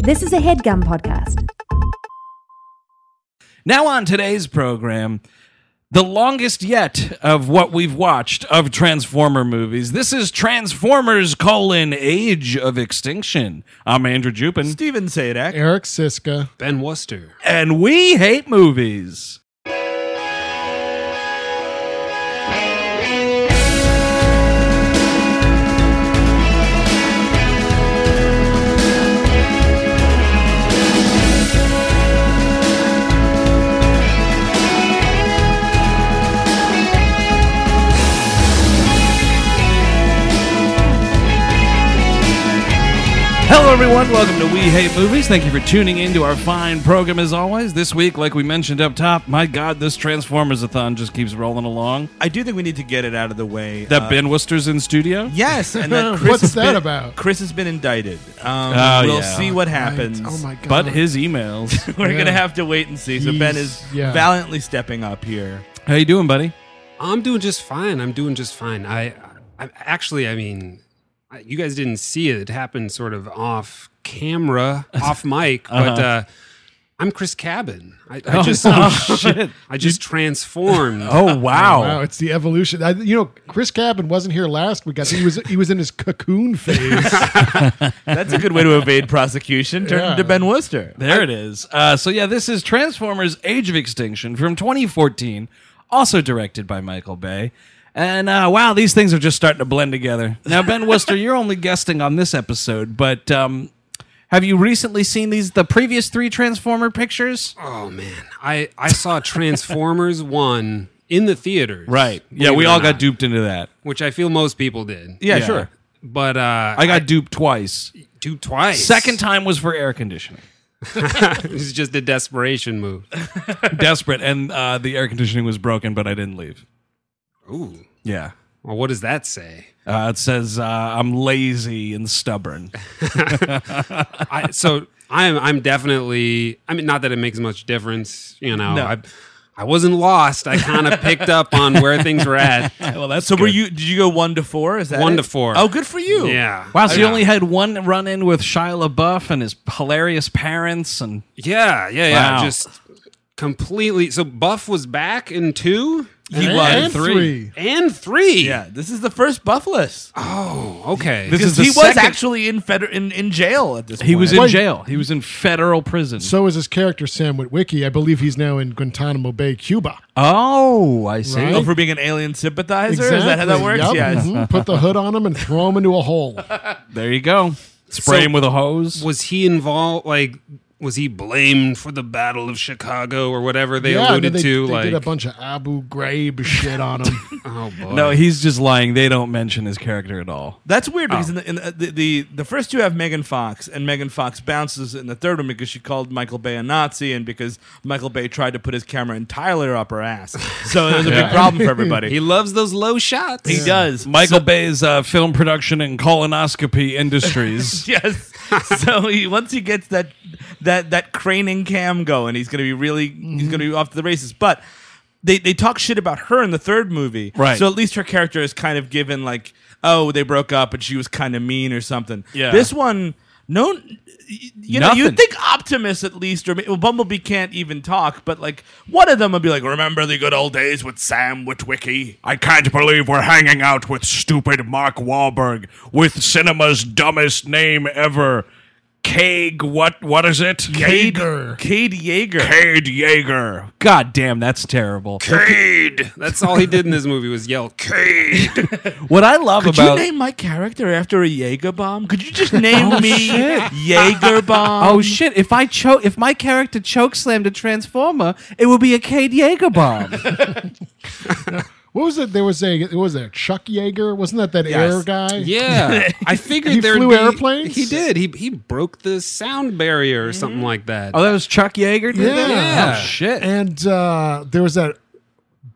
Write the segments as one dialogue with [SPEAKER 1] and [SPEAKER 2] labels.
[SPEAKER 1] This is a headgum podcast.
[SPEAKER 2] Now, on today's program, the longest yet of what we've watched of Transformer movies. This is Transformers colon Age of Extinction. I'm Andrew Jupin.
[SPEAKER 3] Steven eh? Sadak.
[SPEAKER 4] Eric Siska.
[SPEAKER 5] Ben Worcester.
[SPEAKER 2] And we hate movies. Hello, everyone. Welcome to We Hate Movies. Thank you for tuning in to our fine program as always. This week, like we mentioned up top, my God, this Transformers a thon just keeps rolling along.
[SPEAKER 3] I do think we need to get it out of the way.
[SPEAKER 2] That
[SPEAKER 3] uh,
[SPEAKER 2] Ben Worcester's in studio?
[SPEAKER 3] Yes, and that Oh. Chris
[SPEAKER 4] What's
[SPEAKER 3] has
[SPEAKER 4] that
[SPEAKER 3] been-
[SPEAKER 4] about?
[SPEAKER 3] Chris has been indicted. Um,
[SPEAKER 2] Oh,
[SPEAKER 3] we'll
[SPEAKER 2] yeah.
[SPEAKER 3] see what happens.
[SPEAKER 4] Right. Oh my god.
[SPEAKER 2] But his emails.
[SPEAKER 3] We're
[SPEAKER 4] Yeah.
[SPEAKER 3] gonna have to wait and see. So Ben is
[SPEAKER 4] He's- yeah.
[SPEAKER 3] valiantly stepping up here.
[SPEAKER 2] How you doing, buddy?
[SPEAKER 5] I'm doing just fine. I'm doing just fine. I, I actually, I mean, I- you guys didn't see it. It happened sort of off camera, off mic,
[SPEAKER 2] Uh-huh.
[SPEAKER 5] but uh, I'm Chris Cabin. I, I just,
[SPEAKER 2] Oh, shit.
[SPEAKER 5] I just transformed.
[SPEAKER 2] Oh wow.
[SPEAKER 4] Wow, it's the evolution. I, you know, Chris Cabin wasn't here last week. I think he was he was in his cocoon phase.
[SPEAKER 3] That's a good way to evade prosecution. Turn
[SPEAKER 4] Yeah.
[SPEAKER 3] to Ben Worcester.
[SPEAKER 2] There it is. Uh, so yeah, this is Transformers: Age of Extinction from 2014, also directed by Michael Bay. And uh, wow, these things are just starting to blend together. Now, Ben Worcester, you're only guesting on this episode, but um, have you recently seen these the previous three Transformer pictures?
[SPEAKER 5] Oh man, I, I saw Transformers one in the theaters.
[SPEAKER 2] Yeah,
[SPEAKER 5] Believe
[SPEAKER 2] we
[SPEAKER 5] it or
[SPEAKER 2] all got
[SPEAKER 5] not,
[SPEAKER 2] duped into that.
[SPEAKER 5] which I feel most people did.
[SPEAKER 3] Yeah, sure.
[SPEAKER 5] But uh,
[SPEAKER 2] I got duped twice.
[SPEAKER 5] duped twice.
[SPEAKER 2] Second time was for air conditioning.
[SPEAKER 5] it was just a desperation move.
[SPEAKER 2] Desperate, and uh, the air conditioning was broken, but I didn't leave.
[SPEAKER 5] Ooh.
[SPEAKER 2] Yeah.
[SPEAKER 5] Well, what does that say?
[SPEAKER 2] Uh, it says uh, I'm lazy and stubborn.
[SPEAKER 5] I, so I'm I'm definitely I mean not that it makes much difference, you know. I I wasn't lost. I kind of picked up on where things were at.
[SPEAKER 2] well, that's
[SPEAKER 3] So were you? Did you go one to four? Is that
[SPEAKER 5] One
[SPEAKER 3] it?
[SPEAKER 5] to four.
[SPEAKER 3] Oh, good for you.
[SPEAKER 5] Yeah.
[SPEAKER 2] Wow, so you
[SPEAKER 5] Yeah.
[SPEAKER 2] only had one run in with Shia LaBeouf and his hilarious parents, and
[SPEAKER 5] Yeah, yeah, yeah.
[SPEAKER 2] Wow.
[SPEAKER 5] Just completely so Buff was back in two
[SPEAKER 3] He
[SPEAKER 4] and,
[SPEAKER 3] was
[SPEAKER 4] and three.
[SPEAKER 5] and three.
[SPEAKER 3] Yeah, this is the first buff list.
[SPEAKER 5] Oh, okay.
[SPEAKER 2] This is
[SPEAKER 3] he
[SPEAKER 2] the
[SPEAKER 3] was
[SPEAKER 2] second-
[SPEAKER 3] actually in, feder- in in jail at this.
[SPEAKER 2] he
[SPEAKER 3] point.
[SPEAKER 2] was
[SPEAKER 4] Wait.
[SPEAKER 2] in jail. He was in federal prison.
[SPEAKER 4] So is his character Sam Witwicky. I believe he's now in Guantanamo Bay, Cuba.
[SPEAKER 2] oh, I see.
[SPEAKER 4] Right?
[SPEAKER 3] Oh, for being an alien sympathizer? Is that how that
[SPEAKER 4] Exactly.
[SPEAKER 3] works?
[SPEAKER 4] Yup.
[SPEAKER 3] Yes.
[SPEAKER 4] Mhm. Put the hood on him and throw him into a hole.
[SPEAKER 2] There you go. Spray
[SPEAKER 5] So-
[SPEAKER 2] him with a hose.
[SPEAKER 5] was he involved like was he blamed for the battle of Chicago or whatever they
[SPEAKER 4] yeah, and
[SPEAKER 5] alluded
[SPEAKER 4] then they,
[SPEAKER 5] to?
[SPEAKER 4] they
[SPEAKER 5] like
[SPEAKER 4] did a bunch of Abu Ghraib shit on him.
[SPEAKER 5] oh boy.
[SPEAKER 2] No, he's just lying. They don't mention his character at all.
[SPEAKER 3] That's weird because in the, in the, the, the the first two have Megan Fox and Megan Fox bounces in the third one because she called Michael Bay a Nazi and because Michael Bay tried to put his camera entirely up her ass. So it was a big problem for everybody.
[SPEAKER 5] he
[SPEAKER 3] he
[SPEAKER 5] loves those low shots.
[SPEAKER 3] does.
[SPEAKER 2] Michael Bay's uh, film production and colonoscopy industries.
[SPEAKER 3] Yes. so he once he gets that that that craning cam going, he's gonna be really he's gonna
[SPEAKER 2] Mm-hmm.
[SPEAKER 3] be off to the races. But they they talk shit about her in the third movie,
[SPEAKER 2] Right.
[SPEAKER 3] So at least her character is kind of given like, oh, they broke up and she was kind of mean or something.
[SPEAKER 2] Yeah.
[SPEAKER 3] This one, no, y- you know, you
[SPEAKER 2] Nothing.
[SPEAKER 3] think Optimus at least, or ma- well, Bumblebee can't even talk, but like one of them would be like, remember the good old days with Sam Witwicky?
[SPEAKER 6] I can't believe we're hanging out with stupid Mark Wahlberg with cinema's dumbest name ever. Cade, what what is it?
[SPEAKER 4] Jaeger.
[SPEAKER 3] Cade Yeager.
[SPEAKER 6] Cade Yeager.
[SPEAKER 2] God damn, that's terrible.
[SPEAKER 6] Cade.
[SPEAKER 5] That's all he did in this movie was yell
[SPEAKER 6] Cade.
[SPEAKER 2] What I love
[SPEAKER 3] Could
[SPEAKER 2] about
[SPEAKER 3] you name my character after a Jaeger bomb? Could you just name me Jaeger bomb?
[SPEAKER 2] Oh shit! If I cho- if my character chokeslammed a transformer, it would be a Cade Yeager bomb.
[SPEAKER 4] What was it? There was a what was that Chuck Yeager? Wasn't that that air guy?
[SPEAKER 5] Yeah, I figured
[SPEAKER 4] He
[SPEAKER 5] there
[SPEAKER 4] flew
[SPEAKER 5] be,
[SPEAKER 4] airplanes?
[SPEAKER 5] He did. He he broke the sound barrier or
[SPEAKER 7] Mm-hmm.
[SPEAKER 5] something like that.
[SPEAKER 2] Oh, that was Chuck Yeager. did that?
[SPEAKER 4] Yeah.
[SPEAKER 2] Oh, shit.
[SPEAKER 4] And uh, there was that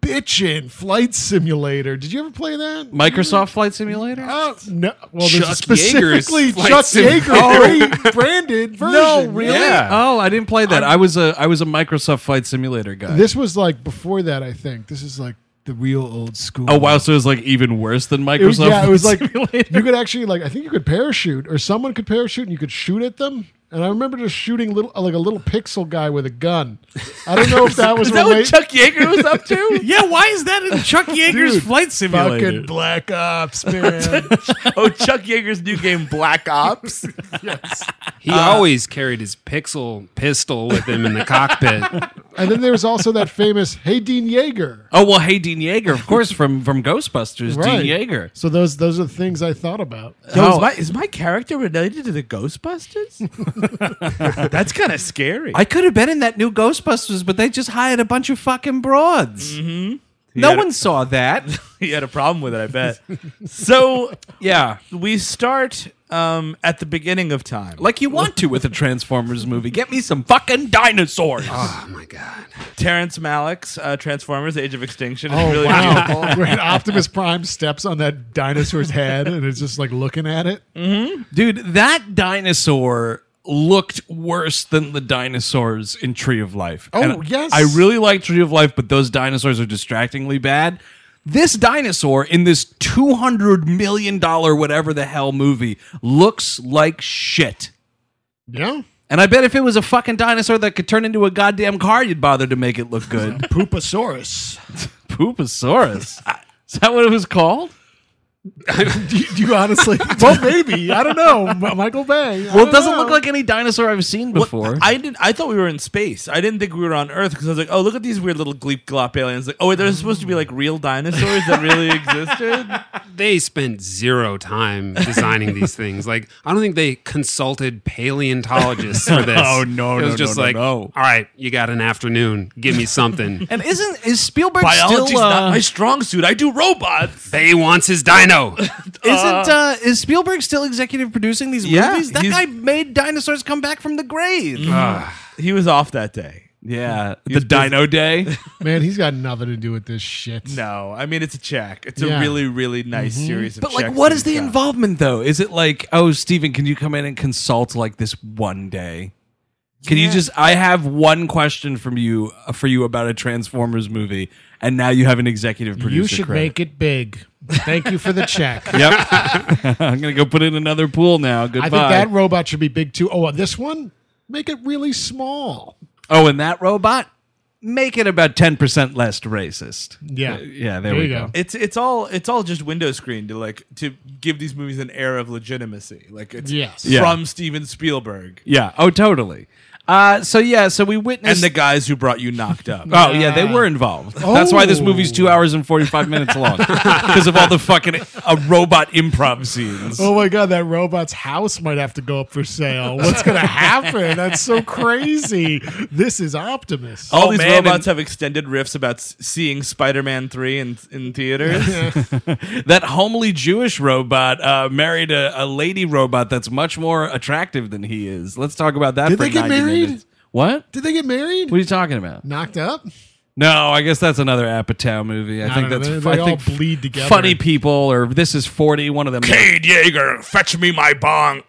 [SPEAKER 4] bitchin' flight simulator. Did you ever play that?
[SPEAKER 2] Microsoft Flight Simulator.
[SPEAKER 4] Oh, no. Well, there's a
[SPEAKER 5] Chuck Yeager's
[SPEAKER 4] specifically
[SPEAKER 5] flight
[SPEAKER 4] Chuck
[SPEAKER 5] sim-
[SPEAKER 4] Yeager brand- branded version. No, really?
[SPEAKER 2] Oh, I didn't play that. i was a I was a Microsoft Flight Simulator guy.
[SPEAKER 4] This was like before that, I think. This is like the real old school.
[SPEAKER 2] oh wow, so it was like even worse than Microsoft.
[SPEAKER 4] It was, yeah, it was
[SPEAKER 2] Flight
[SPEAKER 4] like
[SPEAKER 2] Simulator.
[SPEAKER 4] you could actually like I think you could parachute or someone could parachute and you could shoot at them. And I remember just shooting little like a little pixel guy with a gun. I don't know if that was
[SPEAKER 3] Is that what
[SPEAKER 4] related.
[SPEAKER 3] Chuck Yeager was up to?
[SPEAKER 2] yeah, why is that in Chuck Yeager's
[SPEAKER 4] Dude,
[SPEAKER 2] Flight Simulator?
[SPEAKER 4] Fucking Black Ops, man.
[SPEAKER 3] oh, Chuck Yeager's new game, Black Ops.
[SPEAKER 5] he
[SPEAKER 7] uh,
[SPEAKER 5] always carried his pixel pistol with him in the cockpit.
[SPEAKER 4] and then there was also that famous Hey Dean Yeager.
[SPEAKER 2] Oh well, hey Dean Yeager, of course from from Ghostbusters.
[SPEAKER 4] Right.
[SPEAKER 2] Dean Yeager.
[SPEAKER 4] So those those are the things I thought about.
[SPEAKER 3] Yo,
[SPEAKER 2] Oh.
[SPEAKER 3] is, my, is my character related to the Ghostbusters? That's kind of scary.
[SPEAKER 2] I could have been in that new Ghostbusters, but they just hired a bunch of fucking broads. Mm-hmm. No
[SPEAKER 3] had a-
[SPEAKER 2] one saw that.
[SPEAKER 3] he had a problem with it, I bet. so
[SPEAKER 2] yeah,
[SPEAKER 3] we start um, at the beginning of time.
[SPEAKER 2] like you want to with a Transformers movie. Get me some fucking dinosaurs.
[SPEAKER 3] Ah,
[SPEAKER 5] Oh my god!
[SPEAKER 3] Terrence Malick's uh, Transformers: Age of Extinction. It's
[SPEAKER 4] Oh
[SPEAKER 3] really
[SPEAKER 4] wow!
[SPEAKER 3] beautiful.
[SPEAKER 4] When Optimus Prime steps on that dinosaur's head and it's just like looking at it.
[SPEAKER 2] Dude, that dinosaur looked worse than the dinosaurs in Tree of Life.
[SPEAKER 4] Oh, yes.
[SPEAKER 2] I really like Tree of Life, but those dinosaurs are distractingly bad. This dinosaur in this $200 million, whatever the hell movie, looks like shit.
[SPEAKER 4] Yeah.
[SPEAKER 2] And I bet if it was a fucking dinosaur that could turn into a goddamn car, you'd bother to make it look good.
[SPEAKER 4] Poopasaurus.
[SPEAKER 2] Poopasaurus. Is that what it was called?
[SPEAKER 4] do, you, do you honestly? well, maybe I don't know. M- Michael Bay. I
[SPEAKER 2] Well, it
[SPEAKER 4] don't
[SPEAKER 2] doesn't
[SPEAKER 4] know.
[SPEAKER 2] look like any dinosaur I've seen
[SPEAKER 3] What-
[SPEAKER 2] before.
[SPEAKER 3] I didn't. I thought we were in space. I didn't think we were on Earth because I was like, "Oh, look at these weird little gleep glop aliens!" Like, "Oh, wait, they're supposed to be like real dinosaurs that really existed."
[SPEAKER 5] They spent zero time designing these things. Like I don't think they consulted paleontologists for this.
[SPEAKER 7] Oh, no,
[SPEAKER 5] It was
[SPEAKER 7] no,
[SPEAKER 5] just
[SPEAKER 7] no, no,
[SPEAKER 5] like,
[SPEAKER 7] no.
[SPEAKER 5] all right, you got an afternoon. Give me something.
[SPEAKER 2] and isn't is Spielberg
[SPEAKER 3] Biology's
[SPEAKER 2] still uh,
[SPEAKER 3] not my strong suit. I do robots.
[SPEAKER 5] Bay wants his dino.
[SPEAKER 2] Isn't uh, is Spielberg still executive producing these
[SPEAKER 3] Yeah,
[SPEAKER 2] movies? That
[SPEAKER 3] he's-
[SPEAKER 2] guy made dinosaurs come back from the grave.
[SPEAKER 4] Uh,
[SPEAKER 3] He was off that day.
[SPEAKER 2] Mm, yeah,
[SPEAKER 3] He's busy.
[SPEAKER 2] Day.
[SPEAKER 4] Man, he's got nothing to do with this shit.
[SPEAKER 3] No, I mean it's a check. It's
[SPEAKER 4] Yeah.
[SPEAKER 3] a really, really nice series. Of
[SPEAKER 2] Mm-hmm. but like,
[SPEAKER 3] checks
[SPEAKER 2] what
[SPEAKER 3] that
[SPEAKER 2] is
[SPEAKER 3] he's
[SPEAKER 2] the
[SPEAKER 3] got.
[SPEAKER 2] involvement though? Is it like, oh, Steven, can you come in and consult like this one day? Can you just? I have one question from you uh, for you about a Transformers movie, and now you have an executive producer.
[SPEAKER 4] You should
[SPEAKER 2] credit.
[SPEAKER 4] make it big. Thank you for the check.
[SPEAKER 2] Yep, I'm gonna go put in another pool now. Goodbye.
[SPEAKER 4] I think that robot should be big too. Oh, this one, make it really small.
[SPEAKER 2] oh, and that robot, make it about ten percent less racist.
[SPEAKER 4] Yeah,
[SPEAKER 2] Uh, yeah. There, we
[SPEAKER 4] you
[SPEAKER 2] go.
[SPEAKER 3] It's it's all it's all just window screen to like to give these movies an air of legitimacy. Like it's
[SPEAKER 4] Yes.
[SPEAKER 2] Yeah.
[SPEAKER 3] from Steven Spielberg
[SPEAKER 2] Yeah. Oh, totally. Uh, so yeah, so we
[SPEAKER 3] and
[SPEAKER 2] witnessed.
[SPEAKER 3] the guys who brought you knocked up.
[SPEAKER 2] oh yeah, they were involved. That's why this
[SPEAKER 4] Oh.
[SPEAKER 2] movie's two hours and forty five minutes long because of all the fucking uh, robot improv scenes.
[SPEAKER 4] Oh my god, that robot's house might have to go up for sale. What's gonna happen? That's so crazy. This is Optimus.
[SPEAKER 3] all
[SPEAKER 2] oh,
[SPEAKER 3] these
[SPEAKER 2] man,
[SPEAKER 3] robots
[SPEAKER 2] and-
[SPEAKER 3] have extended riffs about s- seeing Spider-Man three in in theaters.
[SPEAKER 2] That homely Jewish robot uh, married a, a lady robot that's much more attractive than he is. Let's talk about that.
[SPEAKER 4] Did
[SPEAKER 2] for
[SPEAKER 4] they get
[SPEAKER 2] 90
[SPEAKER 4] married?
[SPEAKER 2] minutes. What?
[SPEAKER 4] Did they get married?
[SPEAKER 2] What are you talking about?
[SPEAKER 4] Knocked up?
[SPEAKER 2] No, I guess that's another Apatow movie. I,
[SPEAKER 4] I
[SPEAKER 2] think
[SPEAKER 4] don't know.
[SPEAKER 2] that's
[SPEAKER 4] They- they
[SPEAKER 2] I think
[SPEAKER 4] all bleed together.
[SPEAKER 2] Funny people or This Is Forty. One of them.
[SPEAKER 7] Cade Yeager, fetch me my bong.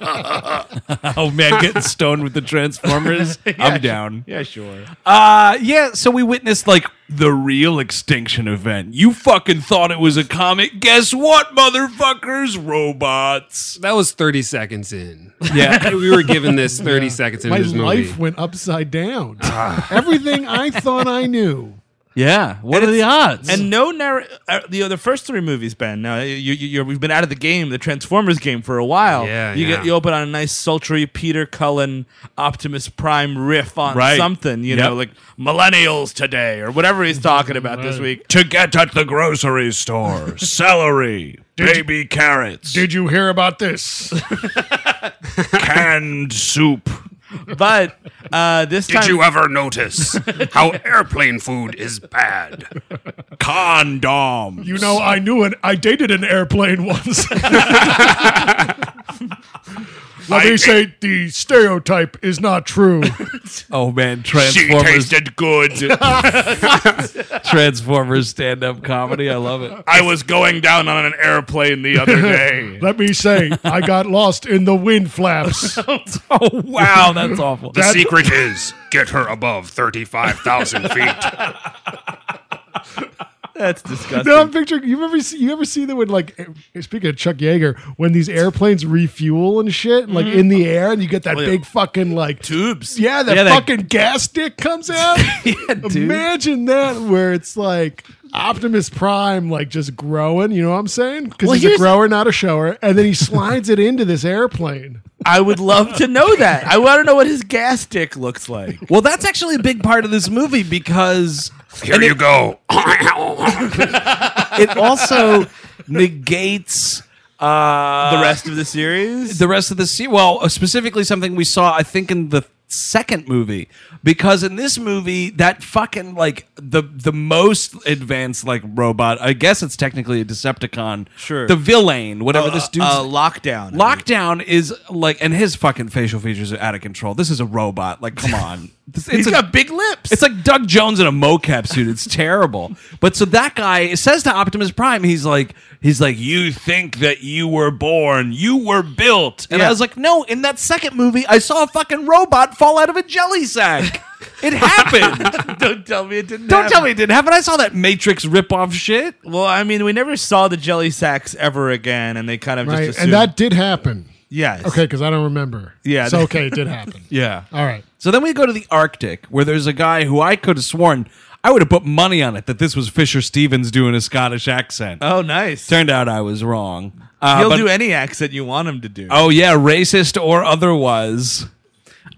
[SPEAKER 2] oh man, getting stoned with the Transformers. I'm down.
[SPEAKER 3] yeah, sure.
[SPEAKER 2] Uh yeah, so we witnessed like the real extinction event. You fucking thought it was a comet. Guess what, motherfuckers? Robots.
[SPEAKER 5] That was 30 seconds in.
[SPEAKER 2] Yeah.
[SPEAKER 5] we were given this 30 seconds into
[SPEAKER 4] My
[SPEAKER 5] this movie.
[SPEAKER 4] life went upside down.
[SPEAKER 8] Ah.
[SPEAKER 4] Everything I thought I knew.
[SPEAKER 2] Yeah. What are the odds?
[SPEAKER 3] And no narr- uh, you know, the first three movies, Ben. Now you, you, you're, we've been out of the game, the Transformers game, for a while.
[SPEAKER 5] Yeah,
[SPEAKER 3] you
[SPEAKER 5] yeah.
[SPEAKER 3] get you open on a nice sultry Peter Cullen Optimus Prime riff on
[SPEAKER 2] Right.
[SPEAKER 3] something, you know,
[SPEAKER 2] Yep.
[SPEAKER 3] like millennials today or whatever he's talking about this week.
[SPEAKER 7] to get at the grocery store, celery, baby carrots,
[SPEAKER 4] Did you hear about this?
[SPEAKER 7] canned soup,
[SPEAKER 2] But uh, this
[SPEAKER 9] Did
[SPEAKER 2] time,
[SPEAKER 9] you ever notice how airplane food is bad? Condoms.
[SPEAKER 8] You know, I knew it. I dated an airplane once. Let me say the stereotype is not true.
[SPEAKER 3] Oh man,
[SPEAKER 9] she
[SPEAKER 3] Transformers
[SPEAKER 9] tasted good.
[SPEAKER 3] Transformers stand up comedy. I love it.
[SPEAKER 9] I was going down on an airplane the other day.
[SPEAKER 8] Let me say I got lost in the wind flaps.
[SPEAKER 3] Oh wow, that's awful.
[SPEAKER 9] The secret is get her above 35,000 feet.
[SPEAKER 2] that's disgusting.
[SPEAKER 4] No, I'm picturing. You ever see? You ever see that when like eh, speaking of Chuck Yeager, when these airplanes refuel and shit, like in the air, and you get that big fucking like
[SPEAKER 2] Mm-hmm. Oh, Tubes.
[SPEAKER 4] Yeah, that
[SPEAKER 3] Yeah, that-
[SPEAKER 4] fucking gas stick comes out. Imagine that where it's like Optimus Prime, like just growing. You know what I'm saying? Because
[SPEAKER 2] Well,
[SPEAKER 4] he's a
[SPEAKER 2] here's-
[SPEAKER 4] grower, not a shower, and then he slides it into this airplane.
[SPEAKER 2] I would love to know that. I want to know what his gas stick looks like.
[SPEAKER 3] Well, that's actually a big part of this movie because
[SPEAKER 9] Here you go.
[SPEAKER 3] it also negates uh,
[SPEAKER 2] the rest of the series.
[SPEAKER 3] the rest of the se- well uh, specifically something we saw i think in the second movie because in this movie that fucking like the the most advanced like robot i guess it's technically a decepticon
[SPEAKER 2] Sure.
[SPEAKER 3] the villain whatever this dude's
[SPEAKER 2] uh, lockdown.
[SPEAKER 3] Lockdown is like, and his fucking facial features are out of control. This is a robot. Like, come on. This- it's
[SPEAKER 2] He's
[SPEAKER 3] a-
[SPEAKER 2] got big lips.
[SPEAKER 3] it's like Doug Jones in a mocap suit. It's terrible. But so that guy says to Optimus Prime, he's like, he's like, you think that you were born, you were built. And I
[SPEAKER 2] Yeah.
[SPEAKER 3] was like, no. In that second movie, I saw a fucking robot fall out of a jelly sack. It happened.
[SPEAKER 2] Don't tell me it didn't.
[SPEAKER 3] Don't tell me it didn't happen. I saw that Matrix ripoff shit.
[SPEAKER 2] Well, I mean, we never saw the jelly sacks ever again, and they kind of
[SPEAKER 4] Right,
[SPEAKER 2] just assumed.
[SPEAKER 4] and that did happen.
[SPEAKER 2] yes.
[SPEAKER 4] Okay, because I don't remember.
[SPEAKER 2] Yeah.
[SPEAKER 4] So okay, it did happen.
[SPEAKER 2] Yeah.
[SPEAKER 4] All right.
[SPEAKER 3] So then we go to the Arctic, where there's a guy who I could have sworn I would have put money on it that this was Fisher Stevens doing a Scottish accent.
[SPEAKER 2] Oh, nice.
[SPEAKER 3] Turned out I was wrong. Uh,
[SPEAKER 2] He'll
[SPEAKER 3] but-
[SPEAKER 2] do any accent you want him to do.
[SPEAKER 3] Oh yeah, racist or otherwise.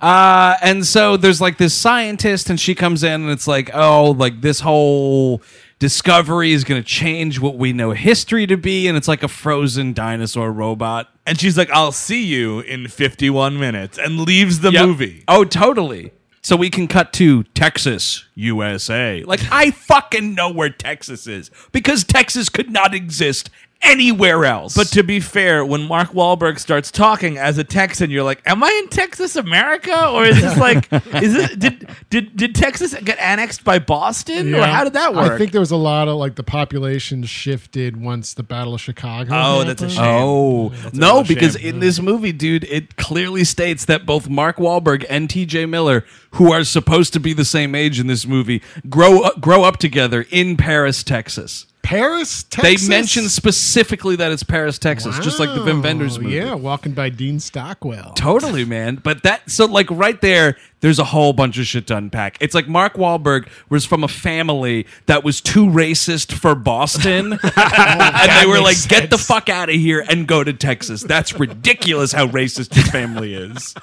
[SPEAKER 3] Uh, and so there's like this scientist, and she comes in, and it's like, oh, like this whole discovery is going to change what we know history to be, and it's like a frozen dinosaur robot.
[SPEAKER 2] And she's like, "I'll see you in 51 minutes," and leaves the
[SPEAKER 3] Yep.
[SPEAKER 2] movie.
[SPEAKER 3] Oh, totally. So we can cut to Texas, USA. Like I fucking know where Texas is because Texas could not exist anywhere else.
[SPEAKER 2] But to be fair, when Mark Wahlberg starts talking as a Texan, you're like, "Am I in Texas, America, or is this like, is this did did did Texas get annexed by Boston, or
[SPEAKER 4] Yeah.
[SPEAKER 2] how did that work?"
[SPEAKER 4] I think there was a lot of like the population shifted once the Battle of Chicago.
[SPEAKER 2] Oh, that's a
[SPEAKER 4] happened.
[SPEAKER 2] shame.
[SPEAKER 3] Oh no!
[SPEAKER 2] real shame. Mm.
[SPEAKER 3] Because in this movie, dude, it clearly states that both Mark Wahlberg and T.J. Miller, who are supposed to be the same age in this movie, grow up, grow up together in Paris, Texas.
[SPEAKER 4] Paris, Texas.
[SPEAKER 3] They mention specifically that it's Paris, Texas, just like the Vim Vendors
[SPEAKER 4] Oh,
[SPEAKER 3] movie.
[SPEAKER 4] Yeah, walking by Dean Stockwell.
[SPEAKER 3] Totally, man. But that so like right there, there's a whole bunch of shit to unpack. It's like Mark Wahlberg was from a family that was too racist for Boston, and they were like,
[SPEAKER 4] makes
[SPEAKER 3] "Get the fuck out of here and go to Texas." That's ridiculous how racist your family is.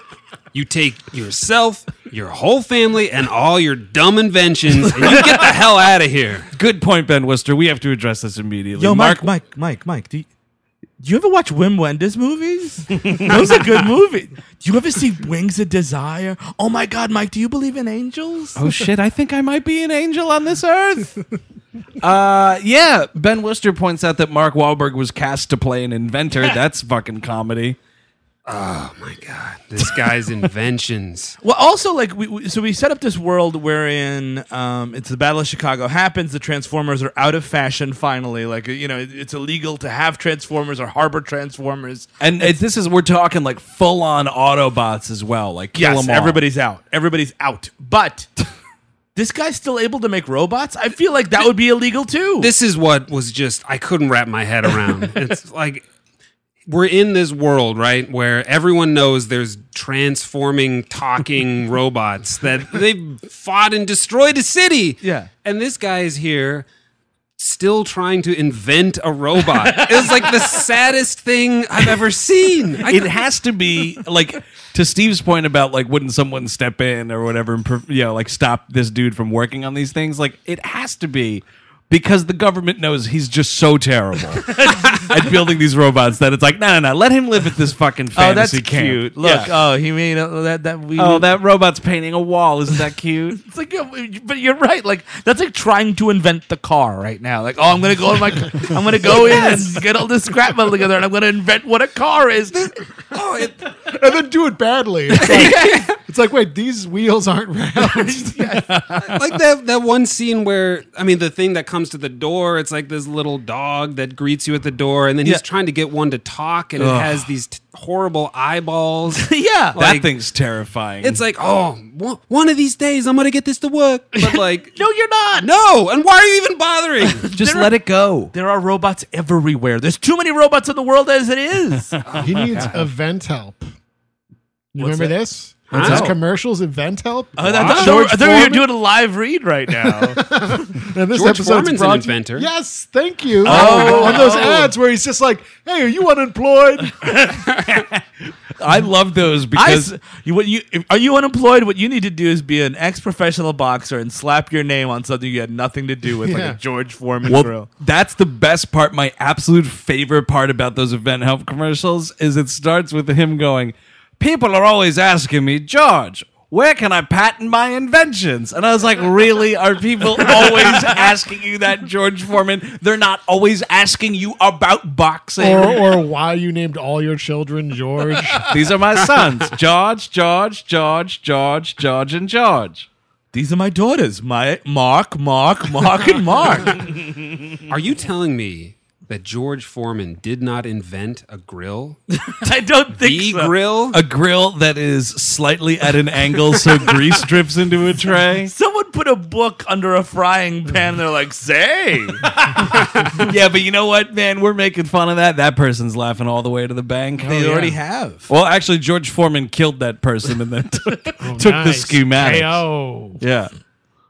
[SPEAKER 5] You take yourself, your whole family, and all your dumb inventions, and you get the hell out of here.
[SPEAKER 3] Good point, Ben Wister. We have to address this immediately.
[SPEAKER 2] Yo, Mike, Mike, Mike, Mike, do you, do you ever watch Wim Wenders movies? Those are good movies. Do you ever see Wings of Desire? Oh my God, Mike, do you believe in angels?
[SPEAKER 3] Oh shit! I think I might be an angel on this earth. uh, yeah. Ben Wister points out that Mark Wahlberg was cast to play an inventor. That's fucking comedy.
[SPEAKER 5] My God, this guy's inventions.
[SPEAKER 2] Well, also like we, we so we set up this world wherein um, it's the Battle of Chicago happens. The Transformers are out of fashion finally. Like you know, it, it's illegal to have Transformers or harbor Transformers.
[SPEAKER 3] And it, this is we're talking like full on Autobots as well, like kill
[SPEAKER 2] Yes,
[SPEAKER 3] 'em all.
[SPEAKER 2] everybody's out. Everybody's out. But this guy's still able to make robots. I feel like that would be illegal too.
[SPEAKER 5] This is what was just, I couldn't wrap my head around. It's like, we're in this world, right, where everyone knows there's transforming, talking robots that they've fought and destroyed a city.
[SPEAKER 2] Yeah.
[SPEAKER 5] And this guy is here still trying to invent a robot. it was like the saddest thing I've ever seen. I
[SPEAKER 3] It has to be like to Steve's point about like wouldn't someone step in or whatever and pre- you know like stop this dude from working on these things? Like it has to be because the government knows he's just so terrible at building these robots that it's like, no, no, no, let him live at this fucking fantasy
[SPEAKER 2] Oh, that's
[SPEAKER 3] camp.
[SPEAKER 2] cute. Look,
[SPEAKER 3] Yeah.
[SPEAKER 2] oh, he made uh, that that we.
[SPEAKER 3] Oh, that robot's painting a wall. Isn't that cute?
[SPEAKER 2] It's like, yeah, but you're right. Like that's like trying to invent the car right now. Like, oh, I'm gonna go in my, I'm gonna go in and get all this scrap metal together, and I'm gonna invent what a car is. oh, it,
[SPEAKER 4] and then do it badly. It's like, it's like, wait, these wheels aren't round.
[SPEAKER 5] like that that one scene where I mean the thing that comes to the door, it's like this little dog that greets you at the door, and then he's
[SPEAKER 2] Yeah.
[SPEAKER 5] trying to get one to talk, and it has these t- horrible eyeballs.
[SPEAKER 2] yeah,
[SPEAKER 5] Like-
[SPEAKER 3] that thing's terrifying.
[SPEAKER 5] It's like, oh, one- one of these days I'm gonna get this to work, but like,
[SPEAKER 2] no, you're not.
[SPEAKER 5] no, and why are you even bothering?
[SPEAKER 3] just let it go.
[SPEAKER 2] There are robots everywhere. There's too many robots in the world as it is.
[SPEAKER 4] he needs event help. You remember this? It's his commercials, event help.
[SPEAKER 2] I thought- I
[SPEAKER 4] George
[SPEAKER 2] thought I thought we were
[SPEAKER 4] Foreman?
[SPEAKER 2] doing a live read right now.
[SPEAKER 4] And this
[SPEAKER 5] George
[SPEAKER 4] episode's
[SPEAKER 5] Foreman's an
[SPEAKER 4] brought to-
[SPEAKER 5] inventor.
[SPEAKER 4] Yes, thank you. on those ads where he's just like, "Hey, are you unemployed?"
[SPEAKER 3] I love those
[SPEAKER 2] I
[SPEAKER 3] because
[SPEAKER 2] s- you, what you if- are you unemployed? What you need to do is be an ex-professional boxer and slap your name on something you had nothing to do with, like
[SPEAKER 4] Yeah.
[SPEAKER 2] a George Foreman
[SPEAKER 3] well,
[SPEAKER 2] grill.
[SPEAKER 3] that's the best part. My absolute favorite part about those event help commercials is it starts with him going, "People are always asking me, George." Where can I patent my inventions? And I was like, really? Are people always asking you that, George Foreman? They're not always asking you about boxing.
[SPEAKER 4] or, or why you named all your children George?
[SPEAKER 3] These are my sons George, George, George, George, George, and George.
[SPEAKER 2] These are my daughters, my Mark, Mark, Mark, and Mark.
[SPEAKER 5] Are you telling me that George Foreman did not invent a grill?
[SPEAKER 2] I don't think
[SPEAKER 5] The
[SPEAKER 2] so.
[SPEAKER 5] grill?
[SPEAKER 3] A grill that is slightly at an angle so grease drips into a tray.
[SPEAKER 2] Someone put a book under a frying pan. and They're like, "Say,
[SPEAKER 3] Yeah, but you know what, man? We're making fun of that. That person's laughing all the way to the bank.
[SPEAKER 2] they already have."
[SPEAKER 3] Well, actually, George Foreman killed that person and then took, took
[SPEAKER 4] Nice.
[SPEAKER 3] the schematics.
[SPEAKER 4] KO.
[SPEAKER 3] Yeah.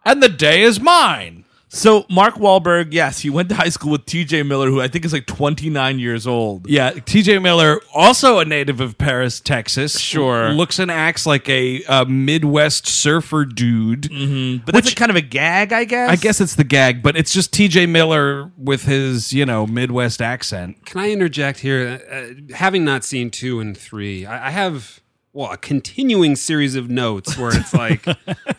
[SPEAKER 3] And the day is mine.
[SPEAKER 2] So Mark Wahlberg, yes, he went to high school with T.J. Miller, who I think is like 29 years old.
[SPEAKER 3] Yeah, TJ Miller, also a native of Paris, Texas.
[SPEAKER 2] Sure.
[SPEAKER 3] Looks and acts like a, uh Midwest surfer dude. Mm-hmm.
[SPEAKER 2] but that's a kind of a gag, I guess.
[SPEAKER 3] I guess it's the gag, but it's just TJ Miller with his, you know, Midwest accent.
[SPEAKER 5] Can I interject here? Uh, having not seen two and three, I, I have well a continuing series of notes where it's like,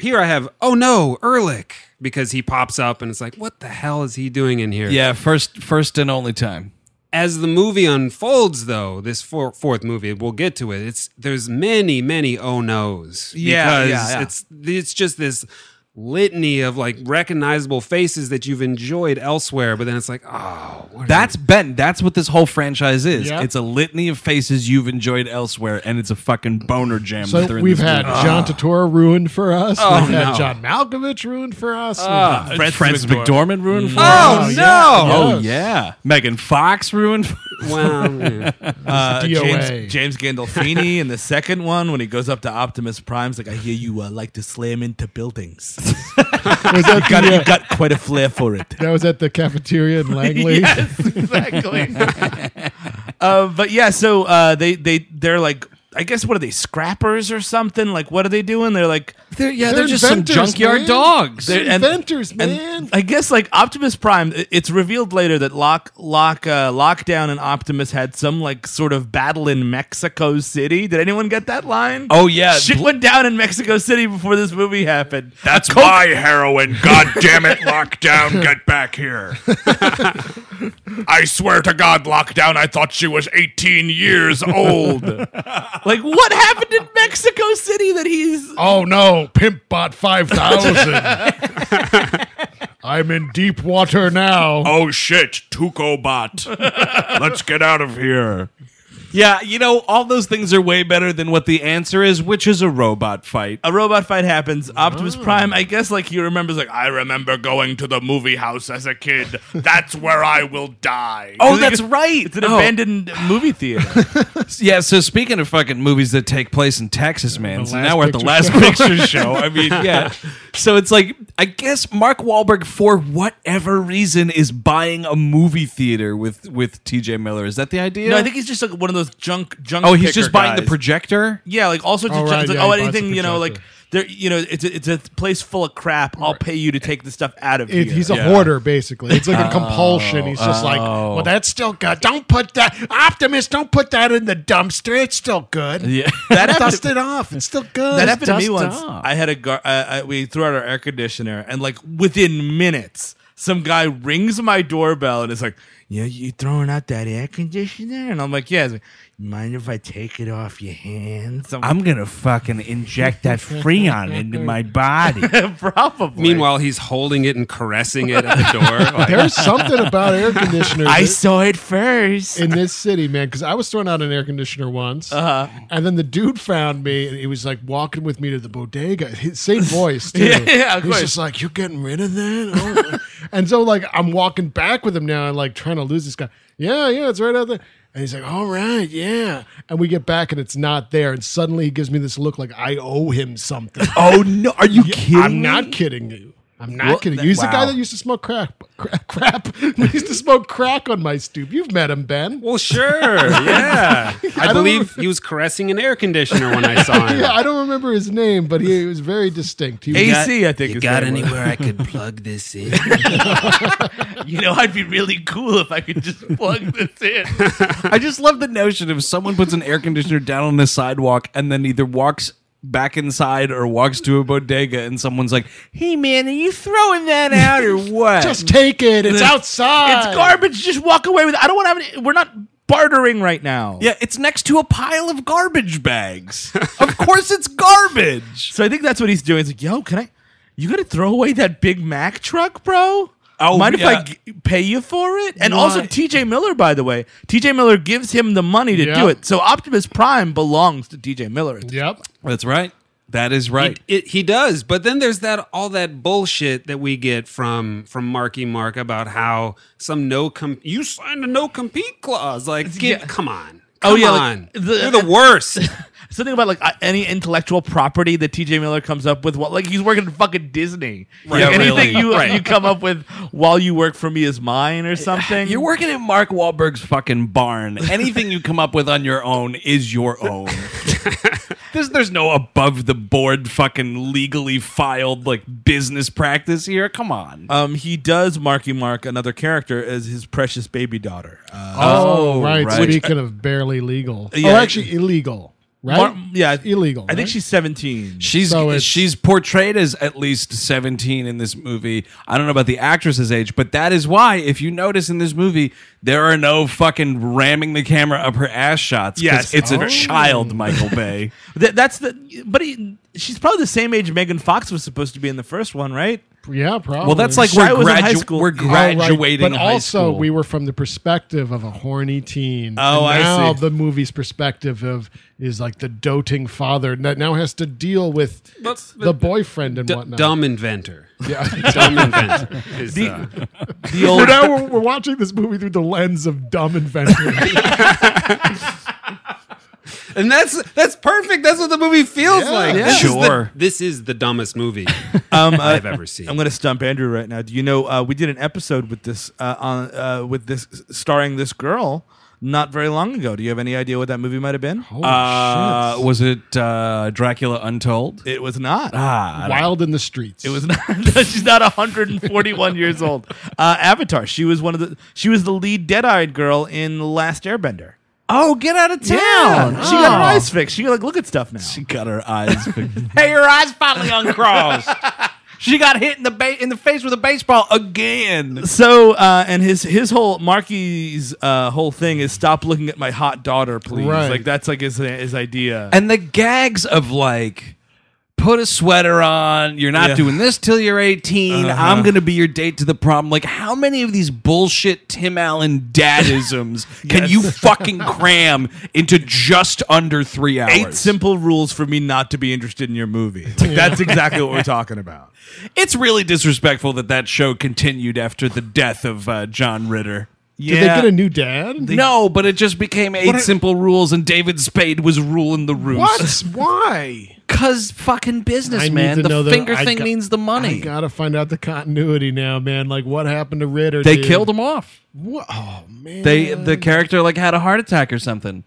[SPEAKER 5] here I have, oh no, Ehrlich, because he pops up and it's like, what the hell is he doing in here?
[SPEAKER 3] Yeah, first first and only time.
[SPEAKER 5] As the movie unfolds, though, this four, fourth movie, we'll get to it. It's there's many, many oh no's.
[SPEAKER 2] Yeah,
[SPEAKER 5] because
[SPEAKER 2] yeah, yeah.
[SPEAKER 5] it's it's just this litany of like recognizable faces that you've enjoyed elsewhere, but then it's like, oh, what are
[SPEAKER 3] That's Ben. That's what this whole franchise is.
[SPEAKER 4] Yeah.
[SPEAKER 3] It's a litany of faces you've enjoyed elsewhere, and it's a fucking boner jam. that they're
[SPEAKER 4] So
[SPEAKER 3] in
[SPEAKER 4] we've
[SPEAKER 3] this
[SPEAKER 4] had
[SPEAKER 3] movie.
[SPEAKER 4] John Turturro ruined for us. we've had
[SPEAKER 5] Ah. Oh, no. Ah.
[SPEAKER 4] John Malkovich ruined for us. We've had-
[SPEAKER 3] Uh, Francis, McDormand ruined for
[SPEAKER 5] Oh,
[SPEAKER 3] us.
[SPEAKER 5] no!
[SPEAKER 3] Oh
[SPEAKER 4] Yes.
[SPEAKER 3] yeah, Megan Fox ruined. For-
[SPEAKER 5] Wow. Oh, yeah.
[SPEAKER 2] uh,
[SPEAKER 4] DOA.
[SPEAKER 2] James, James Gandolfini in the second one when he goes up to Optimus Prime's like, "I hear you uh, like to slam into buildings.
[SPEAKER 4] was that,
[SPEAKER 2] Got,
[SPEAKER 4] the,
[SPEAKER 2] you
[SPEAKER 4] uh,
[SPEAKER 2] got quite a flair for it."
[SPEAKER 4] that was at the cafeteria in Langley.
[SPEAKER 2] exactly. uh, but yeah, so uh, they they they're like, I guess what are they scrappers or something? Like, what are they doing? They're like,
[SPEAKER 3] they're, yeah,
[SPEAKER 4] They're inventors, man.
[SPEAKER 3] dogs.
[SPEAKER 4] They're
[SPEAKER 2] and-
[SPEAKER 4] inventors,
[SPEAKER 2] and
[SPEAKER 4] man.
[SPEAKER 2] I guess like Optimus Prime. i- It's revealed later that Lock Lock uh, Lockdown and Optimus had some like sort of battle in Mexico City. Did anyone get that line?
[SPEAKER 3] Oh yeah,
[SPEAKER 2] Shit went down in Mexico City before this movie happened.
[SPEAKER 10] That's my heroin. God damn it, lockdown, get back here. I swear to God, lockdown, I thought she was 18 years old.
[SPEAKER 2] Like, what happened in Mexico City that he's
[SPEAKER 4] oh no, Pimp Bot Five Thousand. I'm in deep water now.
[SPEAKER 10] oh shit, Tukobot. Let's get out of here.
[SPEAKER 3] yeah. You know, all those things are way better than what the answer is, which is a robot fight.
[SPEAKER 2] a robot fight happens. Optimus Prime, I guess, like he remembers, like I remember going to the movie house as a kid.
[SPEAKER 10] That's where I will die.
[SPEAKER 3] Oh, that's right.
[SPEAKER 2] It's an
[SPEAKER 3] Oh.
[SPEAKER 2] abandoned movie theater.
[SPEAKER 3] Yeah, so speaking of fucking movies that take place in Texas, man, so
[SPEAKER 4] Last
[SPEAKER 3] now we're at the
[SPEAKER 4] Picture
[SPEAKER 3] last
[SPEAKER 4] Show.
[SPEAKER 3] picture show. I mean, yeah. So it's like, I guess Mark Wahlberg, for whatever reason, is buying a movie theater with with TJ Miller. Is that the idea?
[SPEAKER 2] no, I think he's just like one of those junk junk.
[SPEAKER 3] oh, he's
[SPEAKER 2] picker
[SPEAKER 3] just buying the
[SPEAKER 2] guys.
[SPEAKER 3] projector?
[SPEAKER 2] yeah, like all sorts
[SPEAKER 4] Oh,
[SPEAKER 2] of
[SPEAKER 4] right,
[SPEAKER 2] junk. It's
[SPEAKER 4] yeah,
[SPEAKER 2] like, oh,
[SPEAKER 4] he buys the
[SPEAKER 2] anything you know, like
[SPEAKER 4] projector.
[SPEAKER 2] there, you know, it's a, it's a place full of crap. I'll pay you to take the stuff out of
[SPEAKER 4] It,
[SPEAKER 2] here.
[SPEAKER 4] he's a hoarder, basically. It's like
[SPEAKER 5] Oh,
[SPEAKER 4] a compulsion. He's just like, well, that's still good. Don't put that, Optimus. Don't put that in the dumpster. It's still good.
[SPEAKER 2] yeah. That happened,
[SPEAKER 4] Dust it off. It's still good.
[SPEAKER 2] that happened to me
[SPEAKER 11] dust
[SPEAKER 2] once.
[SPEAKER 11] off.
[SPEAKER 2] I had a gar- uh, I, we threw out our air conditioner, and like within minutes, some guy rings my doorbell and is like, "Yeah, you throwing out that air conditioner?" And I'm like, "Yeah." He's like, Mind if I take it off your hands? I'm,
[SPEAKER 11] I'm gonna fucking inject that freon into my body.
[SPEAKER 2] probably.
[SPEAKER 5] Meanwhile, he's holding it and caressing it at the door. like,
[SPEAKER 4] There's something about air conditioners.
[SPEAKER 2] I saw it first.
[SPEAKER 4] in this city, man, because I was throwing out an air conditioner once, uh-huh. and then the dude found me, and he was like walking with me to the bodega. His same voice, too.
[SPEAKER 2] Yeah, yeah, of
[SPEAKER 4] He's
[SPEAKER 2] course.
[SPEAKER 4] just like, "You're getting rid of that," oh. and so like I'm walking back with him now, and like trying to lose this guy. Yeah, yeah, it's right out there. And he's like, "All right, yeah." And we get back, and it's not there. And suddenly he gives me this look like I owe him something.
[SPEAKER 2] Oh no! Are you kidding?
[SPEAKER 4] I'm
[SPEAKER 2] me?
[SPEAKER 4] not kidding you. I'm not
[SPEAKER 2] Well,
[SPEAKER 4] kidding.
[SPEAKER 2] that-
[SPEAKER 4] you. He's the guy
[SPEAKER 2] wow.
[SPEAKER 4] that used to smoke crap. Crap. crap. he used to smoke crack on my stoop. You've met him, Ben.
[SPEAKER 5] well, sure, yeah. I,
[SPEAKER 4] don't
[SPEAKER 5] believe he was caressing an air conditioner when I saw him.
[SPEAKER 4] yeah, I don't remember his name, but he was very distinct. He was,
[SPEAKER 2] AC, I think. his name was.
[SPEAKER 5] I could plug this in?
[SPEAKER 2] You know, I'd be really cool if I could just plug this in.
[SPEAKER 3] I just love the notion of someone puts an air conditioner down on the sidewalk and then either walks back inside or walks to a bodega and someone's like, "Hey man, are you throwing that out or what?"
[SPEAKER 4] just take it. It's outside.
[SPEAKER 2] It's garbage. Just walk away with. it. I don't want to have any. We're not bartering right now.
[SPEAKER 3] yeah, it's next to a pile of garbage bags. of course, it's garbage.
[SPEAKER 2] So I think that's what he's doing. He's like, yo, can I? You gotta throw away that Big Mac truck, bro.
[SPEAKER 3] Oh,
[SPEAKER 2] Mind if
[SPEAKER 3] yeah.
[SPEAKER 2] I g- pay you for it? And also,
[SPEAKER 3] Why?
[SPEAKER 2] TJ Miller, by the way, TJ Miller gives him the money to
[SPEAKER 4] Yeah.
[SPEAKER 2] do it. So Optimus Prime belongs to TJ Miller.
[SPEAKER 4] Yep.
[SPEAKER 3] That's right. That is right.
[SPEAKER 5] It, it, he does, but then there's that all that bullshit that we get from from Marky Mark about how some no com- you signed a no compete clause. Like, get,
[SPEAKER 2] Yeah.
[SPEAKER 5] come on,
[SPEAKER 2] Oh,
[SPEAKER 5] come
[SPEAKER 2] yeah, like,
[SPEAKER 5] on,
[SPEAKER 2] the-
[SPEAKER 5] you're the worst.
[SPEAKER 2] Something about like uh, any intellectual property that TJ Miller comes up with, well, like he's working at fucking Disney. Like,
[SPEAKER 5] Yeah,
[SPEAKER 2] anything
[SPEAKER 5] really.
[SPEAKER 2] you
[SPEAKER 5] Right.
[SPEAKER 2] you come up with while you work for me is mine or something.
[SPEAKER 3] You're working in Mark Wahlberg's fucking barn. Anything you come up with on your own is your own. there's, there's no above the board fucking legally filed like business practice here. Come on.
[SPEAKER 2] Um, he does Marky Mark another character as his precious baby daughter. Uh,
[SPEAKER 4] Oh, right.
[SPEAKER 3] right.
[SPEAKER 4] Speaking of barely legal.
[SPEAKER 2] Yeah.
[SPEAKER 4] oh, actually illegal. Right?
[SPEAKER 2] Mar- yeah,
[SPEAKER 4] Illegal.
[SPEAKER 2] I think
[SPEAKER 4] right?
[SPEAKER 2] she's seventeen.
[SPEAKER 3] She's
[SPEAKER 4] So it's-
[SPEAKER 3] she's portrayed as at least 17 in this movie. I don't know about the actress's age, but that is why if you notice in this movie there are no fucking ramming the camera up her ass shots 'cause
[SPEAKER 2] Yes.
[SPEAKER 3] it's a child Michael Bay.
[SPEAKER 2] Th- that's the. But he, she's probably the same age Megan Fox was supposed to be in the first one, right?
[SPEAKER 4] Yeah, probably.
[SPEAKER 3] Well, that's like
[SPEAKER 2] Shy
[SPEAKER 3] we're,
[SPEAKER 2] was in high
[SPEAKER 3] gradu-
[SPEAKER 2] school.
[SPEAKER 3] we're
[SPEAKER 2] Oh,
[SPEAKER 4] All right,
[SPEAKER 3] graduating
[SPEAKER 4] But
[SPEAKER 3] high
[SPEAKER 4] also,
[SPEAKER 3] school.
[SPEAKER 4] we were from the perspective of a horny teen.
[SPEAKER 2] Oh, I
[SPEAKER 4] and now
[SPEAKER 2] see.
[SPEAKER 4] the movie's perspective of is like the doting father that now has to deal with the boyfriend and
[SPEAKER 5] D-
[SPEAKER 4] whatnot.
[SPEAKER 5] dumb inventor.
[SPEAKER 4] Yeah.
[SPEAKER 5] Dumb inventor. Is,
[SPEAKER 2] The-
[SPEAKER 5] uh,
[SPEAKER 2] The
[SPEAKER 4] We're
[SPEAKER 2] old.
[SPEAKER 4] now we're, we're watching this movie through the lens of dumb inventor.
[SPEAKER 5] and that's that's perfect. That's what the movie feels
[SPEAKER 4] Yeah.
[SPEAKER 5] like.
[SPEAKER 4] Yeah.
[SPEAKER 5] uh, This
[SPEAKER 3] Sure.
[SPEAKER 5] Is the, this is the dumbest movie
[SPEAKER 2] um, uh,
[SPEAKER 5] I've ever seen.
[SPEAKER 2] I'm going to stump Andrew right now. Do you know uh, we did an episode with this uh, on uh, with this starring this girl not very long ago? Do you have any idea what that movie might have been?
[SPEAKER 3] uh, was it uh, Dracula Untold?
[SPEAKER 2] It was not.
[SPEAKER 3] ah,
[SPEAKER 4] Wild in the streets.
[SPEAKER 2] It was not. she's not 141 years old. Uh, Avatar. She was one of the. She was the lead dead-eyed girl in The Last Airbender.
[SPEAKER 3] oh, get out of town. Oh.
[SPEAKER 2] She got her eyes fixed. She can like look at stuff now.
[SPEAKER 3] She got her eyes.
[SPEAKER 11] hey, your eyes finally uncrossed.
[SPEAKER 3] she got hit in the ba- in the face with a baseball again.
[SPEAKER 2] So uh, and his his whole Marky's uh, whole thing is stop looking at my hot daughter, please.
[SPEAKER 4] Right.
[SPEAKER 2] Like that's like his his idea.
[SPEAKER 3] and the gags of like put a sweater on you're not
[SPEAKER 2] Yeah.
[SPEAKER 3] doing this till you're 18 i'm gonna be your date to the prom like how many of these bullshit tim allen dadisms can you fucking cram into just under three hours
[SPEAKER 2] Eight simple rules for me not to be interested in your movie. Like, That's exactly what we're talking about.
[SPEAKER 3] it's really disrespectful that that show continued after the death of uh, john ritter
[SPEAKER 4] Did they get a new dad?
[SPEAKER 3] no, but it just became eight simple rules, and David Spade was ruling the roost.
[SPEAKER 4] Why?
[SPEAKER 3] Cause fucking business,
[SPEAKER 4] I need
[SPEAKER 3] man.
[SPEAKER 4] to know
[SPEAKER 3] The
[SPEAKER 4] the-
[SPEAKER 3] finger
[SPEAKER 4] I
[SPEAKER 3] thing
[SPEAKER 4] got-
[SPEAKER 3] means the
[SPEAKER 4] I
[SPEAKER 3] money.
[SPEAKER 4] gotta find out the continuity now, man. Like what happened to Ritter?
[SPEAKER 3] They
[SPEAKER 4] dude?
[SPEAKER 3] killed him off.
[SPEAKER 4] What? Oh man.
[SPEAKER 3] They the character like had a heart attack or something.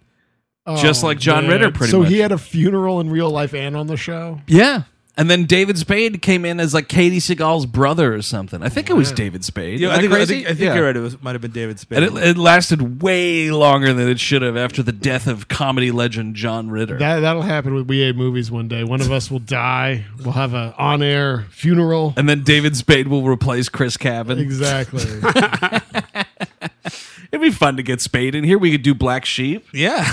[SPEAKER 4] Oh,
[SPEAKER 3] just like John
[SPEAKER 4] man.
[SPEAKER 3] Ritter, pretty
[SPEAKER 4] so
[SPEAKER 3] much.
[SPEAKER 4] he had a funeral in real life and on the show.
[SPEAKER 3] Yeah. And then David Spade came in as like Katie Seagal's brother or something. I think it was David Spade.
[SPEAKER 2] Yeah,
[SPEAKER 3] Am
[SPEAKER 2] I think, I
[SPEAKER 3] crazy?
[SPEAKER 2] think, I think
[SPEAKER 3] Yeah.
[SPEAKER 2] you're right. It was, might have been David Spade.
[SPEAKER 3] And it, it lasted way longer than it should have after the death of comedy legend John Ritter.
[SPEAKER 4] That that'll happen with We Ate Movies one day. One of us will die. We'll have a on air funeral.
[SPEAKER 3] and then David Spade will replace Chris Cabin.
[SPEAKER 4] Exactly.
[SPEAKER 3] It'd be fun to get Spade in here. We could do Black Sheep
[SPEAKER 2] yeah,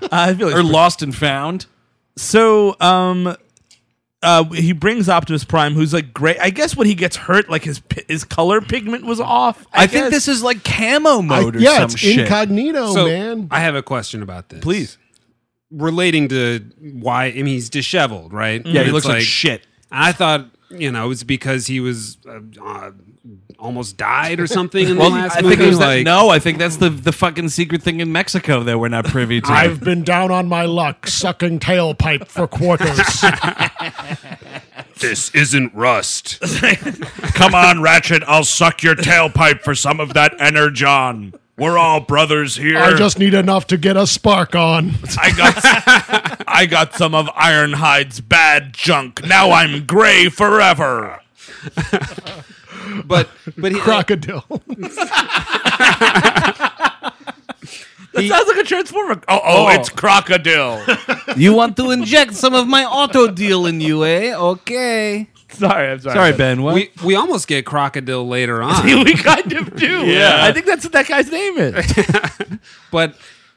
[SPEAKER 2] Uh, I feel like
[SPEAKER 3] or Lost and Found.
[SPEAKER 2] So, um, uh, he brings Optimus Prime, who's like great. I guess when he gets hurt, like his pi- his color pigment was off.
[SPEAKER 3] I, think
[SPEAKER 2] guess.
[SPEAKER 3] this is like camo mode or
[SPEAKER 4] yeah,
[SPEAKER 3] some
[SPEAKER 4] it's
[SPEAKER 3] shit.
[SPEAKER 4] incognito,
[SPEAKER 5] so
[SPEAKER 4] Oh, man.
[SPEAKER 5] I have a question about this.
[SPEAKER 2] Please.
[SPEAKER 5] Relating to why I mean he's disheveled, right?
[SPEAKER 3] yeah, he looks like, shit.
[SPEAKER 5] I thought you know it was because he was uh, uh, almost died or something in the last
[SPEAKER 3] I
[SPEAKER 5] movie.
[SPEAKER 3] think it was that,
[SPEAKER 5] like,
[SPEAKER 3] no. I think that's the the fucking secret thing in Mexico that we're not privy to.
[SPEAKER 4] I've been down on my luck, sucking tailpipe for quarters.
[SPEAKER 12] This isn't rust. Come on, Ratchet. I'll suck your tailpipe for some of that energon. We're all brothers here.
[SPEAKER 4] I just need enough to get a spark on.
[SPEAKER 12] I got I got some of Ironhide's bad junk. Now I'm gray forever.
[SPEAKER 5] but but he,
[SPEAKER 4] Crocodile.
[SPEAKER 12] Sounds like a transformer. Oh, oh, it's crocodile.
[SPEAKER 3] you want to inject some of my auto deal in you, eh? Okay.
[SPEAKER 2] sorry. I'm sorry.
[SPEAKER 3] Sorry, Ben. What?
[SPEAKER 5] we we almost get crocodile later on.
[SPEAKER 2] we kind of do.
[SPEAKER 12] Yeah.
[SPEAKER 2] I think that's what that guy's name is.
[SPEAKER 5] but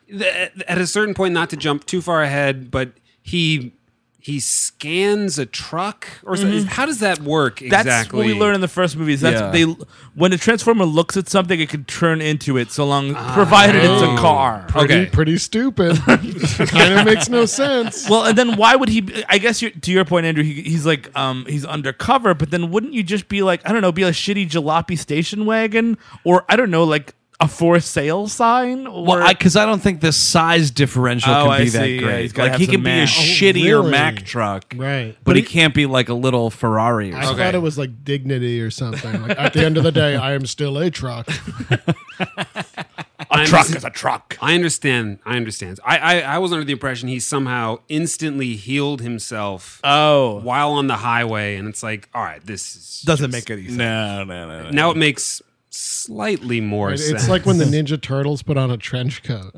[SPEAKER 5] th- at a certain point not to jump too far ahead but he he scans a truck or so-
[SPEAKER 3] Mm-hmm.
[SPEAKER 5] how does that work
[SPEAKER 2] That's
[SPEAKER 5] exactly
[SPEAKER 2] what we learn in the first movies. That's
[SPEAKER 3] Yeah.
[SPEAKER 2] they when a transformer looks at something, it can turn into it, so long provided
[SPEAKER 5] Oh.
[SPEAKER 2] it's a car.
[SPEAKER 5] okay
[SPEAKER 4] Pretty stupid. kind of makes no sense.
[SPEAKER 2] Well, and then why would he? be- I guess you to your point, Andrew. He, he's like, um, he's undercover. But then wouldn't you just be like, I don't know, be a shitty jalopy station wagon, or I don't know, like a for sale sign? Or,
[SPEAKER 3] Well, because I, don't think the size differential
[SPEAKER 2] Oh,
[SPEAKER 3] can
[SPEAKER 2] I
[SPEAKER 3] be that
[SPEAKER 2] see. Yeah, he's
[SPEAKER 3] great.
[SPEAKER 2] gotta
[SPEAKER 3] like
[SPEAKER 2] have
[SPEAKER 3] he
[SPEAKER 2] some
[SPEAKER 3] can be a
[SPEAKER 2] mass. Oh,
[SPEAKER 3] shittier
[SPEAKER 4] really?
[SPEAKER 3] Mac truck,
[SPEAKER 4] Right.
[SPEAKER 3] But, he can't be like a little Ferrari. Or
[SPEAKER 4] I
[SPEAKER 3] something.
[SPEAKER 4] thought it was like dignity or something. Like at the end of the day, I am still a truck.
[SPEAKER 5] I
[SPEAKER 12] Truck
[SPEAKER 5] understand,
[SPEAKER 12] is a truck.
[SPEAKER 5] I understand i understand I, I i was under the impression he somehow instantly healed himself
[SPEAKER 12] Uh,
[SPEAKER 2] oh,
[SPEAKER 5] while on the highway and it's like all right this is
[SPEAKER 2] doesn't make any sense.
[SPEAKER 3] No, no, no, no.
[SPEAKER 5] now it makes slightly more
[SPEAKER 4] It's
[SPEAKER 5] sense
[SPEAKER 4] like when the Ninja Turtles put on a trench coat.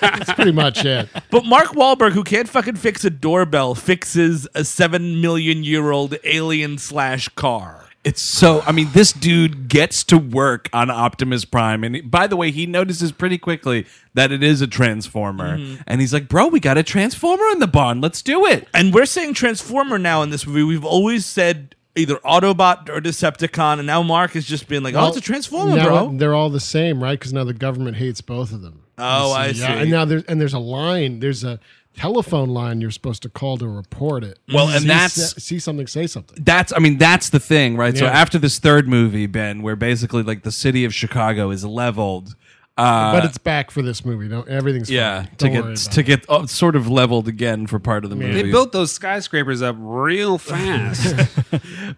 [SPEAKER 4] That's pretty much it.
[SPEAKER 2] But Mark Wahlberg, who can't fucking fix a doorbell, fixes a seven million year old alien slash car.
[SPEAKER 3] It's so. I mean, this dude gets to work on Optimus Prime, and by the way, he notices pretty quickly that it is a transformer, and he's like, "Bro, we got a transformer in the barn. Let's do it."
[SPEAKER 2] And we're saying transformer now in this movie. We've always said either Autobot or Decepticon, and now Mark has just been like, oh, it's a transformer,
[SPEAKER 4] now
[SPEAKER 2] bro.
[SPEAKER 4] They're all the same, right? Because now the government hates both of them.
[SPEAKER 2] Oh, I see.
[SPEAKER 4] Yeah, and now there's and there's a line. There's a telephone line you're supposed to call to report it.
[SPEAKER 3] Well, and
[SPEAKER 4] See-
[SPEAKER 3] that's-
[SPEAKER 4] see something, say something.
[SPEAKER 3] That's. I mean, that's the thing, right? So
[SPEAKER 4] Yeah.
[SPEAKER 3] after this third movie, Ben, where basically like the city of Chicago is leveled. Uh,
[SPEAKER 4] But it's back for this movie. No, everything's
[SPEAKER 3] yeah,
[SPEAKER 4] fine.
[SPEAKER 3] to
[SPEAKER 4] Don't worry
[SPEAKER 3] get
[SPEAKER 4] about
[SPEAKER 3] to
[SPEAKER 4] it.
[SPEAKER 3] get uh, sort of leveled again for part of the movie.
[SPEAKER 5] they built those skyscrapers up real fast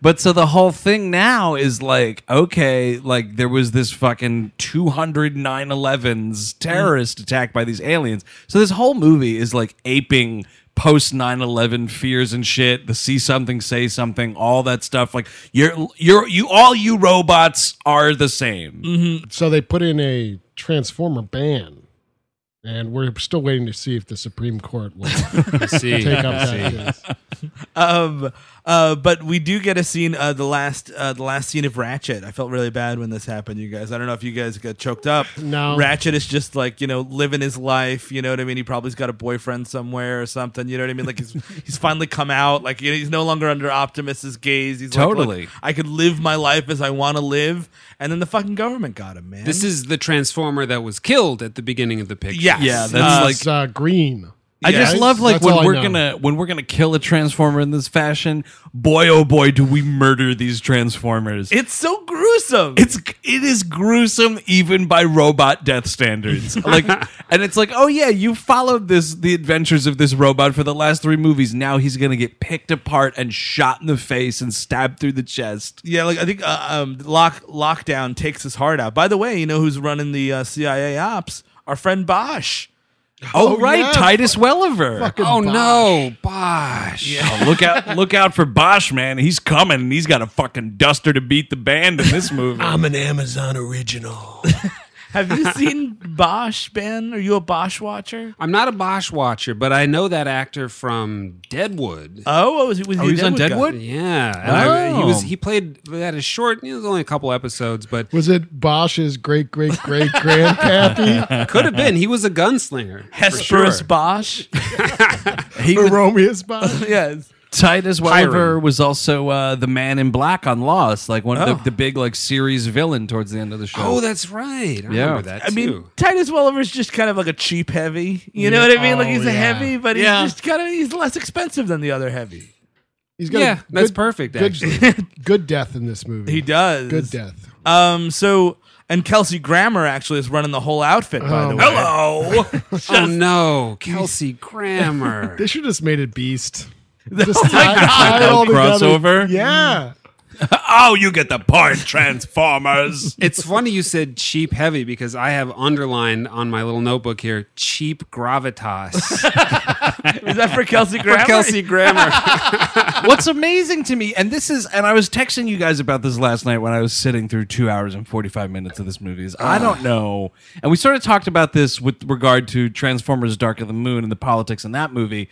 [SPEAKER 3] But so the whole thing now is like, okay, like there was this fucking 200 9/11s terrorist attack by these aliens. So this whole movie is like aping post 9/11 fears and shit, the see something say something, all that stuff like you're you're you all you robots are the same.
[SPEAKER 4] So they put in a transformer ban. And we're still waiting to see if the Supreme Court will take
[SPEAKER 5] I see
[SPEAKER 4] up that case.
[SPEAKER 2] Um, uh, but we do get a scene, uh, the last, uh, the last scene of Ratchet. I felt really bad when this happened, you guys. I don't know if you guys got choked up.
[SPEAKER 4] No.
[SPEAKER 2] Ratchet is just like you know living his life. You know what I mean? He probably's got a boyfriend somewhere or something. You know what I mean? Like he's he's finally come out. Like you know, he's no longer under Optimus's gaze. He's like, look,
[SPEAKER 3] Totally.
[SPEAKER 2] I could live my life as I want to live. And then the fucking government got him, man.
[SPEAKER 5] This is the transformer that was killed at the beginning of the picture.
[SPEAKER 2] yes.
[SPEAKER 3] Yeah, that's
[SPEAKER 2] Uh,
[SPEAKER 3] like
[SPEAKER 4] It's uh, green.
[SPEAKER 3] I just
[SPEAKER 4] Right?
[SPEAKER 3] love like
[SPEAKER 4] That's all
[SPEAKER 3] when
[SPEAKER 4] I
[SPEAKER 3] we're
[SPEAKER 4] know.
[SPEAKER 3] gonna when we're gonna kill a transformer in this fashion. Boy, oh boy, do we murder these transformers!
[SPEAKER 2] it's so gruesome.
[SPEAKER 3] It's it is gruesome even by robot death standards. like, and it's like, oh yeah, you followed this the adventures of this robot for the last three movies. Now he's gonna get picked apart and shot in the face and stabbed through the chest.
[SPEAKER 2] Yeah, like I think uh, um, lock lockdown takes his heart out. By the way, you know who's running the uh, CIA ops? Our friend Bosch.
[SPEAKER 3] Oh,
[SPEAKER 4] Oh,
[SPEAKER 3] right,
[SPEAKER 4] yeah.
[SPEAKER 3] Titus Welliver.
[SPEAKER 5] Oh no, Bosh.
[SPEAKER 3] Yeah.
[SPEAKER 13] Oh, look out! Look out for Bosch, man. He's coming, and he's got a fucking duster to beat the band in this movie.
[SPEAKER 14] I'm an Amazon original.
[SPEAKER 2] Have you seen Bosch, Ben? Are you a Bosch watcher?
[SPEAKER 5] I'm not a Bosch watcher, but I know that actor from Deadwood.
[SPEAKER 2] Oh, what was he? Was
[SPEAKER 3] Oh, he was on
[SPEAKER 2] guy?
[SPEAKER 3] Deadwood?
[SPEAKER 5] yeah, and I- he
[SPEAKER 3] Oh.
[SPEAKER 5] was. He played that is short. It was only a couple episodes, but
[SPEAKER 4] Was it Bosch's great great great grandpappy,
[SPEAKER 5] could have been. He was a gunslinger. for
[SPEAKER 2] Hesperus
[SPEAKER 5] sure.
[SPEAKER 2] Bosch.
[SPEAKER 4] Romeo's Bosch?
[SPEAKER 2] yes.
[SPEAKER 3] Titus Welliver
[SPEAKER 5] Hiram.
[SPEAKER 3] was also uh, the man in black on Lost, like one of the, the big like series villain towards the end of the show.
[SPEAKER 5] Oh, that's right. I
[SPEAKER 3] Yeah.
[SPEAKER 5] remember that
[SPEAKER 2] I mean,
[SPEAKER 5] too.
[SPEAKER 2] Titus Welliver's just kind of like a cheap heavy. You know what I mean? Like he's a
[SPEAKER 5] Oh,
[SPEAKER 2] heavy,
[SPEAKER 5] yeah.
[SPEAKER 2] but he's
[SPEAKER 3] Yeah.
[SPEAKER 2] just kind of he's less expensive than the other heavy.
[SPEAKER 4] He's got a
[SPEAKER 5] yeah, that's
[SPEAKER 4] good-
[SPEAKER 5] perfect. Actually,
[SPEAKER 4] Good, good death in this movie.
[SPEAKER 2] He does.
[SPEAKER 4] Good death.
[SPEAKER 2] Um. So and Kelsey Grammer actually is running the whole outfit. By the way,
[SPEAKER 14] Hello.
[SPEAKER 5] oh no, Kelsey Grammer.
[SPEAKER 4] They should have just made it Beast. Just tie- tie it all
[SPEAKER 3] crossover?
[SPEAKER 4] together. Yeah.
[SPEAKER 14] oh, you get the point, Transformers.
[SPEAKER 5] it's funny you said cheap heavy because I have underlined on my little notebook here cheap gravitas.
[SPEAKER 2] is that for Kelsey Grammer?
[SPEAKER 5] For Kelsey Grammer.
[SPEAKER 3] What's amazing to me, and this is, and I was texting you guys about this last night when I was sitting through two hours and 45 minutes of this movie, is I
[SPEAKER 2] Ah.
[SPEAKER 3] don't know. And we sort of talked about this with regard to Transformers Dark of the Moon and the politics in that movie.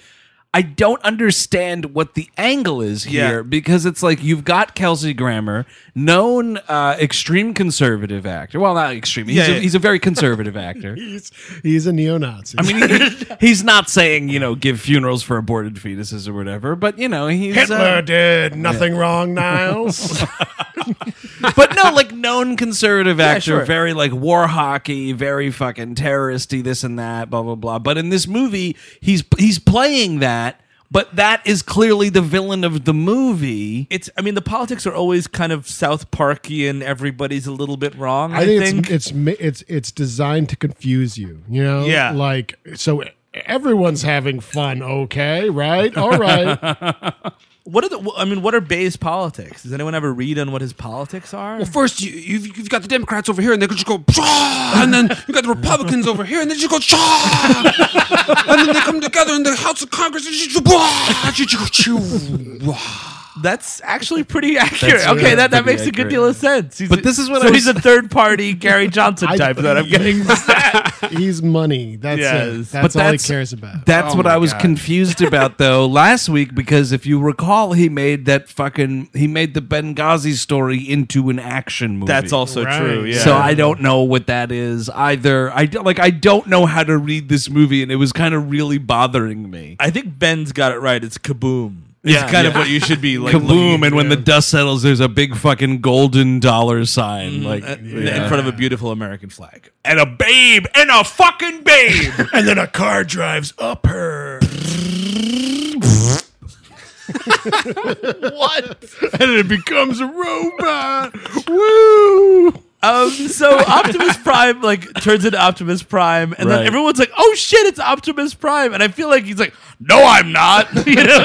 [SPEAKER 3] I don't understand what the angle is here because it's like you've got Kelsey Grammer, known uh, extreme conservative actor. Well, not extreme. He's, a,
[SPEAKER 2] yeah.
[SPEAKER 3] he's a very conservative actor.
[SPEAKER 4] He's, he's a neo Nazi.
[SPEAKER 3] I mean, he- he's not saying you know give funerals for aborted fetuses or whatever, but you know he's uh,
[SPEAKER 4] Hitler did nothing wrong, Niles.
[SPEAKER 3] but no, like known conservative actor,
[SPEAKER 2] sure.
[SPEAKER 3] very like war hockey, very fucking terroristy, this and that, blah blah blah. But in this movie, he's he's playing that, but that is clearly the villain of the movie.
[SPEAKER 2] It's. I mean, the politics are always kind of South Parky, and everybody's a little bit wrong.
[SPEAKER 4] I think, it's, it's ma- it's it's designed to confuse you. You know,
[SPEAKER 2] Yeah.
[SPEAKER 4] Like so, everyone's having fun. Okay, right? All right.
[SPEAKER 2] What are the? wh- I mean, what are Bay's politics? Does anyone ever read on what his politics are?
[SPEAKER 5] Well, first you, you've, you've got the Democrats over here, and they could just go, "Pshaw!" and then you got the Republicans over here, and they just go, "Pshaw!" and then they come together in the House of Congress, and just, "Pshaw!" just go, "Pshaw!"
[SPEAKER 2] That's actually pretty accurate. okay,
[SPEAKER 3] really
[SPEAKER 2] that, that
[SPEAKER 3] pretty
[SPEAKER 2] makes a good
[SPEAKER 3] accurate.
[SPEAKER 2] deal of sense. He's
[SPEAKER 3] But
[SPEAKER 2] a-
[SPEAKER 3] this is what
[SPEAKER 2] so
[SPEAKER 3] I was-
[SPEAKER 2] he's a third party Gary Johnson type that I'm getting.
[SPEAKER 4] He's money. That's
[SPEAKER 2] Yes.
[SPEAKER 4] it. That's
[SPEAKER 3] But
[SPEAKER 4] all
[SPEAKER 3] that's-
[SPEAKER 4] he cares about.
[SPEAKER 3] That's
[SPEAKER 5] Oh
[SPEAKER 3] what
[SPEAKER 5] my
[SPEAKER 3] I was
[SPEAKER 5] God.
[SPEAKER 3] confused about though last week because if you recall, he made that fucking he made the Benghazi story into an action movie.
[SPEAKER 2] That's also
[SPEAKER 4] Right.
[SPEAKER 2] true. Yeah.
[SPEAKER 3] So I don't know what that is either. I don't- like I don't know how to read this movie, and it was kind of really bothering me.
[SPEAKER 2] I think Ben's got it right. It's kaboom. It's
[SPEAKER 3] Yeah.
[SPEAKER 2] kind of
[SPEAKER 3] Yeah.
[SPEAKER 2] what you should be like.
[SPEAKER 3] Kaboom!
[SPEAKER 2] looking
[SPEAKER 3] And when the
[SPEAKER 2] into.
[SPEAKER 3] dust settles, there's a big fucking golden dollar sign, like
[SPEAKER 2] Uh, in front of a beautiful American flag.
[SPEAKER 14] and a babe. And a fucking babe.
[SPEAKER 15] and then a car drives up her.
[SPEAKER 4] and it becomes a robot. Woo!
[SPEAKER 2] Um, so Optimus Prime like turns into Optimus Prime, and then
[SPEAKER 3] Right.
[SPEAKER 2] everyone's like, "Oh shit, it's Optimus Prime!" And I feel like he's like,
[SPEAKER 15] No, I'm not. You know,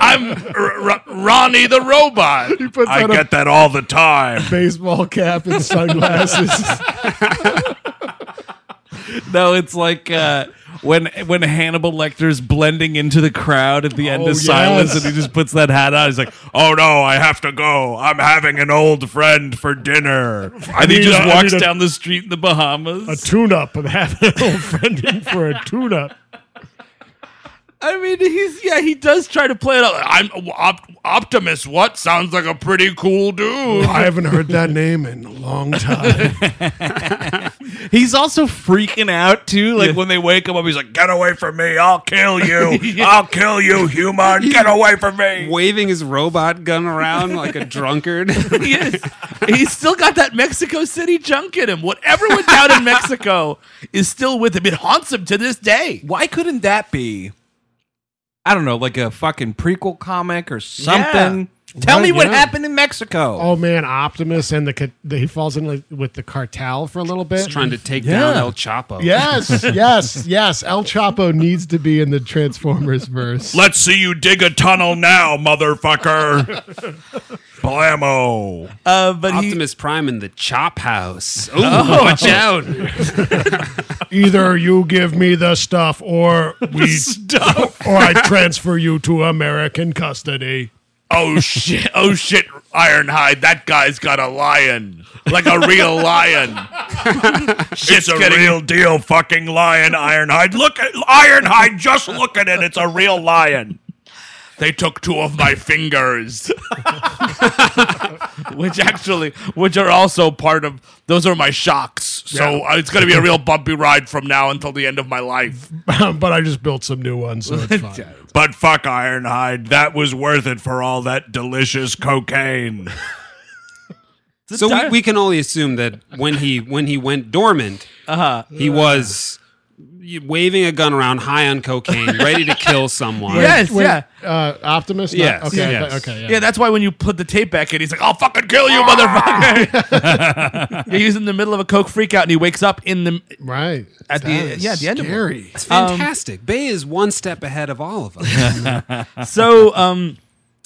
[SPEAKER 15] I'm R- R- Ronnie the robot.
[SPEAKER 4] puts
[SPEAKER 15] I
[SPEAKER 4] on a-
[SPEAKER 15] get that all the time.
[SPEAKER 4] Baseball cap and sunglasses.
[SPEAKER 3] no, it's like uh, when when Hannibal Lecter's blending into the crowd at the end
[SPEAKER 4] Oh,
[SPEAKER 3] of Silence,
[SPEAKER 4] yes.
[SPEAKER 3] and he just puts that hat on. He's like,
[SPEAKER 15] Oh no, I have to go. I'm having an old friend for dinner. I
[SPEAKER 3] and he
[SPEAKER 15] need
[SPEAKER 3] just
[SPEAKER 15] a- I
[SPEAKER 3] walks
[SPEAKER 15] need a-
[SPEAKER 3] down the street in the Bahamas.
[SPEAKER 4] a tune up and have an old friend in for a tune up.
[SPEAKER 2] "I mean, he's yeah, he does try to play it up."
[SPEAKER 15] I'm op- Optimus. What sounds like a pretty cool dude.
[SPEAKER 4] I haven't heard that name in a long time.
[SPEAKER 3] he's also freaking out too. Like when they wake him up, he's like,
[SPEAKER 15] Get away from me! I'll kill you! I'll kill you, human! Get away from me!
[SPEAKER 5] Waving his robot gun around like a drunkard.
[SPEAKER 2] he is. He's still got that Mexico City junk in him. Whatever went down in Mexico is still with him. It haunts him to this day.
[SPEAKER 3] Why couldn't that be? I don't know, like a fucking prequel comic or something. Tell me
[SPEAKER 4] Right,
[SPEAKER 3] what
[SPEAKER 4] yeah.
[SPEAKER 3] happened in Mexico.
[SPEAKER 4] oh man, Optimus and the, ca- the he falls in like, with the cartel for a little bit.
[SPEAKER 5] Just trying to take down El Chapo.
[SPEAKER 4] yes, yes, yes. El Chapo needs to be in the Transformers verse.
[SPEAKER 15] Let's see you dig a tunnel now, motherfucker! Blammo!
[SPEAKER 2] Uh, but he,
[SPEAKER 5] Optimus Prime in the chop house. Ooh, watch out.
[SPEAKER 4] Either you give me the stuff, or we,
[SPEAKER 16] stuff.
[SPEAKER 4] or I transfer you to American custody.
[SPEAKER 16] Oh shit! Oh shit! Ironhide, that guy's got a lion, like a real lion.
[SPEAKER 17] It's a real deal, fucking lion, Ironhide. Look at Ironhide, just look at it. It's a real lion.
[SPEAKER 16] They took two of my fingers.
[SPEAKER 2] which actually, which are also part of those are my shocks.
[SPEAKER 16] So uh, it's gonna be a real bumpy ride from now until the end of my life.
[SPEAKER 4] but I just built some new ones, so it's fine.
[SPEAKER 17] But fuck Ironhide, that was worth it for all that delicious cocaine.
[SPEAKER 5] So we, we can only assume that when he when he went dormant, uh-huh. he was waving a gun around, high on cocaine, ready to kill someone.
[SPEAKER 2] Yes,
[SPEAKER 4] Wait,
[SPEAKER 2] yeah.
[SPEAKER 4] Uh, Optimus. Not-
[SPEAKER 5] Yes,
[SPEAKER 4] Okay.
[SPEAKER 5] yes.
[SPEAKER 4] Okay. Yeah.
[SPEAKER 2] Yeah, that's why when you put the tape back in, he's like, "I'll fucking kill you, motherfucker." yeah, he's in the middle of a coke freak out, and he wakes up in the
[SPEAKER 4] Right.
[SPEAKER 2] at the
[SPEAKER 4] That is
[SPEAKER 2] yeah at the end of it.
[SPEAKER 4] scary.
[SPEAKER 5] It's
[SPEAKER 3] Um,
[SPEAKER 5] fantastic. Bay is one step ahead of all of us.
[SPEAKER 2] So, um,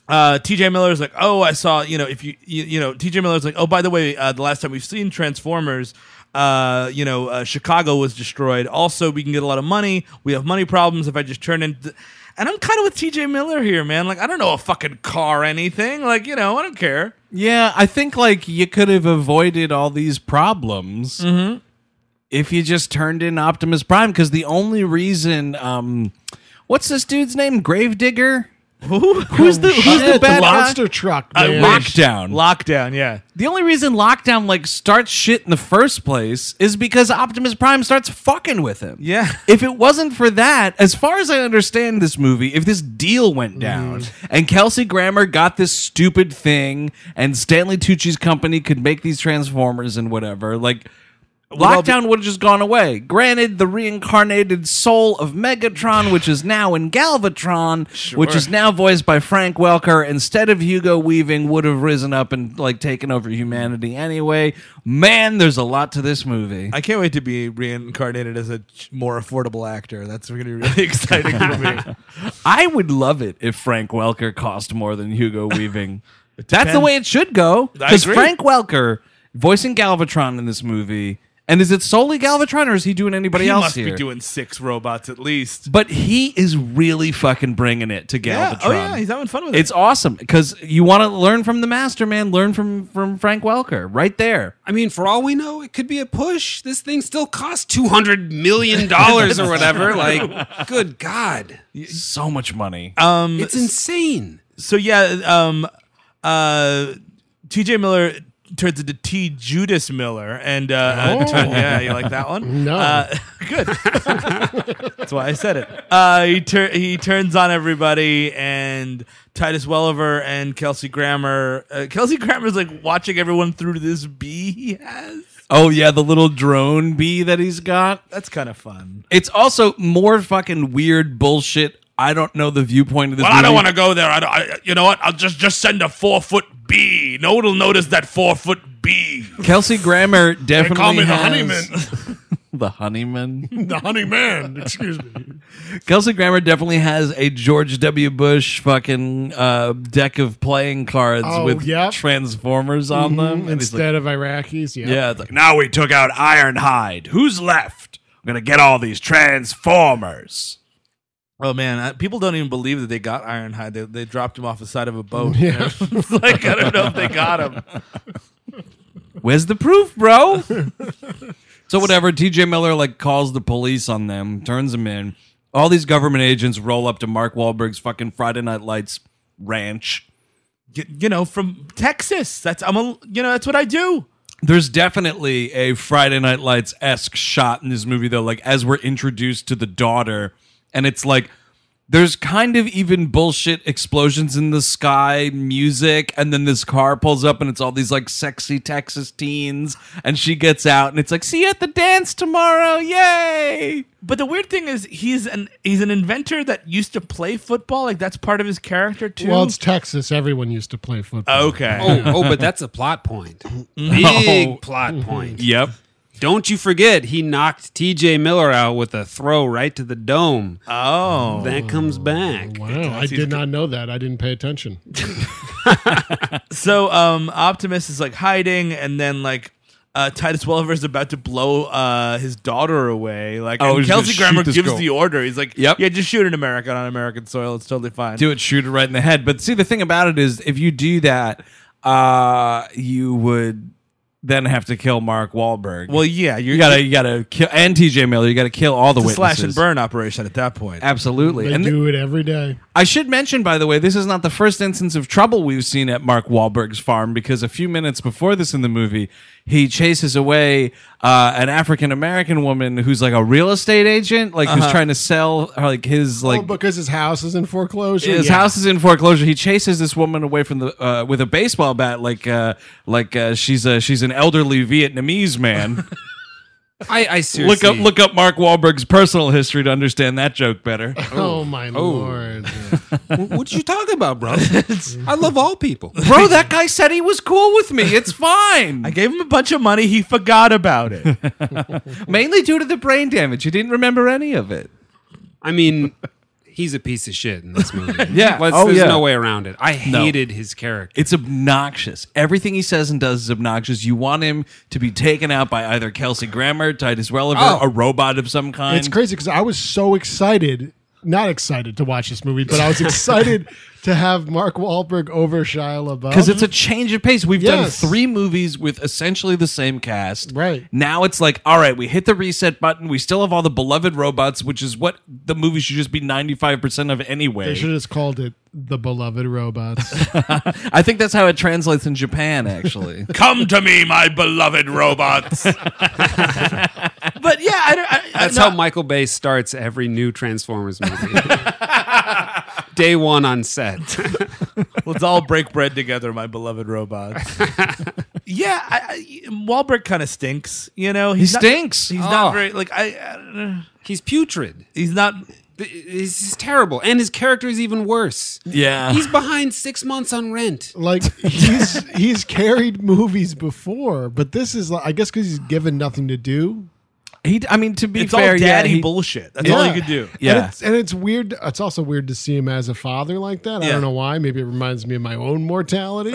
[SPEAKER 2] uh, T.J. Miller's like, "Oh, I saw you know if you you, you know T.J. Miller's like, oh by the way, uh, the last time we've seen Transformers." Uh, you know, uh, Chicago was destroyed. Also, we can get a lot of money. We have money problems if I just turn in. And I'm kind of with TJ Miller here, man. Like, I don't know a fucking car or anything. Like, you know, I don't care.
[SPEAKER 3] Yeah, I think like you could have avoided all these problems
[SPEAKER 4] Mm-hmm.
[SPEAKER 3] if you just turned in Optimus Prime because the only reason, um, what's this dude's name? Gravedigger. Who? Who's the who's the
[SPEAKER 4] Oh, Shit,
[SPEAKER 3] bad guy?
[SPEAKER 4] monster truck.
[SPEAKER 3] Uh,
[SPEAKER 4] Man.
[SPEAKER 3] Lockdown.
[SPEAKER 2] Lockdown, yeah.
[SPEAKER 3] the only reason Lockdown like starts shit in the first place is because Optimus Prime starts fucking with him.
[SPEAKER 2] Yeah.
[SPEAKER 3] If it wasn't for that, as far as I understand this movie, if this deal went down and Kelsey Grammer got this stupid thing and Stanley Tucci's company could make these Transformers and whatever, like
[SPEAKER 2] all
[SPEAKER 3] Lockdown would have just gone away. Granted, the reincarnated soul of Megatron, which is now in Galvatron, which is now voiced by Frank Welker, instead of Hugo Weaving, would have risen up and like taken over humanity anyway. Man, there's a lot to this movie.
[SPEAKER 2] I can't wait to be reincarnated as a ch- more affordable actor. That's going to be really exciting for me.
[SPEAKER 3] I would love it if Frank Welker cost more than Hugo Weaving. That's the
[SPEAKER 2] depends.
[SPEAKER 3] way it should go.
[SPEAKER 2] I
[SPEAKER 3] Because
[SPEAKER 2] agree.
[SPEAKER 3] Frank Welker voicing Galvatron in this movie, and is it solely Galvatron or is he doing anybody
[SPEAKER 2] he
[SPEAKER 3] else
[SPEAKER 2] must
[SPEAKER 3] here?
[SPEAKER 2] be doing six robots at least.
[SPEAKER 3] But he is really fucking bringing it to Galvatron.
[SPEAKER 2] Yeah. Oh yeah, he's having fun with
[SPEAKER 3] it's
[SPEAKER 2] it.
[SPEAKER 3] awesome because you want to learn from the master, man. Learn from from Frank Welker right there.
[SPEAKER 5] I mean, for all we know, it could be a push. This thing still costs two hundred million dollars or whatever. Like, good God,
[SPEAKER 3] So much money.
[SPEAKER 16] Uh,
[SPEAKER 5] it's insane.
[SPEAKER 2] So yeah, um, uh, T.J. Miller turns into T. Judas Miller, and uh, uh, turn- yeah, you like that one?
[SPEAKER 4] No.
[SPEAKER 2] Uh, good. That's why I said it. Uh, he tur- he turns on everybody, and Titus Welliver and Kelsey Grammer. Uh, Kelsey Grammer's like watching everyone through this bee he has.
[SPEAKER 3] oh yeah, the little drone bee that he's got.
[SPEAKER 2] That's kind of fun.
[SPEAKER 3] It's also more fucking weird bullshit. I don't know the viewpoint of this.
[SPEAKER 16] Well, I don't
[SPEAKER 2] Mm-hmm.
[SPEAKER 3] movie.
[SPEAKER 16] want to go there. I, don't, I, you know what? I'll just just send a four foot bee. No one will notice that four foot bee.
[SPEAKER 3] Kelsey Grammer definitely
[SPEAKER 16] call me the
[SPEAKER 3] has-
[SPEAKER 16] honeyman.
[SPEAKER 3] the honeyman.
[SPEAKER 16] the honey man.
[SPEAKER 4] Excuse me.
[SPEAKER 3] Kelsey Grammer definitely has a George W. Bush fucking uh, deck of playing cards
[SPEAKER 4] Oh,
[SPEAKER 3] with
[SPEAKER 4] yep.
[SPEAKER 3] Transformers on them.
[SPEAKER 16] Mm-hmm,
[SPEAKER 3] And he's like,
[SPEAKER 4] Instead of Iraqis, yeah.
[SPEAKER 3] yeah, it's like,
[SPEAKER 17] Now we took out Ironhide. Who's left? I'm gonna get all these Transformers.
[SPEAKER 2] Oh man, I, people don't even believe that they got Ironhide. They, they dropped him off the side of a boat. Yeah. like I don't know if they got him.
[SPEAKER 3] Where's the proof, bro? so whatever, TJ Miller like calls the police on them, turns them in. All these government agents roll up to Mark Wahlberg's fucking Friday Night Lights ranch.
[SPEAKER 2] Y- you know, from Texas. That's I'm a you know that's what I do.
[SPEAKER 3] There's definitely a Friday Night Lights esque shot in this movie though, like as we're introduced to the daughter, and it's like there's kind of even bullshit explosions in the sky, music, and then this car pulls up and it's all these like sexy Texas teens, and she gets out and it's like, see you at the dance tomorrow, yay!
[SPEAKER 2] But the weird thing is he's an he's an inventor that used to play football. Like that's part of his character too.
[SPEAKER 4] Well, it's Texas. Everyone used to play football.
[SPEAKER 2] okay.
[SPEAKER 5] Oh, oh, but that's a plot point. Big plot point.
[SPEAKER 3] Yep.
[SPEAKER 5] Don't you forget, he knocked T.J. Miller out with a throw right to the dome.
[SPEAKER 2] Oh.
[SPEAKER 5] that comes back.
[SPEAKER 4] Wow, I did not know that. I didn't pay attention.
[SPEAKER 2] So um Optimus is like hiding and then like uh, Titus Welliver is about to blow uh, his daughter away. Like,
[SPEAKER 3] Oh,
[SPEAKER 2] and
[SPEAKER 3] he's gonna
[SPEAKER 2] Kelsey
[SPEAKER 3] shoot
[SPEAKER 2] Grammer
[SPEAKER 3] this
[SPEAKER 2] gives
[SPEAKER 3] girl.
[SPEAKER 2] the order. He's like,
[SPEAKER 3] Yep.
[SPEAKER 2] yeah, just shoot an American on American soil. It's totally fine.
[SPEAKER 3] do it, shoot it right in the head. But see, the thing about it is, if you do that, uh, you would then have to kill Mark Wahlberg.
[SPEAKER 2] Well, yeah, you're,
[SPEAKER 3] you gotta, you gotta kill and TJ Miller. You gotta kill all the
[SPEAKER 2] it's a
[SPEAKER 3] witnesses.
[SPEAKER 2] slash and burn operation at that point.
[SPEAKER 3] Absolutely,
[SPEAKER 4] They
[SPEAKER 3] and
[SPEAKER 4] do it every day.
[SPEAKER 3] I should mention, by the way, this is not the first instance of trouble we've seen at Mark Wahlberg's farm because a few minutes before this in the movie, he chases away uh, an African American woman who's like a real estate agent, like
[SPEAKER 2] Uh-huh.
[SPEAKER 3] who's trying to sell uh, like his like
[SPEAKER 4] Well, because his house is in foreclosure.
[SPEAKER 3] his
[SPEAKER 4] Yeah.
[SPEAKER 3] house is in foreclosure. He chases this woman away from the uh, with a baseball bat, like uh, like uh, she's a, she's an elderly Vietnamese man.
[SPEAKER 5] I, I
[SPEAKER 3] look
[SPEAKER 5] seriously
[SPEAKER 3] up look up Mark Wahlberg's personal history to understand that joke better.
[SPEAKER 4] Oh, my lord!
[SPEAKER 5] Wh- What you talking about, bro? I love all people.
[SPEAKER 3] Bro, that guy said he was cool with me. It's fine.
[SPEAKER 2] I gave him a bunch of money. He forgot about it.
[SPEAKER 3] Mainly due to the brain damage. He didn't remember any of it.
[SPEAKER 5] I mean, he's a piece of shit in this movie.
[SPEAKER 3] Yeah.
[SPEAKER 5] Let's-
[SPEAKER 3] Oh,
[SPEAKER 5] there's
[SPEAKER 3] yeah.
[SPEAKER 5] no way around it. I
[SPEAKER 3] No.
[SPEAKER 5] hated his character.
[SPEAKER 3] It's obnoxious. Everything he says and does is obnoxious. You want him to be taken out by either Kelsey Grammer, Titus Welliver,
[SPEAKER 5] Oh.
[SPEAKER 3] a robot of some kind.
[SPEAKER 4] It's crazy because I was so excited, not excited to watch this movie, but I was excited to have Mark Wahlberg over Shia LaBeouf.
[SPEAKER 3] because it's a change of pace. We've
[SPEAKER 4] Yes.
[SPEAKER 3] done three movies with essentially the same cast.
[SPEAKER 4] Right.
[SPEAKER 3] Now it's like, all right, we hit the reset button. We still have all the beloved robots, which is what the movie should just be 95% of
[SPEAKER 4] they
[SPEAKER 3] anyway.
[SPEAKER 4] should have just called it the Beloved Robots.
[SPEAKER 3] I think that's how it translates in Japan, actually.
[SPEAKER 18] Come to me, my beloved robots.
[SPEAKER 2] but yeah, I don't. I,
[SPEAKER 3] Uh,
[SPEAKER 2] I-
[SPEAKER 5] That's
[SPEAKER 2] no,
[SPEAKER 5] how Michael Bay starts every new Transformers movie. Day one on set.
[SPEAKER 2] Let's all break bread together, my beloved robots. yeah, I, I, Wahlberg kind of stinks. You know,
[SPEAKER 3] he
[SPEAKER 2] he's not-
[SPEAKER 3] stinks.
[SPEAKER 2] he's
[SPEAKER 5] Oh.
[SPEAKER 2] not very like I. I don't know.
[SPEAKER 5] He's putrid.
[SPEAKER 2] He's not.
[SPEAKER 5] Th- This is terrible. And his character is even worse.
[SPEAKER 3] yeah.
[SPEAKER 5] He's behind six months on rent.
[SPEAKER 4] like he's he's carried movies before, but this is like I guess because he's given nothing to do.
[SPEAKER 3] he, I mean, to be
[SPEAKER 2] It's
[SPEAKER 3] fair,
[SPEAKER 2] all
[SPEAKER 3] yeah,
[SPEAKER 2] daddy
[SPEAKER 3] he-
[SPEAKER 2] bullshit. That's all you could do.
[SPEAKER 3] Yeah.
[SPEAKER 4] And it's, and it's weird. It's also weird to see him as a father like that. I
[SPEAKER 2] Yeah.
[SPEAKER 4] don't know why. Maybe it reminds me of my own mortality.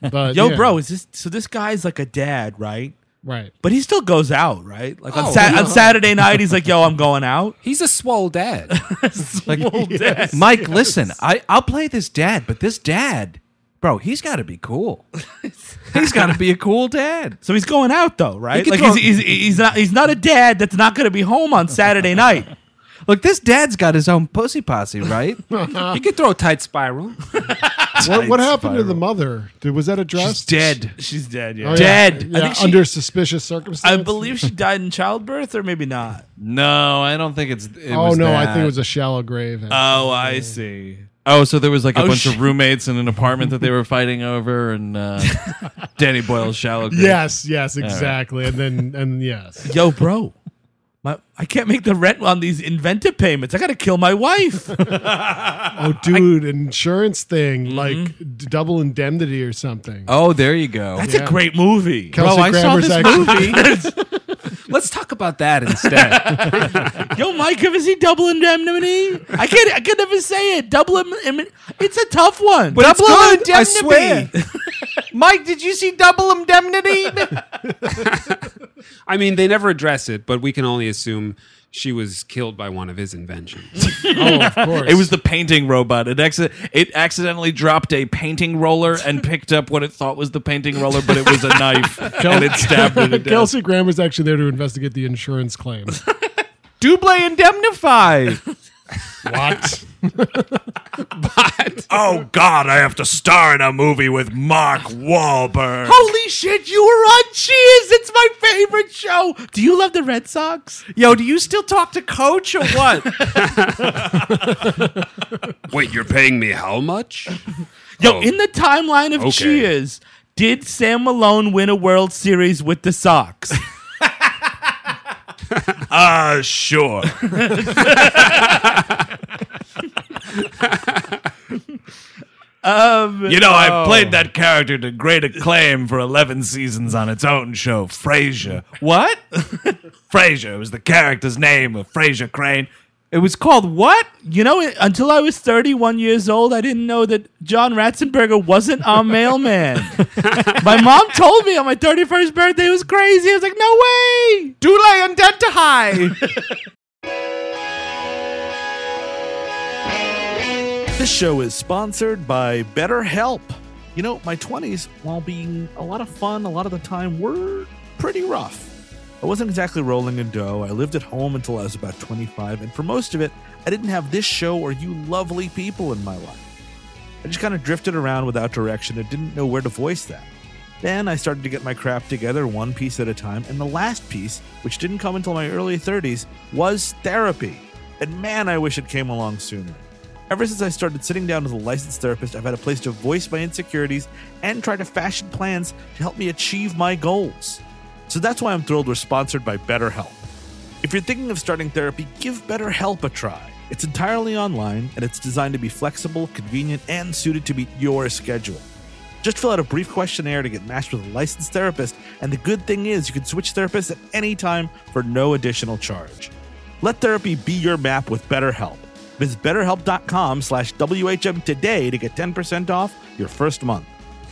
[SPEAKER 4] but
[SPEAKER 2] Yo,
[SPEAKER 4] yeah,
[SPEAKER 2] bro, is this so? This guy's like a dad, right?
[SPEAKER 4] right?
[SPEAKER 2] But he still goes out, right? Like on,
[SPEAKER 5] Oh,
[SPEAKER 2] Sat
[SPEAKER 5] yeah.
[SPEAKER 2] on Saturday night, he's like, "Yo, I'm going out."
[SPEAKER 5] He's a swole dad.
[SPEAKER 3] Like, oh, Mike, listen, I, I'll play this dad, but this dad, bro, he's got to be cool. he's got to be a cool dad.
[SPEAKER 2] So he's going out though, right?
[SPEAKER 3] could
[SPEAKER 2] Like
[SPEAKER 3] go-
[SPEAKER 2] he's, he's, he's not he's not a dad that's not going to be home on Saturday night.
[SPEAKER 3] Look, this dad's got his own pussy posse, right?
[SPEAKER 5] you could throw a tight spiral.
[SPEAKER 4] What, what happened to the mother? Did, was that addressed?
[SPEAKER 3] Dead.
[SPEAKER 2] She's dead. Yeah.
[SPEAKER 4] Oh, yeah.
[SPEAKER 3] Dead.
[SPEAKER 4] Yeah,
[SPEAKER 2] I think she-
[SPEAKER 4] under suspicious
[SPEAKER 2] I
[SPEAKER 4] circumstances.
[SPEAKER 2] believe she died in childbirth, or maybe not.
[SPEAKER 3] No, I don't think it's. It
[SPEAKER 4] oh
[SPEAKER 3] was
[SPEAKER 4] no, I
[SPEAKER 3] that. Uh,
[SPEAKER 4] think it was a shallow grave.
[SPEAKER 2] Oh, I see.
[SPEAKER 3] Oh, so there was like a
[SPEAKER 2] Oh,
[SPEAKER 3] bunch
[SPEAKER 2] shit.
[SPEAKER 3] of roommates in an apartment that they were fighting over, and uh, Danny Boyle's shallow. Grave.
[SPEAKER 4] yes, yes, exactly. And then and yes,
[SPEAKER 2] Yo, bro, my, I can't make the rent on these inventive payments. I got to kill my wife.
[SPEAKER 4] oh dude, an insurance thing like d- double indemnity or something.
[SPEAKER 3] Mm-hmm. Oh, there you go.
[SPEAKER 2] That's a great movie.
[SPEAKER 4] Kelsey
[SPEAKER 3] I saw
[SPEAKER 4] Grammer's
[SPEAKER 3] this
[SPEAKER 4] actually-
[SPEAKER 5] Let's talk about that instead.
[SPEAKER 2] Yo, Mike, is he double indemnity? I can't. I can never say it. Double. Im- im- it's a tough one.
[SPEAKER 3] But
[SPEAKER 5] Double
[SPEAKER 3] it's good, I
[SPEAKER 5] indemnity.
[SPEAKER 3] swear. Mike, did you see Double Indemnity?
[SPEAKER 5] I mean, they never address it, but we can only assume she was killed by one of his inventions.
[SPEAKER 4] Oh, of course.
[SPEAKER 3] It was the painting robot. It acci- it accidentally dropped a painting roller and picked up what it thought was the painting roller, but it was a knife and it stabbed it. to death.
[SPEAKER 4] Kelsey Grammer's actually there to investigate the insurance claim.
[SPEAKER 3] Double indemnify.
[SPEAKER 4] what?
[SPEAKER 17] Oh God, I have to star in a movie with Mark Wahlberg.
[SPEAKER 2] holy shit, you were on Cheers. It's my favorite show. Do you love the Red Sox?
[SPEAKER 3] Yo, do you still talk to Coach or what?
[SPEAKER 5] Wait, you're paying me how much?
[SPEAKER 3] Oh.
[SPEAKER 2] Yo, in the timeline of
[SPEAKER 5] okay.
[SPEAKER 2] Cheers, did Sam Malone win a World Series with the Sox?
[SPEAKER 17] Ah, sure.
[SPEAKER 2] um,
[SPEAKER 17] You know, I played that character to great acclaim for 11 seasons on its own show, Frasier.
[SPEAKER 3] what?
[SPEAKER 17] Frasier was the character's name of Frasier Crane.
[SPEAKER 19] It was called what? You know, it- until I was 31 years old, I didn't know that John Ratzenberger wasn't our mailman. my mom told me on my 31st birthday it was crazy. I was like, no way. Dule and dead to high.
[SPEAKER 2] This show is sponsored by BetterHelp. You know, my 20s, while being a lot of fun a lot of the time, were pretty rough. I wasn't exactly rolling in dough. I lived at home until I was about 25, and for most of it, I didn't have this show or you lovely people in my life. I just kind of drifted around without direction and didn't know where to voice that. Then I started to get my crap together one piece at a time, and the last piece, which didn't come until my early 30s, was therapy. And man, I wish it came along sooner. Ever since I started sitting down with a licensed therapist, I've had a place to voice my insecurities and try to fashion plans to help me achieve my goals. So that's why I'm thrilled we're sponsored by BetterHelp. If you're thinking of starting therapy, give BetterHelp a try. It's entirely online and it's designed to be flexible, convenient, and suited to meet your schedule. Just fill out a brief questionnaire to get matched with a licensed therapist, and the good thing is you can switch therapists at any time for no additional charge. Let therapy be your map with BetterHelp. Visit betterhelp.com slash WHM today to get 10% off your first month.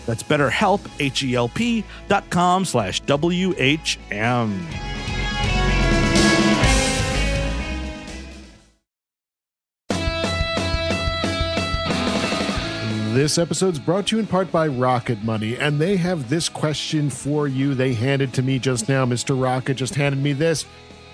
[SPEAKER 2] That's betterhelp, H-E-L-P dot com slash W-H-M.
[SPEAKER 4] This episode's brought to you in part by Rocket Money, and they have this question for you. They handed to me just now. Mr. Rocket just handed me this.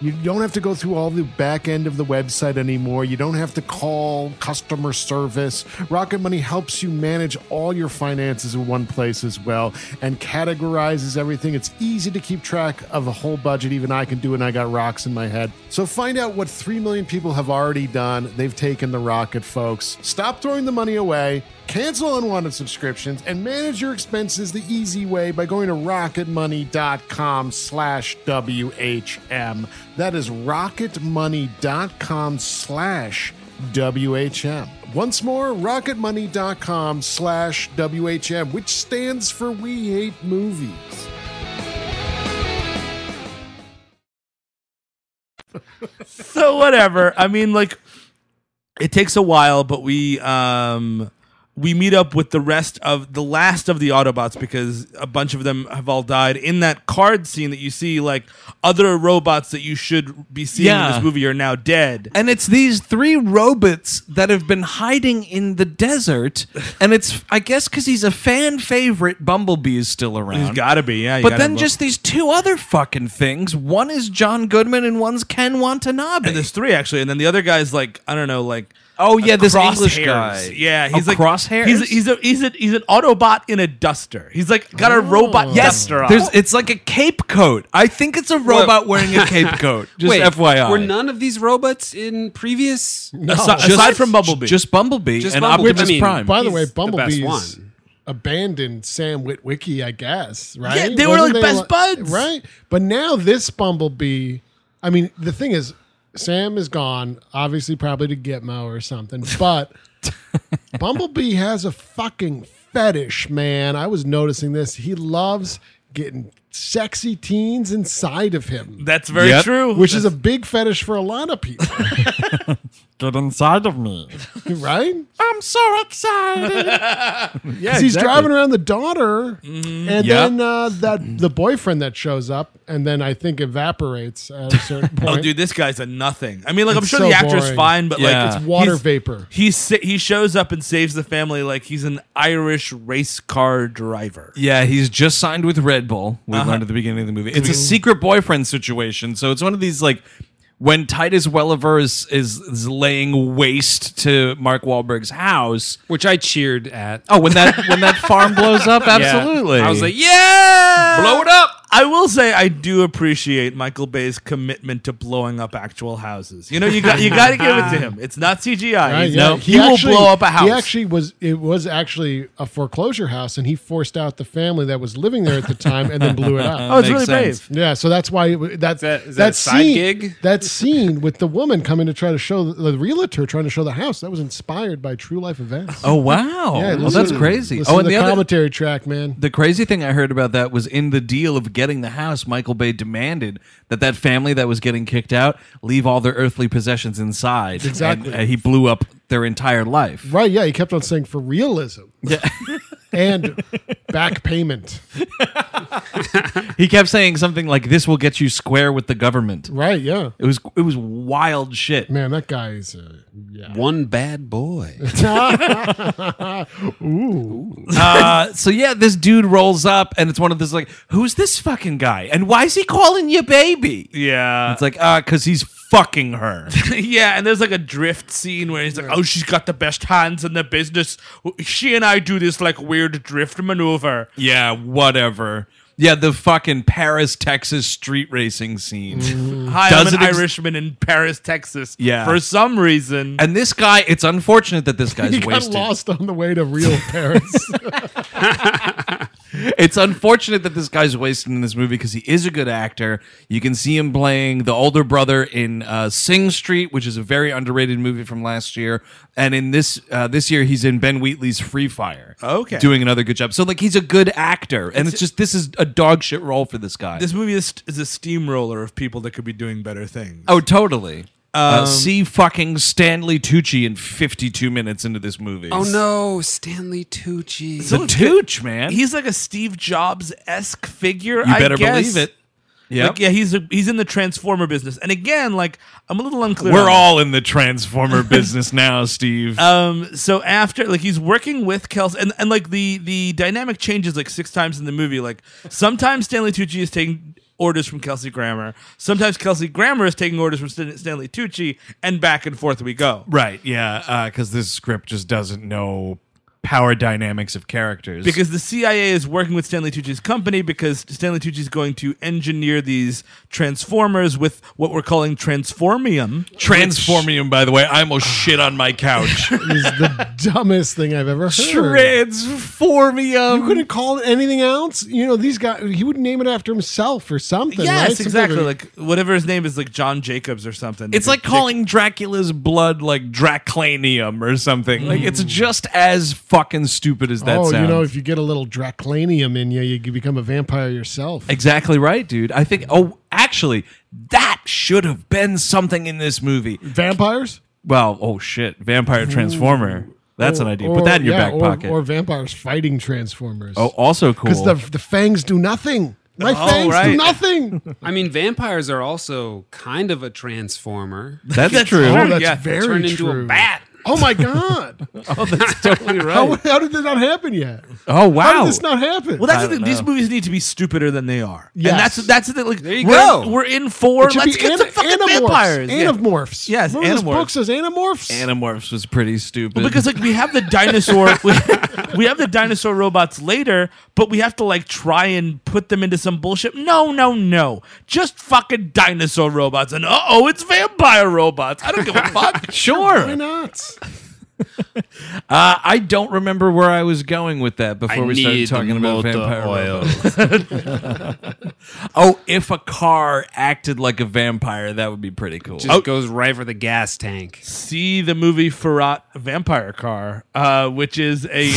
[SPEAKER 4] You don't have to go through all the back end of the website anymore. You don't have to call customer service. Rocket Money helps you manage all your finances in one place as well and categorizes everything. It's easy to keep track of a whole budget. Even I can do it, and I got rocks in my head. So find out what 3 million people have already done. They've taken the rocket, folks. Stop throwing the money away, cancel unwanted subscriptions, and manage your expenses the easy way by going to rocketmoney.com slash WHM. That is rocketmoney.com slash WHM. Once more, rocketmoney.com slash WHM, which stands for We Hate Movies.
[SPEAKER 19] so whatever. I mean, like, it takes a while, but we um we meet up with the rest of the last of the Autobots because a bunch of them have all died in that card scene that you see. Like other robots that you should be seeing in
[SPEAKER 3] Yeah.
[SPEAKER 19] this movie are now dead.
[SPEAKER 3] And it's these three robots that have been hiding in the desert. And it's, I guess, because he's a fan favorite, Bumblebee is still around.
[SPEAKER 19] He's got to be, yeah. you
[SPEAKER 3] But
[SPEAKER 19] gotta
[SPEAKER 3] then
[SPEAKER 19] look.
[SPEAKER 3] just these two other fucking things. One is John Goodman and one's Ken Watanabe.
[SPEAKER 19] And there's three actually, and then the other guy's like I don't know, like
[SPEAKER 3] Oh, yeah, this English
[SPEAKER 19] crosshairs.
[SPEAKER 3] guy.
[SPEAKER 19] Yeah,
[SPEAKER 3] Oh,
[SPEAKER 19] he's like
[SPEAKER 3] crosshairs?
[SPEAKER 19] He's he's a, he's a, he's an Autobot in a duster. He's like got a robot
[SPEAKER 3] Oh. Yes,
[SPEAKER 19] duster on.
[SPEAKER 3] there's, it's like a cape coat. I think it's a robot wearing a cape coat. Just FYI.
[SPEAKER 5] Were none of these robots in previous?
[SPEAKER 3] No. Asi- aside from Bumblebee. Just Bumblebee and Optimus Prime.
[SPEAKER 20] By the way,
[SPEAKER 5] He's the best
[SPEAKER 20] Bumblebee's
[SPEAKER 5] one.
[SPEAKER 20] abandoned Sam Witwicky, I guess, right?
[SPEAKER 19] Yeah, they were
[SPEAKER 20] Wasn't
[SPEAKER 19] like best
[SPEAKER 20] li-
[SPEAKER 19] buds.
[SPEAKER 20] Right? But now this Bumblebee, I mean, the thing is, Sam is gone, obviously, probably to Gitmo or something, but Bumblebee has a fucking fetish, man. I was noticing this. He loves getting sexy teens inside of him.
[SPEAKER 19] That's very Yep. true.
[SPEAKER 20] Which is a big fetish for a lot of people,
[SPEAKER 21] Get inside of me.
[SPEAKER 20] right?
[SPEAKER 3] I'm so excited.
[SPEAKER 20] yeah, he's driving around the daughter,
[SPEAKER 17] Mm-hmm.
[SPEAKER 20] and
[SPEAKER 21] Yeah.
[SPEAKER 20] then uh, that the boyfriend that shows up, and then I think evaporates at a certain
[SPEAKER 19] Oh,
[SPEAKER 20] point.
[SPEAKER 19] dude, this guy's a nothing. I mean, like, I'm
[SPEAKER 20] It's
[SPEAKER 19] sure
[SPEAKER 20] so
[SPEAKER 19] the actor's
[SPEAKER 20] boring.
[SPEAKER 19] fine, but
[SPEAKER 20] Yeah.
[SPEAKER 19] like,
[SPEAKER 20] It's water
[SPEAKER 19] he's-
[SPEAKER 20] vapor.
[SPEAKER 19] He's si- he shows up and saves the family like he's an Irish race car driver.
[SPEAKER 3] Yeah, he's just signed with Red Bull. We
[SPEAKER 19] Uh-huh.
[SPEAKER 3] learned at the beginning of the movie. It's a secret boyfriend situation. So it's one of these like when Titus Welliver is, is, is laying waste to Mark Wahlberg's house,
[SPEAKER 5] which I cheered at.
[SPEAKER 3] Oh, when that when that farm blows up,
[SPEAKER 5] Yeah.
[SPEAKER 3] absolutely.
[SPEAKER 5] I was like, yeah,
[SPEAKER 3] blow it up.
[SPEAKER 17] I will say I do appreciate Michael Bay's commitment to blowing up actual houses. You know, you got you got to give it to him. It's not CGI.
[SPEAKER 4] Right,
[SPEAKER 17] He's-
[SPEAKER 4] yeah.
[SPEAKER 17] he, will
[SPEAKER 4] actually-
[SPEAKER 17] blow up a house.
[SPEAKER 4] He actually was. It was actually a foreclosure house, and he forced out the family that was living there at the time, and then blew it up.
[SPEAKER 17] Oh, it's Makes really sense.
[SPEAKER 4] Yeah, so that's why it, w- that that,
[SPEAKER 5] is that a side
[SPEAKER 4] scene,
[SPEAKER 5] gig?
[SPEAKER 4] That scene with the woman coming to try to show the, the realtor trying to show the house that was inspired by true life events.
[SPEAKER 3] Oh, wow.
[SPEAKER 4] Yeah,
[SPEAKER 3] Well,
[SPEAKER 4] listen
[SPEAKER 3] that's
[SPEAKER 4] to-
[SPEAKER 3] crazy.
[SPEAKER 4] listen
[SPEAKER 3] Oh,
[SPEAKER 4] to
[SPEAKER 3] and
[SPEAKER 4] the,
[SPEAKER 3] the other-
[SPEAKER 4] commentary track, man.
[SPEAKER 3] The crazy thing I heard about that was in the deal of getting the house, Michael Bay demanded that that family that was getting kicked out leave all their earthly possessions inside.
[SPEAKER 4] Exactly.
[SPEAKER 3] And, uh, he blew up their entire life.
[SPEAKER 4] Right? Yeah, he kept on saying for realism.
[SPEAKER 3] Yeah.
[SPEAKER 4] and back payment.
[SPEAKER 3] He kept saying something like, "This will get you square with the government."
[SPEAKER 4] Right? Yeah.
[SPEAKER 3] It was it was wild shit.
[SPEAKER 4] Man, that guy's uh, yeah.
[SPEAKER 5] One bad boy.
[SPEAKER 4] Ooh.
[SPEAKER 3] uh, so yeah, this dude rolls up, and it's one of those like, "Who's this fucking guy? And why is he calling you baby?"
[SPEAKER 17] Yeah.
[SPEAKER 3] It's like, uh, because he's fucking her.
[SPEAKER 17] yeah, and there's like a drift scene where he's like, "Oh, she's got the best hands in the business. She and I do this like weird drift maneuver."
[SPEAKER 3] yeah, whatever. Yeah, the fucking Paris, Texas street racing scene.
[SPEAKER 17] Hi,
[SPEAKER 3] Does
[SPEAKER 17] I'm an
[SPEAKER 3] it ex-
[SPEAKER 17] Irishman in Paris, Texas.
[SPEAKER 3] Yeah.
[SPEAKER 17] for some reason.
[SPEAKER 3] And this guy, it's unfortunate that this guy's
[SPEAKER 4] He got
[SPEAKER 3] wasted.
[SPEAKER 4] lost on the way to real Paris.
[SPEAKER 3] It's unfortunate that this guy's wasted in this movie because he is a good actor. You can see him playing the older brother in uh, Sing Street, which is a very underrated movie from last year, and in this uh, this year he's in Ben Wheatley's Free Fire.
[SPEAKER 17] Okay.
[SPEAKER 3] doing another good job. So like he's a good actor, and it's, just this is a dog shit role for this guy.
[SPEAKER 17] This movie is, is a steamroller of people that could be doing better things.
[SPEAKER 3] oh, totally. uh,
[SPEAKER 17] Um,
[SPEAKER 3] see fucking Stanley Tucci in 52 minutes into this movie.
[SPEAKER 5] Oh no, Stanley Tucci.
[SPEAKER 3] the Tucci man.
[SPEAKER 17] He's like a Steve Jobs esque figure.
[SPEAKER 3] You better
[SPEAKER 17] I guess.
[SPEAKER 3] believe it. Yep.
[SPEAKER 17] Like, yeah, he's a, he's in the transformer business, and again, like I'm a little unclear.
[SPEAKER 3] We're
[SPEAKER 17] on-
[SPEAKER 3] all in the transformer business now, Steve.
[SPEAKER 17] Um, so after like he's working with Kels and, and like the the dynamic changes like six times in the movie. Like sometimes Stanley Tucci is taking orders from Kelsey Grammer. Sometimes Kelsey Grammer is taking orders from Stan- Stanley Tucci, and back and forth we go.
[SPEAKER 3] Right, yeah, because this script just doesn't know power dynamics of characters.
[SPEAKER 17] Because the CIA is working with Stanley Tucci's company because Stanley Tucci is going to engineer these transformers with what we're calling transformium.
[SPEAKER 3] Transformium, by the way, I almost shit on my couch.
[SPEAKER 4] is the dumbest thing I've ever heard.
[SPEAKER 3] Transformium.
[SPEAKER 4] You couldn't call it anything else. You know, these guys, he would name it after himself or something.
[SPEAKER 17] yes,
[SPEAKER 4] right? Something
[SPEAKER 17] exactly. Like whatever his name is, like John Jacobs or something.
[SPEAKER 3] It's like calling Dracula's blood like Draclanium or something. Like it's just as fucking stupid as that
[SPEAKER 4] Mm. oh,
[SPEAKER 3] sounds.
[SPEAKER 4] you know, if you get a little draclanium in you, you become a vampire yourself.
[SPEAKER 3] exactly right, dude. I think. Oh, actually, that should have been something in this movie.
[SPEAKER 4] Vampires?
[SPEAKER 3] Well, oh shit, vampire transformer. That's
[SPEAKER 4] Or-
[SPEAKER 3] an idea.
[SPEAKER 4] or-
[SPEAKER 3] Put that in your
[SPEAKER 4] yeah,
[SPEAKER 3] back
[SPEAKER 4] or-
[SPEAKER 3] pocket.
[SPEAKER 4] Or vampires fighting Transformers.
[SPEAKER 3] oh, also cool.
[SPEAKER 4] Because the, the fangs do nothing. My
[SPEAKER 17] Oh,
[SPEAKER 4] fangs do
[SPEAKER 17] right.
[SPEAKER 4] nothing.
[SPEAKER 5] I mean, vampires are also kind of a transformer.
[SPEAKER 3] that's, true.
[SPEAKER 4] Oh, that's
[SPEAKER 17] Yeah,
[SPEAKER 4] very
[SPEAKER 5] Turn into
[SPEAKER 4] true.
[SPEAKER 5] a bat.
[SPEAKER 4] Oh my god!
[SPEAKER 3] Oh, that's totally
[SPEAKER 4] how, how did that not happen yet?
[SPEAKER 3] Oh wow!
[SPEAKER 4] How did this not happen?
[SPEAKER 17] Well, that's the
[SPEAKER 3] don't
[SPEAKER 17] thing. These
[SPEAKER 3] know.
[SPEAKER 17] movies need to be stupider than they are.
[SPEAKER 4] Yes.
[SPEAKER 17] And that's that's the thing. Like,
[SPEAKER 5] There you
[SPEAKER 17] we're,
[SPEAKER 5] go.
[SPEAKER 17] We're in for
[SPEAKER 4] It should
[SPEAKER 17] let's
[SPEAKER 4] be
[SPEAKER 17] get
[SPEAKER 4] ana-
[SPEAKER 17] some fucking
[SPEAKER 4] anamorphs.
[SPEAKER 17] vampires. Yeah.
[SPEAKER 4] Anamorphs.
[SPEAKER 17] Yes,
[SPEAKER 4] Remember this
[SPEAKER 17] anamorphs.
[SPEAKER 4] book says anamorphs.
[SPEAKER 3] Animorphs was pretty stupid.
[SPEAKER 17] Well, because like we have the dinosaur, we, we have the dinosaur robots later, but we have to like try and put them into some bullshit. No, no, no. Just fucking dinosaur robots, and uh oh, it's vampire robots. I don't give a fuck.
[SPEAKER 4] Why
[SPEAKER 3] sure, uh,
[SPEAKER 4] not?
[SPEAKER 3] I don't remember where I was going with that before we started talking about vampire robots. Oh, if a car acted like a vampire, that would be pretty cool.
[SPEAKER 5] Just goes right for the gas tank.
[SPEAKER 17] See the movie Farrat Vampire Car, uh, which is a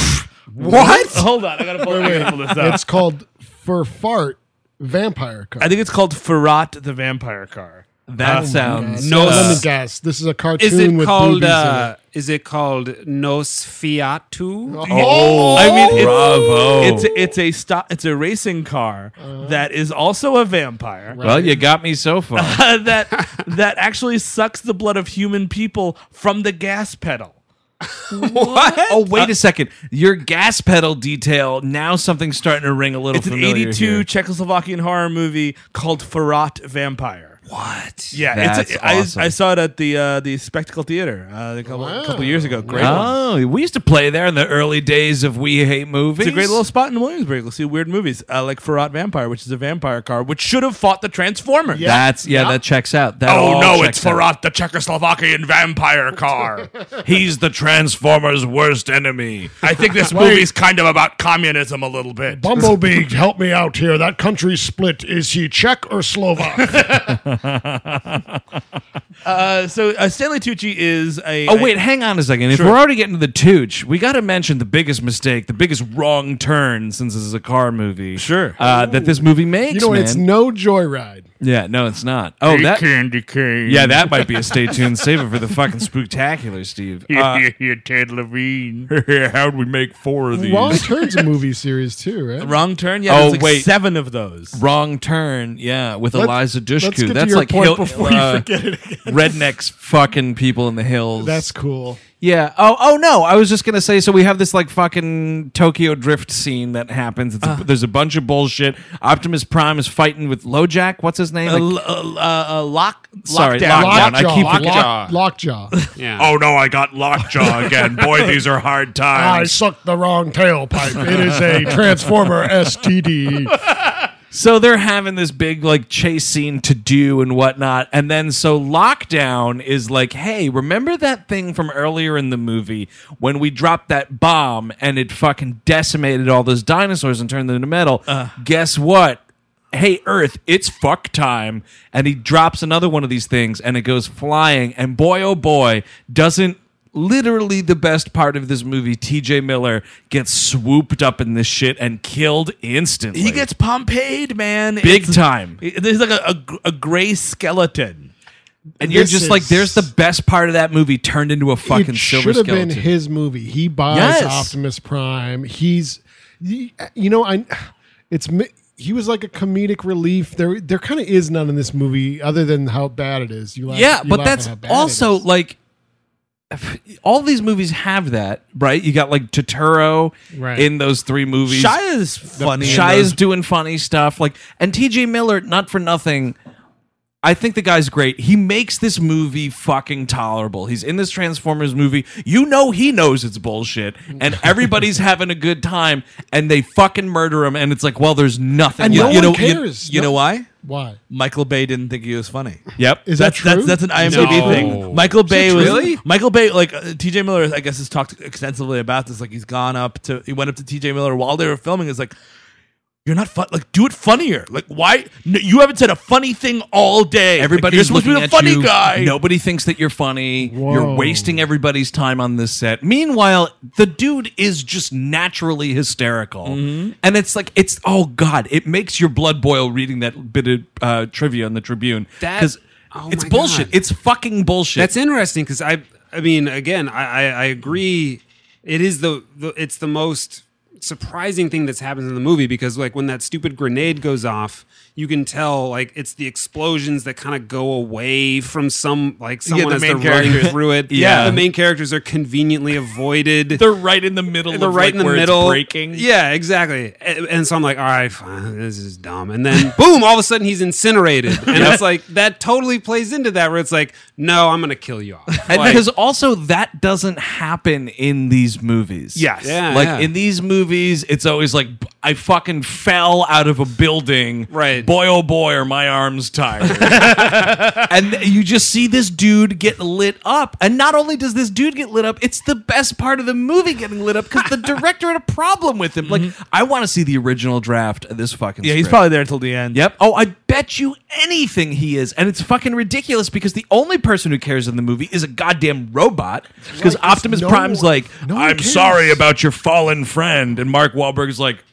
[SPEAKER 3] What?
[SPEAKER 17] Hold on, I gotta pull, I gotta pull this up.
[SPEAKER 4] It's called for fart vampire car.
[SPEAKER 17] I think it's called Farrat the Vampire Car. Oh
[SPEAKER 3] that sounds
[SPEAKER 4] no,
[SPEAKER 5] No,
[SPEAKER 4] let me
[SPEAKER 5] uh,
[SPEAKER 4] guess. This is a cartoon
[SPEAKER 5] Is it
[SPEAKER 4] with
[SPEAKER 5] called?
[SPEAKER 4] boobies
[SPEAKER 5] Uh, is it called Nosferatu?
[SPEAKER 3] Oh,
[SPEAKER 17] I mean, it's,
[SPEAKER 3] bravo.
[SPEAKER 17] It's it's a stop. It's a racing car that is also a vampire.
[SPEAKER 3] well, you got me so far.
[SPEAKER 17] uh, that that actually sucks the blood of human people from the gas pedal.
[SPEAKER 3] what? Oh, wait a second. Your gas pedal detail. Now something's starting to ring a little.
[SPEAKER 17] It's an
[SPEAKER 3] familiar
[SPEAKER 17] 82
[SPEAKER 3] here.
[SPEAKER 17] Czechoslovakian horror movie called Farrat Vampire. What? Yeah, it's
[SPEAKER 3] That's
[SPEAKER 17] I-
[SPEAKER 3] awesome.
[SPEAKER 17] I, saw it at the uh, the Spectacle Theater uh, a couple, a couple years ago. Great.
[SPEAKER 3] Oh, we used to play there in the early days of We Hate Movies.
[SPEAKER 17] It's a great little spot in Williamsburg. You'll see weird movies uh, like Ferrat Vampire, which is a vampire car, which should have fought the Transformers.
[SPEAKER 3] That's yeah, that checks out. That
[SPEAKER 17] Oh,
[SPEAKER 3] all
[SPEAKER 17] no,
[SPEAKER 3] checks
[SPEAKER 17] it's
[SPEAKER 3] out.
[SPEAKER 22] Farad the Czechoslovakian vampire car. He's the Transformers' worst enemy. I think this
[SPEAKER 23] Wait.
[SPEAKER 22] movie's kind of about communism a little bit.
[SPEAKER 23] Bumblebee, help me out here. That country's split. Is he Czech or Slovak?
[SPEAKER 17] Uh, so uh, Stanley Tucci is a.
[SPEAKER 3] Oh wait, hang on a second. If
[SPEAKER 17] Sure.
[SPEAKER 3] we're already getting to the tooch, we got to mention the biggest mistake, the biggest wrong turn, since this is a car movie. Sure, uh, that this movie makes.
[SPEAKER 4] You know,
[SPEAKER 3] man.
[SPEAKER 4] it's no joyride.
[SPEAKER 3] yeah, no, it's not. Oh,
[SPEAKER 4] Hey,
[SPEAKER 3] that
[SPEAKER 22] candy cane.
[SPEAKER 3] Yeah, that might be a stay tuned. Save it for the fucking spectacular, Steve. Uh,
[SPEAKER 22] Here, Ted Levine. How'd we make four of these?
[SPEAKER 4] Wrong Turn's a movie series too, right?
[SPEAKER 17] Wrong Turn. Yeah,
[SPEAKER 3] Oh,
[SPEAKER 17] there's like
[SPEAKER 3] wait.
[SPEAKER 17] seven of those.
[SPEAKER 3] Wrong turn, yeah, with
[SPEAKER 4] Let's-
[SPEAKER 3] Eliza
[SPEAKER 4] let's
[SPEAKER 3] Dushku.
[SPEAKER 4] get to
[SPEAKER 3] That's
[SPEAKER 4] your
[SPEAKER 3] like uh,
[SPEAKER 4] point before you forget it
[SPEAKER 3] rednecks, fucking people in the hills.
[SPEAKER 4] That's cool.
[SPEAKER 3] Yeah. Oh. Oh no. I was just gonna say. So we have this like fucking Tokyo Drift scene that happens. It's a, there's a bunch of bullshit. Optimus Prime is fighting with LoJack. What's his name?
[SPEAKER 17] Uh,
[SPEAKER 3] Like-
[SPEAKER 17] l- uh, uh, lock.
[SPEAKER 3] Sorry,
[SPEAKER 17] lockdown.
[SPEAKER 3] Lockdown. I keep forgetting.
[SPEAKER 4] Lock, lockjaw.
[SPEAKER 22] Oh no, I got lockjaw again. Boy, these are hard
[SPEAKER 17] Ah,
[SPEAKER 4] I
[SPEAKER 22] times.
[SPEAKER 4] sucked the wrong tailpipe. It is a Transformer
[SPEAKER 23] E.
[SPEAKER 4] STD.
[SPEAKER 3] So they're having this big like chase scene to do and whatnot, and then so lockdown is like, hey, remember that thing from earlier in the movie when we dropped that bomb and it fucking decimated all those dinosaurs and turned them into metal?
[SPEAKER 17] Uh.
[SPEAKER 3] Guess what? Hey Earth, it's fuck time, and he drops another one of these things and it goes flying, and boy oh boy, doesn't literally the best part of this movie tj miller gets swooped up in this shit and killed instantly
[SPEAKER 17] He gets Pompeyed, man.
[SPEAKER 3] Big time.
[SPEAKER 17] it- There's like a, a, gr- a gray skeleton.
[SPEAKER 3] And you're
[SPEAKER 17] This
[SPEAKER 3] just like,
[SPEAKER 17] is-
[SPEAKER 3] there's the best part of that movie turned into a fucking
[SPEAKER 4] it
[SPEAKER 3] silver
[SPEAKER 4] should have been
[SPEAKER 3] skeleton.
[SPEAKER 4] his movie. He buys
[SPEAKER 3] Yes.
[SPEAKER 4] Optimus Prime. He's, you you know, I, it's mi- he was like a comedic relief. There, there kind of is none in this movie other than how bad it is. You laugh,
[SPEAKER 3] yeah,
[SPEAKER 4] you
[SPEAKER 3] but
[SPEAKER 4] laugh at
[SPEAKER 3] that's
[SPEAKER 4] how bad it
[SPEAKER 3] also like, all these movies have that, right? You got like Totoro
[SPEAKER 4] Right.
[SPEAKER 3] in those three movies.
[SPEAKER 17] Shia is funny. in
[SPEAKER 3] Shy is
[SPEAKER 17] those-
[SPEAKER 3] doing funny stuff. Like, and T.J. Miller, not for nothing. I think the guy's great. He makes this movie fucking tolerable. He's in this Transformers movie. You know he knows it's bullshit, and everybody's having a good time, and they fucking murder him, and it's like, well, there's nothing.
[SPEAKER 4] And
[SPEAKER 3] left.
[SPEAKER 4] no
[SPEAKER 17] you know,
[SPEAKER 4] one cares.
[SPEAKER 17] You, you know
[SPEAKER 4] No-
[SPEAKER 17] why?
[SPEAKER 4] Why?
[SPEAKER 17] Michael Bay didn't think he was funny.
[SPEAKER 3] Yep.
[SPEAKER 4] Is
[SPEAKER 17] that's,
[SPEAKER 4] that true?
[SPEAKER 17] That's, that's an IMDb
[SPEAKER 3] No.
[SPEAKER 17] thing. Michael Bay was
[SPEAKER 3] really?
[SPEAKER 17] Michael Bay. Like uh, T.J. Miller, I guess has talked extensively about this. Like he's gone up to he went up to T.J. Miller while they were filming. Is like. You're not fun. Like, do it funnier. Like, why? No, you haven't said a funny thing all day. Like,
[SPEAKER 3] Everybody's
[SPEAKER 17] you're supposed to be
[SPEAKER 3] looking
[SPEAKER 17] the
[SPEAKER 3] at
[SPEAKER 17] funny
[SPEAKER 3] you.
[SPEAKER 17] guy.
[SPEAKER 3] Nobody thinks that you're funny. You're
[SPEAKER 4] Whoa.
[SPEAKER 3] wasting everybody's time on this set. Meanwhile, the dude is just naturally hysterical,
[SPEAKER 5] Mm-hmm.
[SPEAKER 3] and it's like it's oh god, it makes your blood boil reading that bit of uh, trivia in the Tribune
[SPEAKER 5] That-
[SPEAKER 3] because
[SPEAKER 5] oh
[SPEAKER 3] it's
[SPEAKER 5] my
[SPEAKER 3] bullshit.
[SPEAKER 5] God.
[SPEAKER 3] It's fucking bullshit.
[SPEAKER 5] That's interesting because I, I mean, again, I, I, I agree. It is the, the, it's the most surprising thing that's happens in the movie because like when that stupid grenade goes off, you can tell like it's the explosions that kind of go away from some like someone
[SPEAKER 17] the
[SPEAKER 5] as they're
[SPEAKER 17] main
[SPEAKER 5] running
[SPEAKER 17] characters.
[SPEAKER 5] through it.
[SPEAKER 3] Yeah.
[SPEAKER 5] the main characters are conveniently avoided.
[SPEAKER 3] They're right in the middle.
[SPEAKER 5] they're
[SPEAKER 3] of
[SPEAKER 5] right
[SPEAKER 3] like
[SPEAKER 5] in the
[SPEAKER 3] where it's
[SPEAKER 5] middle
[SPEAKER 3] breaking.
[SPEAKER 5] Yeah, exactly. And, and so I'm like, all right, fine, this is dumb. And then boom, all of a sudden he's incinerated, and it's like that totally plays into that where it's like, no, I'm gonna kill you all.
[SPEAKER 3] And
[SPEAKER 5] Like,
[SPEAKER 3] because also that doesn't happen in these movies.
[SPEAKER 22] Yes.
[SPEAKER 5] Yeah,
[SPEAKER 3] like
[SPEAKER 5] yeah.
[SPEAKER 3] in these movies, it's always like I fucking fell out of a building.
[SPEAKER 5] Right.
[SPEAKER 3] Boy, oh boy, are my arms tired. and you just see this dude get lit up. And not only does this dude get lit up, it's the best part of the movie getting lit up because the director had a problem with him. Like I want to see the original draft of this fucking.
[SPEAKER 17] Mm-hmm. yeah, he's
[SPEAKER 3] script.
[SPEAKER 17] probably there until the end.
[SPEAKER 3] Yep. Oh, I bet you anything he is. And it's fucking ridiculous because the only person who cares in the movie is a goddamn robot. Because Optimus
[SPEAKER 4] no-
[SPEAKER 3] Prime's like,
[SPEAKER 4] no one
[SPEAKER 3] I'm
[SPEAKER 4] cares."
[SPEAKER 3] sorry about your fallen friend. And Mark Wahlberg's like,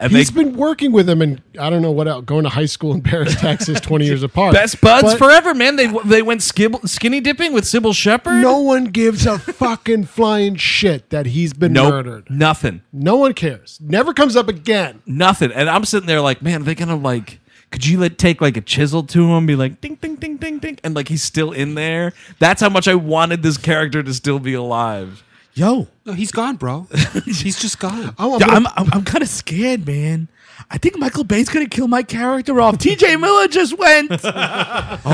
[SPEAKER 3] and
[SPEAKER 4] He's
[SPEAKER 3] they
[SPEAKER 4] been working with him, and I don't know what else. Going to high school in Paris, Texas, twenty years apart.
[SPEAKER 3] best buds
[SPEAKER 4] But
[SPEAKER 3] forever, man. They they went skib- skinny dipping with Sybil Shepherd.
[SPEAKER 4] No one gives a fucking flying shit that he's been
[SPEAKER 3] Nope.
[SPEAKER 4] murdered.
[SPEAKER 3] nothing,
[SPEAKER 4] No one cares. Never comes up again.
[SPEAKER 3] nothing. And I'm sitting there like, man, are they gonna like. Could you like, take like a chisel to him, be like ding ding ding ding ding, and like he's still in there? That's how much I wanted this character to still be alive.
[SPEAKER 24] Yo.
[SPEAKER 5] No, he's gone, bro. he's just gone.
[SPEAKER 24] Oh, I'm, I'm, I'm kind of scared, man. I think Michael Bay's gonna kill my character off. TJ Miller just went. oh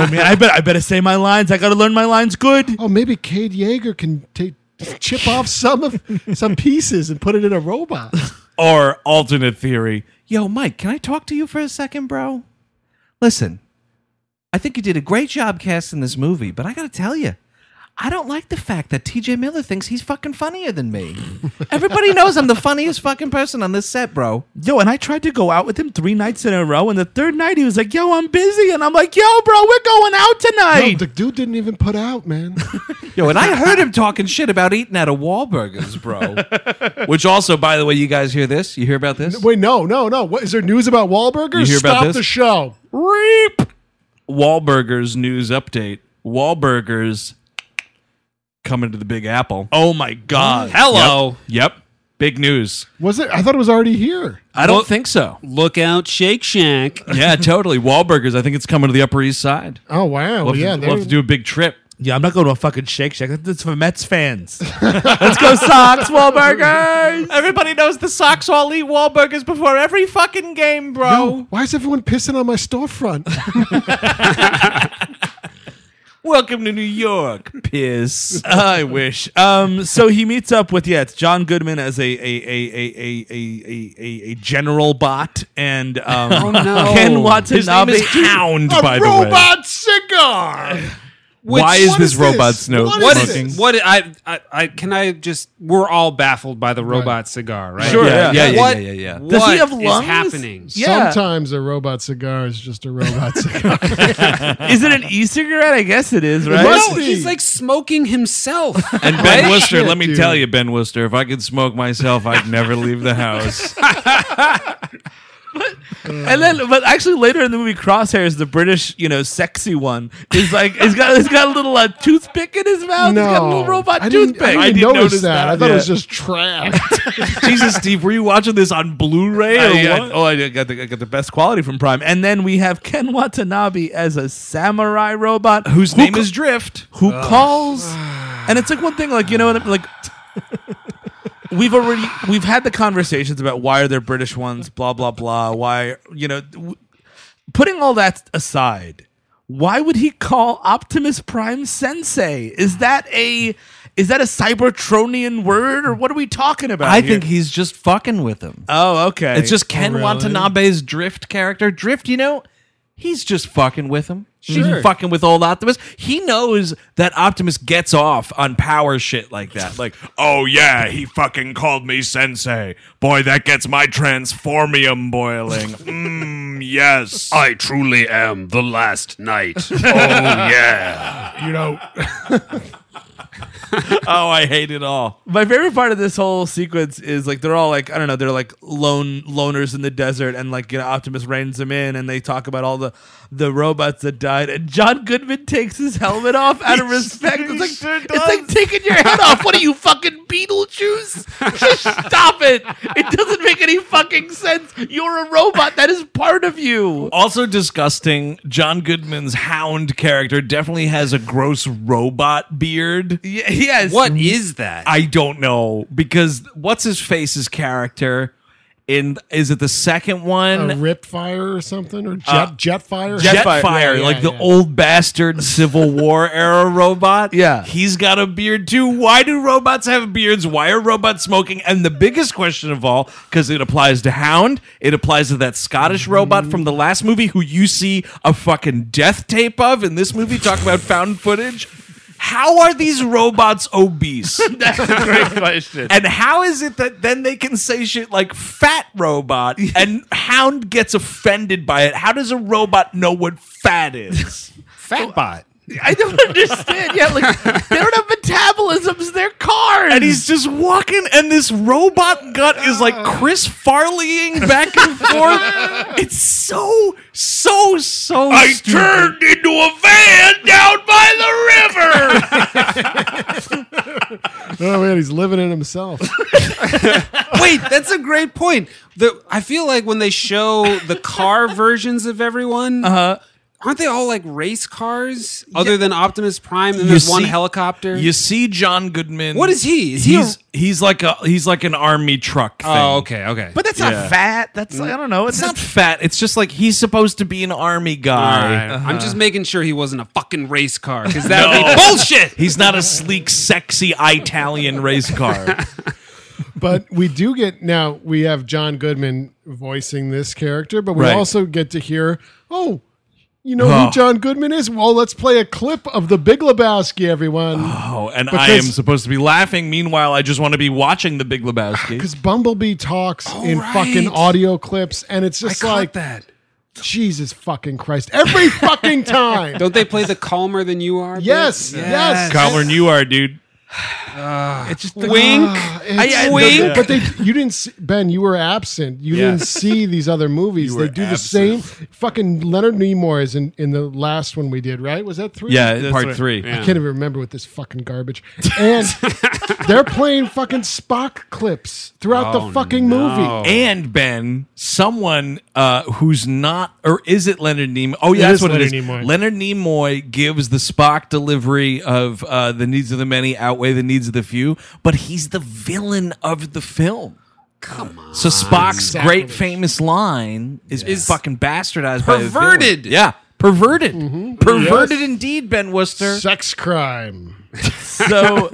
[SPEAKER 24] man, I bet I better say my lines. I gotta learn my lines good.
[SPEAKER 4] Oh, maybe Cade Yeager can take chip off some of some pieces and put it in a robot.
[SPEAKER 3] Or alternate theory.
[SPEAKER 2] Yo, Mike, can I talk to you for a second, bro? Listen, I think you did a great job casting this movie, but I got to tell you, I don't like the fact that TJ Miller thinks he's fucking funnier than me. Everybody knows I'm the funniest fucking person on this set, bro.
[SPEAKER 24] Yo, and I tried to go out with him three nights in a row, and the third night he was like, "Yo, I'm busy," and I'm like, "Yo, bro, we're going out tonight."
[SPEAKER 4] No, the dude didn't even put out, man.
[SPEAKER 2] Yo, and I heard him talking shit about eating out of Wahlburgers, bro. Which also, by the way, you guys hear this? You hear about this?
[SPEAKER 4] Wait, no, no, no. What is there news about Wahlburgers?
[SPEAKER 2] You hear about
[SPEAKER 4] Stop
[SPEAKER 2] this?
[SPEAKER 4] the show.
[SPEAKER 3] Reap. Wahlburgers news update. Wahlburgers coming to the Big Apple.
[SPEAKER 17] Oh my god!
[SPEAKER 3] Hello. Yep. Big news.
[SPEAKER 4] Was it? I thought it was already here.
[SPEAKER 3] I don't think so.
[SPEAKER 5] Look out, Shake Shack.
[SPEAKER 3] Yeah, totally. Wahlburgers. I think it's coming to the Upper East Side.
[SPEAKER 4] Oh wow,
[SPEAKER 3] We'll have,
[SPEAKER 4] yeah.
[SPEAKER 3] to, we'll have to do a big trip.
[SPEAKER 17] Yeah, I'm not going to a fucking Shake Shack. That's for Mets fans.
[SPEAKER 24] Let's go, Sox Wahlburgers.
[SPEAKER 2] Everybody knows the Sox all eat Wahlburgers before every fucking game, bro.
[SPEAKER 4] Yo, why is everyone pissing on my storefront?
[SPEAKER 2] Welcome to New York, piss.
[SPEAKER 17] I wish. Um, so he meets up with yeah, it's John Goodman as a a a a a a a, a, a general bot and um,
[SPEAKER 5] no.
[SPEAKER 17] Ken
[SPEAKER 3] His name
[SPEAKER 17] Watanabe.
[SPEAKER 3] is Hound, by the way.
[SPEAKER 4] robot cigar.
[SPEAKER 3] Why is
[SPEAKER 4] what
[SPEAKER 3] this
[SPEAKER 4] is
[SPEAKER 3] robot
[SPEAKER 4] this?
[SPEAKER 3] snow
[SPEAKER 4] What
[SPEAKER 5] What
[SPEAKER 4] is
[SPEAKER 3] smoking?
[SPEAKER 5] is what I, I I can I just we're all baffled by the robot cigar, right?
[SPEAKER 17] Sure,
[SPEAKER 3] Yeah, yeah, yeah, yeah,
[SPEAKER 5] What-
[SPEAKER 3] yeah, yeah.
[SPEAKER 5] What
[SPEAKER 24] Does he have
[SPEAKER 5] is
[SPEAKER 24] lungs?
[SPEAKER 5] happening?
[SPEAKER 24] Yeah.
[SPEAKER 4] Sometimes a robot cigar is just a robot cigar.
[SPEAKER 24] Is it an e-cigarette? I guess it is, right?
[SPEAKER 4] must
[SPEAKER 5] No,
[SPEAKER 4] be.
[SPEAKER 5] he's like smoking himself.
[SPEAKER 3] And Ben
[SPEAKER 5] Right?
[SPEAKER 3] Worcester, let me
[SPEAKER 4] dude.
[SPEAKER 3] tell you, Ben Worcester, if I could smoke myself, I'd never leave the house.
[SPEAKER 17] And then, but actually, later in the movie, Crosshairs, the British, you know, sexy one, is like, he's got, he's got a little uh, toothpick in his mouth. he's got a little robot
[SPEAKER 4] I didn't,
[SPEAKER 17] toothpick.
[SPEAKER 4] I didn't
[SPEAKER 17] I didn't
[SPEAKER 4] notice,
[SPEAKER 17] notice
[SPEAKER 4] that.
[SPEAKER 17] that.
[SPEAKER 4] I thought it was
[SPEAKER 17] Yeah.
[SPEAKER 4] just trash.
[SPEAKER 3] Jesus, Steve, were you watching this on Blu-ray or
[SPEAKER 17] I, I,
[SPEAKER 3] what?
[SPEAKER 17] oh, I got, the, I got the best quality from Prime. And then we have Ken Watanabe as a samurai robot
[SPEAKER 3] Whose
[SPEAKER 17] who
[SPEAKER 3] name
[SPEAKER 17] ca-
[SPEAKER 3] is Drift?
[SPEAKER 17] who calls. And it's like one thing, like you know what I'm like. We've already we've had the conversations about why are there British ones, blah blah blah. Why you know, w- putting all that aside, why would he call Optimus Prime Sensei? Is that a is that a Cybertronian word or what are we talking about?
[SPEAKER 2] I
[SPEAKER 17] here?
[SPEAKER 2] think he's just fucking with him.
[SPEAKER 17] Oh, okay.
[SPEAKER 2] It's just Ken Watanabe's Drift character. Drift, you know, he's just fucking with him. He's fucking with old Optimus. He knows that Optimus gets off on power shit like that. Like,
[SPEAKER 25] Oh yeah, he fucking called me sensei. Boy, that gets my transformium boiling. Mmm, yes.
[SPEAKER 3] Uh,
[SPEAKER 25] I truly am the last knight. Oh yeah.
[SPEAKER 4] you know,
[SPEAKER 3] Oh, I hate it all.
[SPEAKER 17] my favorite part of this whole sequence is like they're all like I don't know they're like lone loners in the desert and like you know Optimus reins them in and they talk about all the the robots that died and John Goodman takes his helmet off out of respect. It's like it's like taking your head off. What are you fucking Beetlejuice? Just stop it. It doesn't make any fucking sense. You're a robot. That is part of you.
[SPEAKER 3] Also disgusting. John Goodman's hound character definitely has a gross robot beard.
[SPEAKER 17] Y- yes.
[SPEAKER 5] What is that?
[SPEAKER 3] I don't know because what's his face's character in is it the second one?
[SPEAKER 4] a rip fire or something or jet jet fire.
[SPEAKER 3] Jetfire,
[SPEAKER 4] Yeah, yeah,
[SPEAKER 3] like the
[SPEAKER 4] yeah.
[SPEAKER 3] old bastard Civil War era robot.
[SPEAKER 17] Yeah.
[SPEAKER 3] He's got a beard too. Why do robots have beards? Why are robots smoking? And the biggest question of all, because it applies to Hound, it applies to that Scottish robot from the last movie who you see a fucking death tape of in this movie. Talk about found footage. How are these robots obese? And how is it that then they can say shit like fat robot and Hound gets offended by it? How does a robot know what fat is?
[SPEAKER 5] Fat bot.
[SPEAKER 17] I don't understand. Yeah, like they don't have metabolisms. They're cars.
[SPEAKER 3] and he's just walking, and this robot gut is like Chris Farleying back and forth. It's so, so, so.
[SPEAKER 25] I
[SPEAKER 3] stupid.
[SPEAKER 25] turned into a van down by the river.
[SPEAKER 4] Oh man, he's living in himself.
[SPEAKER 5] Wait, that's a great point. The I feel like when they show the car versions of everyone, uh-huh. aren't they all like race cars other than Optimus Prime? And
[SPEAKER 3] You
[SPEAKER 5] there's one
[SPEAKER 3] see-
[SPEAKER 5] helicopter.
[SPEAKER 3] You see John Goodman.
[SPEAKER 5] What is he? Is he a-
[SPEAKER 3] he's he's like a he's like an army truck. Thing.
[SPEAKER 5] Oh, okay, okay.
[SPEAKER 3] But
[SPEAKER 5] that's
[SPEAKER 24] not fat. That's
[SPEAKER 17] Mm.
[SPEAKER 24] like- I don't know.
[SPEAKER 3] It's, not fat. It's just like he's supposed to be an army guy. Uh,
[SPEAKER 5] Alright. I'm just making sure he wasn't a fucking race car because that would be
[SPEAKER 3] No.
[SPEAKER 5] bullshit.
[SPEAKER 3] He's not a sleek, sexy Italian race car.
[SPEAKER 4] but we do get now we have John Goodman voicing this character, but we
[SPEAKER 3] Right.
[SPEAKER 4] also get to hear, oh, you know
[SPEAKER 3] Oh.
[SPEAKER 4] who John Goodman is? Well, let's play a clip of the Big Lebowski, everyone.
[SPEAKER 3] Oh, and I am
[SPEAKER 4] Because-
[SPEAKER 3] supposed to be laughing. Meanwhile, I just want to be watching The Big Lebowski.
[SPEAKER 4] Because Bumblebee talks in
[SPEAKER 3] right.
[SPEAKER 4] fucking audio clips, and it's just like
[SPEAKER 5] that.
[SPEAKER 4] Jesus fucking Christ! Every fucking time.
[SPEAKER 5] Don't they play the calmer than you are? bit?
[SPEAKER 4] Yes, yes.
[SPEAKER 3] Calmer than you are, dude.
[SPEAKER 5] it's just
[SPEAKER 3] wink.
[SPEAKER 4] Ah,
[SPEAKER 3] I-
[SPEAKER 4] it's-
[SPEAKER 3] I- wink.
[SPEAKER 4] But they, you didn't, see, Ben. You were absent. You
[SPEAKER 3] Yeah.
[SPEAKER 4] didn't see these other movies.
[SPEAKER 3] You
[SPEAKER 4] they
[SPEAKER 3] were
[SPEAKER 4] do
[SPEAKER 3] absent.
[SPEAKER 4] the same. Fucking Leonard Nimoy is in, in the last one we did, right? Was that three?
[SPEAKER 3] Yeah, That's part right. three.
[SPEAKER 4] I
[SPEAKER 3] Yeah.
[SPEAKER 4] can't even remember with this fucking garbage. And they're playing fucking Spock clips throughout
[SPEAKER 3] Oh,
[SPEAKER 4] the fucking movie.
[SPEAKER 3] And Ben, someone uh, who's not, or is it Leonard Nimoy? Oh,
[SPEAKER 4] It
[SPEAKER 3] yeah, that's
[SPEAKER 4] is
[SPEAKER 3] what
[SPEAKER 4] Leonard
[SPEAKER 3] it is.
[SPEAKER 4] Nimoy.
[SPEAKER 3] Leonard Nimoy gives the Spock delivery of uh, the needs of the many outweigh the needs of the few, but he's the villain of the film. Come on. So Spock's great famous line is, fucking bastardized by the villain.
[SPEAKER 5] Perverted.
[SPEAKER 3] Yeah, perverted. Perverted
[SPEAKER 4] Yes.
[SPEAKER 3] indeed, Ben Worcester.
[SPEAKER 4] Sex crime.
[SPEAKER 17] So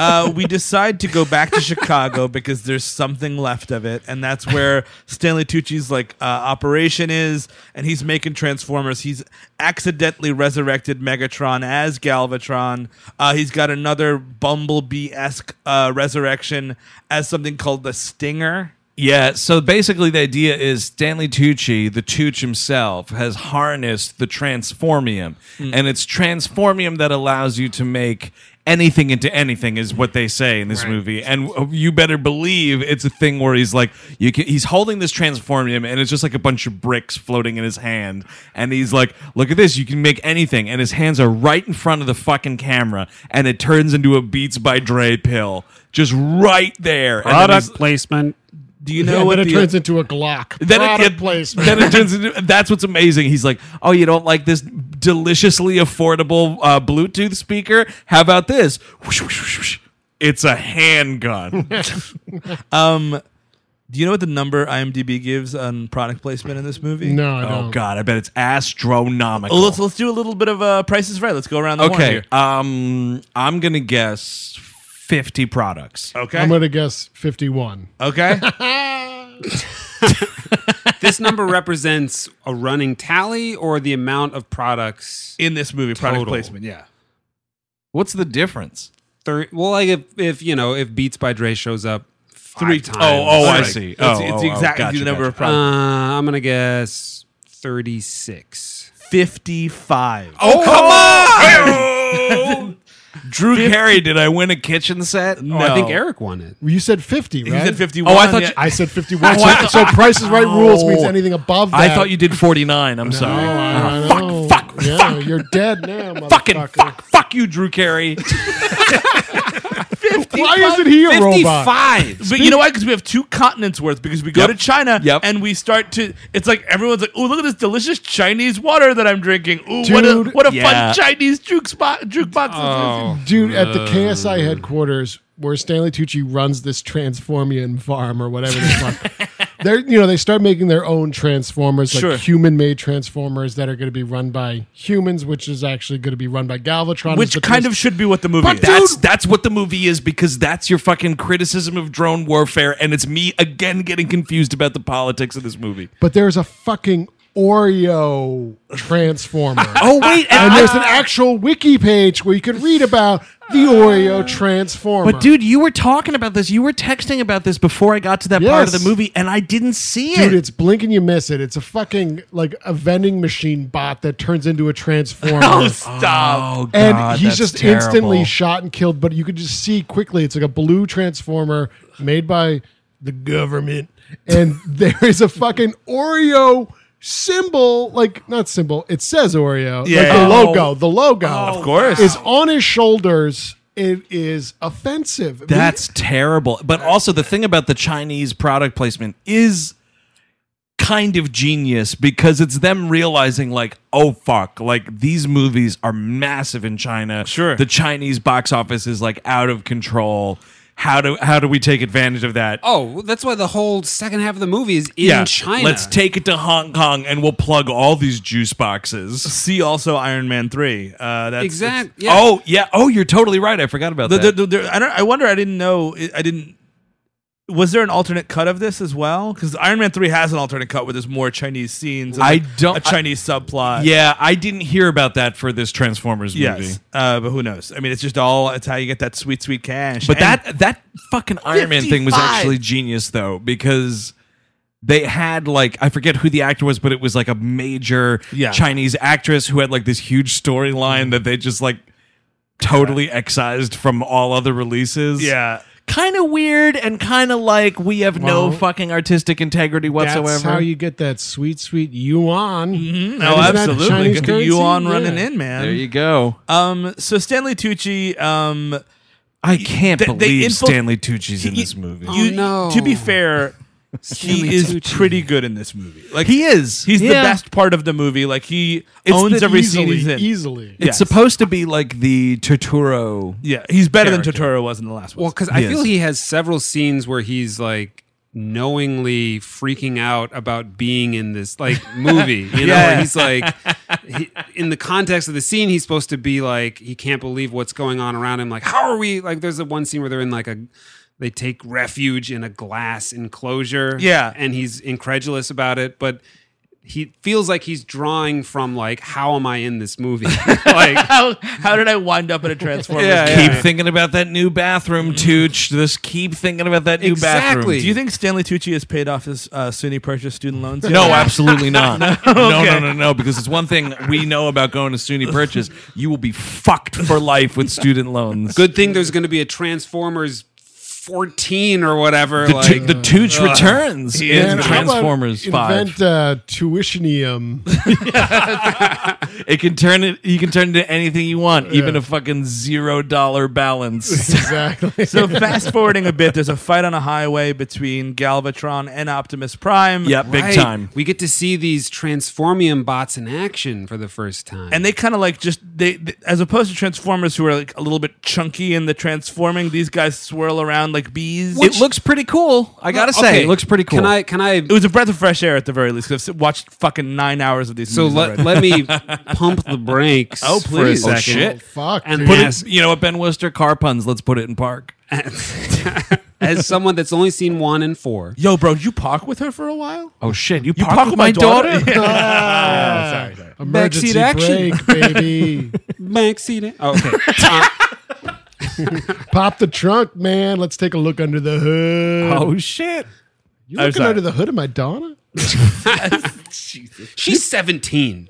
[SPEAKER 17] uh, we decide to go back to Chicago because there's something left of it, and that's where Stanley Tucci's like uh, operation is, and he's making Transformers. He's accidentally resurrected Megatron as Galvatron. Uh, he's got another Bumblebee esque uh, resurrection as something called the Stinger.
[SPEAKER 3] Yeah, so basically the idea is Stanley Tucci, the Tucci himself, has harnessed the Transformium. And it's Transformium that allows you to make anything into anything is what they say in this movie. And uh, you better believe it's a thing where he's like you can, he's holding this Transformium and it's just like a bunch of bricks floating in his hand. And he's like, "Look at this, you can make anything." And his hands are right in front of the fucking camera and it turns into a Beats by Dre pill. Just right there. And then he's-
[SPEAKER 5] Product placement.
[SPEAKER 17] Do you
[SPEAKER 4] You
[SPEAKER 17] know
[SPEAKER 4] know,
[SPEAKER 17] what
[SPEAKER 4] then it
[SPEAKER 17] the-
[SPEAKER 4] turns into a Glock.
[SPEAKER 3] then it,
[SPEAKER 4] Product
[SPEAKER 3] it,
[SPEAKER 4] placement.
[SPEAKER 3] Then it turns into that's what's amazing. He's like, oh, you don't like this deliciously affordable uh, Bluetooth speaker? How about this? Whoosh, whoosh, whoosh, whoosh. It's a handgun.
[SPEAKER 17] Um, do you know what the number IMDb gives on product placement in this movie?
[SPEAKER 4] no, I
[SPEAKER 3] oh
[SPEAKER 4] don't.
[SPEAKER 3] God, I bet it's astronomical.
[SPEAKER 17] Oh, let's let's do a little bit of uh, Price is Right. Let's go around the horn
[SPEAKER 3] okay,
[SPEAKER 17] here.
[SPEAKER 3] um, I'm gonna guess fifty products.
[SPEAKER 17] Okay.
[SPEAKER 4] I'm gonna guess 51.
[SPEAKER 3] Uh,
[SPEAKER 17] okay.
[SPEAKER 5] This number represents a running tally or the amount of products.
[SPEAKER 17] in this movie, product
[SPEAKER 5] Total.
[SPEAKER 17] placement. Yeah.
[SPEAKER 3] What's the difference?
[SPEAKER 5] Thir- well, like if, if you know if Beats by Dre shows up five
[SPEAKER 17] Three-
[SPEAKER 5] times.
[SPEAKER 3] Oh, oh, I
[SPEAKER 17] Right.
[SPEAKER 3] see.
[SPEAKER 17] It's-
[SPEAKER 3] oh,
[SPEAKER 17] it's
[SPEAKER 3] oh, oh,
[SPEAKER 17] exactly
[SPEAKER 3] gotcha,
[SPEAKER 17] the number
[SPEAKER 3] gotcha.
[SPEAKER 17] of
[SPEAKER 5] Uh,
[SPEAKER 17] products.
[SPEAKER 5] I'm gonna guess thirty six.
[SPEAKER 3] Uh,
[SPEAKER 17] 55.
[SPEAKER 3] Oh come on! Drew Carey, did I win a kitchen set?
[SPEAKER 17] no.
[SPEAKER 5] I think Eric won it.
[SPEAKER 4] You said 50,
[SPEAKER 17] You
[SPEAKER 4] right?
[SPEAKER 17] said 51.
[SPEAKER 3] Oh, I thought
[SPEAKER 17] yeah.
[SPEAKER 3] you-
[SPEAKER 4] I said 51.
[SPEAKER 3] Oh,
[SPEAKER 4] so,
[SPEAKER 3] I thought-
[SPEAKER 4] so Price is Right rules means
[SPEAKER 3] Oh.
[SPEAKER 4] anything above that.
[SPEAKER 3] I thought you did 49. I'm sorry.
[SPEAKER 4] Oh, I know.
[SPEAKER 3] fuck, fuck,
[SPEAKER 4] yeah,
[SPEAKER 3] fuck.
[SPEAKER 4] You're dead now,
[SPEAKER 3] Fucking
[SPEAKER 4] motherfucker.
[SPEAKER 3] fuck, fuck you, Drew Carey.
[SPEAKER 4] Why isn't he a robot?
[SPEAKER 17] But you know why? Because we have two continents worth. Because we go
[SPEAKER 3] Yep.
[SPEAKER 17] to China
[SPEAKER 3] Yep.
[SPEAKER 17] and we start to. It's like everyone's like, "Ooh, look at this delicious Chinese water that I'm drinking. Ooh, what a
[SPEAKER 4] Dude.
[SPEAKER 17] what a
[SPEAKER 3] Yeah.
[SPEAKER 17] fun Chinese juke spot jukebox."
[SPEAKER 3] Oh.
[SPEAKER 17] this is."
[SPEAKER 4] Dude, at the KSI headquarters where Stanley Tucci runs this Transformian farm or whatever they call it, They're, you know, they start making their own transformers, like
[SPEAKER 17] Sure.
[SPEAKER 4] human-made transformers that are going to be run by humans, which is actually going to be run by Galvatron. as
[SPEAKER 17] Which
[SPEAKER 4] the
[SPEAKER 17] kind
[SPEAKER 4] first-
[SPEAKER 17] of should be what the movie
[SPEAKER 3] But
[SPEAKER 17] is.
[SPEAKER 3] that's that's what the movie is because that's your fucking criticism of drone warfare, and it's me again getting confused about the politics of this movie.
[SPEAKER 4] But there's a fucking Oreo transformer.
[SPEAKER 3] Oh wait,
[SPEAKER 4] and there's an actual wiki page where you can read about the Oreo transformer.
[SPEAKER 3] but dude, you were talking about this. You were texting about this before I got to that part of the
[SPEAKER 4] Yes.
[SPEAKER 3] movie, and I didn't see it.
[SPEAKER 4] Dude, it's blink and you miss it. It's a fucking like a vending machine bot that turns into a transformer.
[SPEAKER 3] stop! Oh, God,
[SPEAKER 4] and he's
[SPEAKER 3] that's
[SPEAKER 4] just
[SPEAKER 3] terrible.
[SPEAKER 4] instantly shot and killed. But you could just see quickly it's like a blue transformer made by the government, and there is a fucking Oreo symbol, like not symbol. It says Oreo, like
[SPEAKER 17] Yeah.
[SPEAKER 4] the logo. The logo,
[SPEAKER 3] Oh. Of course.
[SPEAKER 4] is on his shoulders. It is offensive. I mean,
[SPEAKER 3] That's terrible. But also the thing about the Chinese product placement is kind of genius because it's them realizing like oh fuck like these movies are massive in china sure the chinese box office is like out of control how do how do we take advantage of that
[SPEAKER 5] Oh, well, that's why the whole second half of the movie is in China.
[SPEAKER 3] let's take it to hong kong and we'll plug all these juice boxes see also iron man 3 uh that's
[SPEAKER 5] Exact-
[SPEAKER 17] yeah.
[SPEAKER 3] oh yeah oh you're totally right i forgot about
[SPEAKER 17] The-
[SPEAKER 3] that
[SPEAKER 17] the- the- I, don't, I wonder. I didn't know. I I didn't. Was there an alternate cut of this as well? Because Iron Man Three has an alternate cut where there's more Chinese scenes. and,
[SPEAKER 3] I
[SPEAKER 17] like,
[SPEAKER 3] don't-
[SPEAKER 17] a Chinese subplot.
[SPEAKER 3] yeah i didn't hear about that for this transformers movie
[SPEAKER 17] Yes. Uh, but who knows? I mean, it's just all. It's how you get that sweet, sweet cash.
[SPEAKER 3] But
[SPEAKER 17] And-
[SPEAKER 3] that that fucking Iron Man thing was
[SPEAKER 17] 55.
[SPEAKER 3] actually genius though because they had like I forget who the actor was, but it was like a major
[SPEAKER 17] Yeah.
[SPEAKER 3] Chinese actress who had like this huge storyline that they just like totally excised from all other releases.
[SPEAKER 17] Yeah.
[SPEAKER 3] Kind of weird and kind of like we have
[SPEAKER 26] Well,
[SPEAKER 3] no fucking artistic integrity whatsoever.
[SPEAKER 26] That's how you get that sweet, sweet yuan. Mm-hmm.
[SPEAKER 17] Oh, absolutely. Get the yuan running in, man.
[SPEAKER 3] there you go.
[SPEAKER 17] Um, so Stanley Tucci. Um,
[SPEAKER 3] I can't
[SPEAKER 17] They- they
[SPEAKER 3] believe
[SPEAKER 17] infil-
[SPEAKER 3] Stanley Tucci's in this movie.
[SPEAKER 17] you, To be fair,
[SPEAKER 5] Stanley
[SPEAKER 17] he is
[SPEAKER 5] Tucci.
[SPEAKER 17] pretty good in this movie. Like
[SPEAKER 3] He is.
[SPEAKER 17] He's the
[SPEAKER 3] Yeah.
[SPEAKER 17] best part of the movie. Like he
[SPEAKER 3] It's
[SPEAKER 17] owns
[SPEAKER 3] the-
[SPEAKER 17] every scene
[SPEAKER 3] easily-
[SPEAKER 17] he's in.
[SPEAKER 26] easily.
[SPEAKER 3] It's
[SPEAKER 17] Yes.
[SPEAKER 3] supposed to be like the Totoro.
[SPEAKER 17] Yeah, he's better
[SPEAKER 3] character.
[SPEAKER 17] than Totoro was in the last one.
[SPEAKER 5] Well, because I
[SPEAKER 3] Yes.
[SPEAKER 5] feel he has several scenes where he's like knowingly freaking out about being in this like movie. You know, where he's like, he, in the context of the scene, he's supposed to be like, he can't believe what's going on around him. Like, how are we? Like, there's the one scene where they're in like a. They take refuge in a glass enclosure.
[SPEAKER 17] Yeah.
[SPEAKER 5] And he's incredulous about it, but he feels like he's drawing from like, how am I in this movie? like,
[SPEAKER 17] how, how did I wind up in a Transformers?
[SPEAKER 5] Yeah,
[SPEAKER 17] movie?
[SPEAKER 3] keep thinking about that new bathroom, Tooch. Just keep thinking about that new
[SPEAKER 5] Exactly.
[SPEAKER 3] bathroom.
[SPEAKER 17] Do you think Stanley Tucci has paid off his uh, SUNY purchase student loans? yet?
[SPEAKER 3] No, absolutely not. no, no,
[SPEAKER 17] Okay.
[SPEAKER 3] no, no, Because it's one thing we know about going to SUNY Purchase. You will be fucked for life with student loans.
[SPEAKER 5] good thing there's going to be a Transformers 14 or whatever.
[SPEAKER 3] The,
[SPEAKER 5] like,
[SPEAKER 3] Too- the Tooch
[SPEAKER 17] Uh,
[SPEAKER 3] returns in
[SPEAKER 26] And how about
[SPEAKER 3] Transformers Five.
[SPEAKER 26] Invent uh, tuitionium.
[SPEAKER 3] It can turn it. You can turn it into anything you want, even a fucking zero dollar balance.
[SPEAKER 26] exactly.
[SPEAKER 17] So fast forwarding a bit, there's a fight on a highway between Galvatron and Optimus Prime.
[SPEAKER 3] yep, big
[SPEAKER 5] Right.
[SPEAKER 3] time.
[SPEAKER 5] We get to see these Transformium bots in action for the first time.
[SPEAKER 17] and they kind of like just they, th as opposed to transformers who are like a little bit chunky in the transforming these guys swirl around like bees
[SPEAKER 3] it looks pretty cool. I gotta say,
[SPEAKER 5] Okay,
[SPEAKER 3] it looks pretty cool.
[SPEAKER 5] Can I? Can I?
[SPEAKER 17] it was a breath of fresh air at the very least because i've watched fucking nine hours of these
[SPEAKER 5] So
[SPEAKER 17] movies
[SPEAKER 5] let,
[SPEAKER 17] already.
[SPEAKER 5] let me pump the brakes.
[SPEAKER 17] Oh,
[SPEAKER 5] For a
[SPEAKER 17] please. Oh,
[SPEAKER 5] second.
[SPEAKER 3] shit.
[SPEAKER 26] Fuck.
[SPEAKER 5] And
[SPEAKER 26] dude.
[SPEAKER 3] Put
[SPEAKER 5] Yes.
[SPEAKER 3] it, you know what, Ben Worcester, car puns. Let's put it in park.
[SPEAKER 5] As someone that's only seen one and four,
[SPEAKER 17] yo bro you park with her for a while
[SPEAKER 3] Oh shit! You,
[SPEAKER 17] you
[SPEAKER 3] park, with my daughter?
[SPEAKER 26] Ah,
[SPEAKER 17] sorry, sorry.
[SPEAKER 26] Emergency
[SPEAKER 5] Backseat action.
[SPEAKER 26] brake, baby.
[SPEAKER 5] Banksy. Oh, okay. Tom-
[SPEAKER 26] Pop the trunk, man. Let's take a look under the hood.
[SPEAKER 3] Oh shit!
[SPEAKER 26] you
[SPEAKER 17] I'm
[SPEAKER 26] looking
[SPEAKER 17] sorry.
[SPEAKER 26] under the hood of my Donna?
[SPEAKER 5] she's seventeen.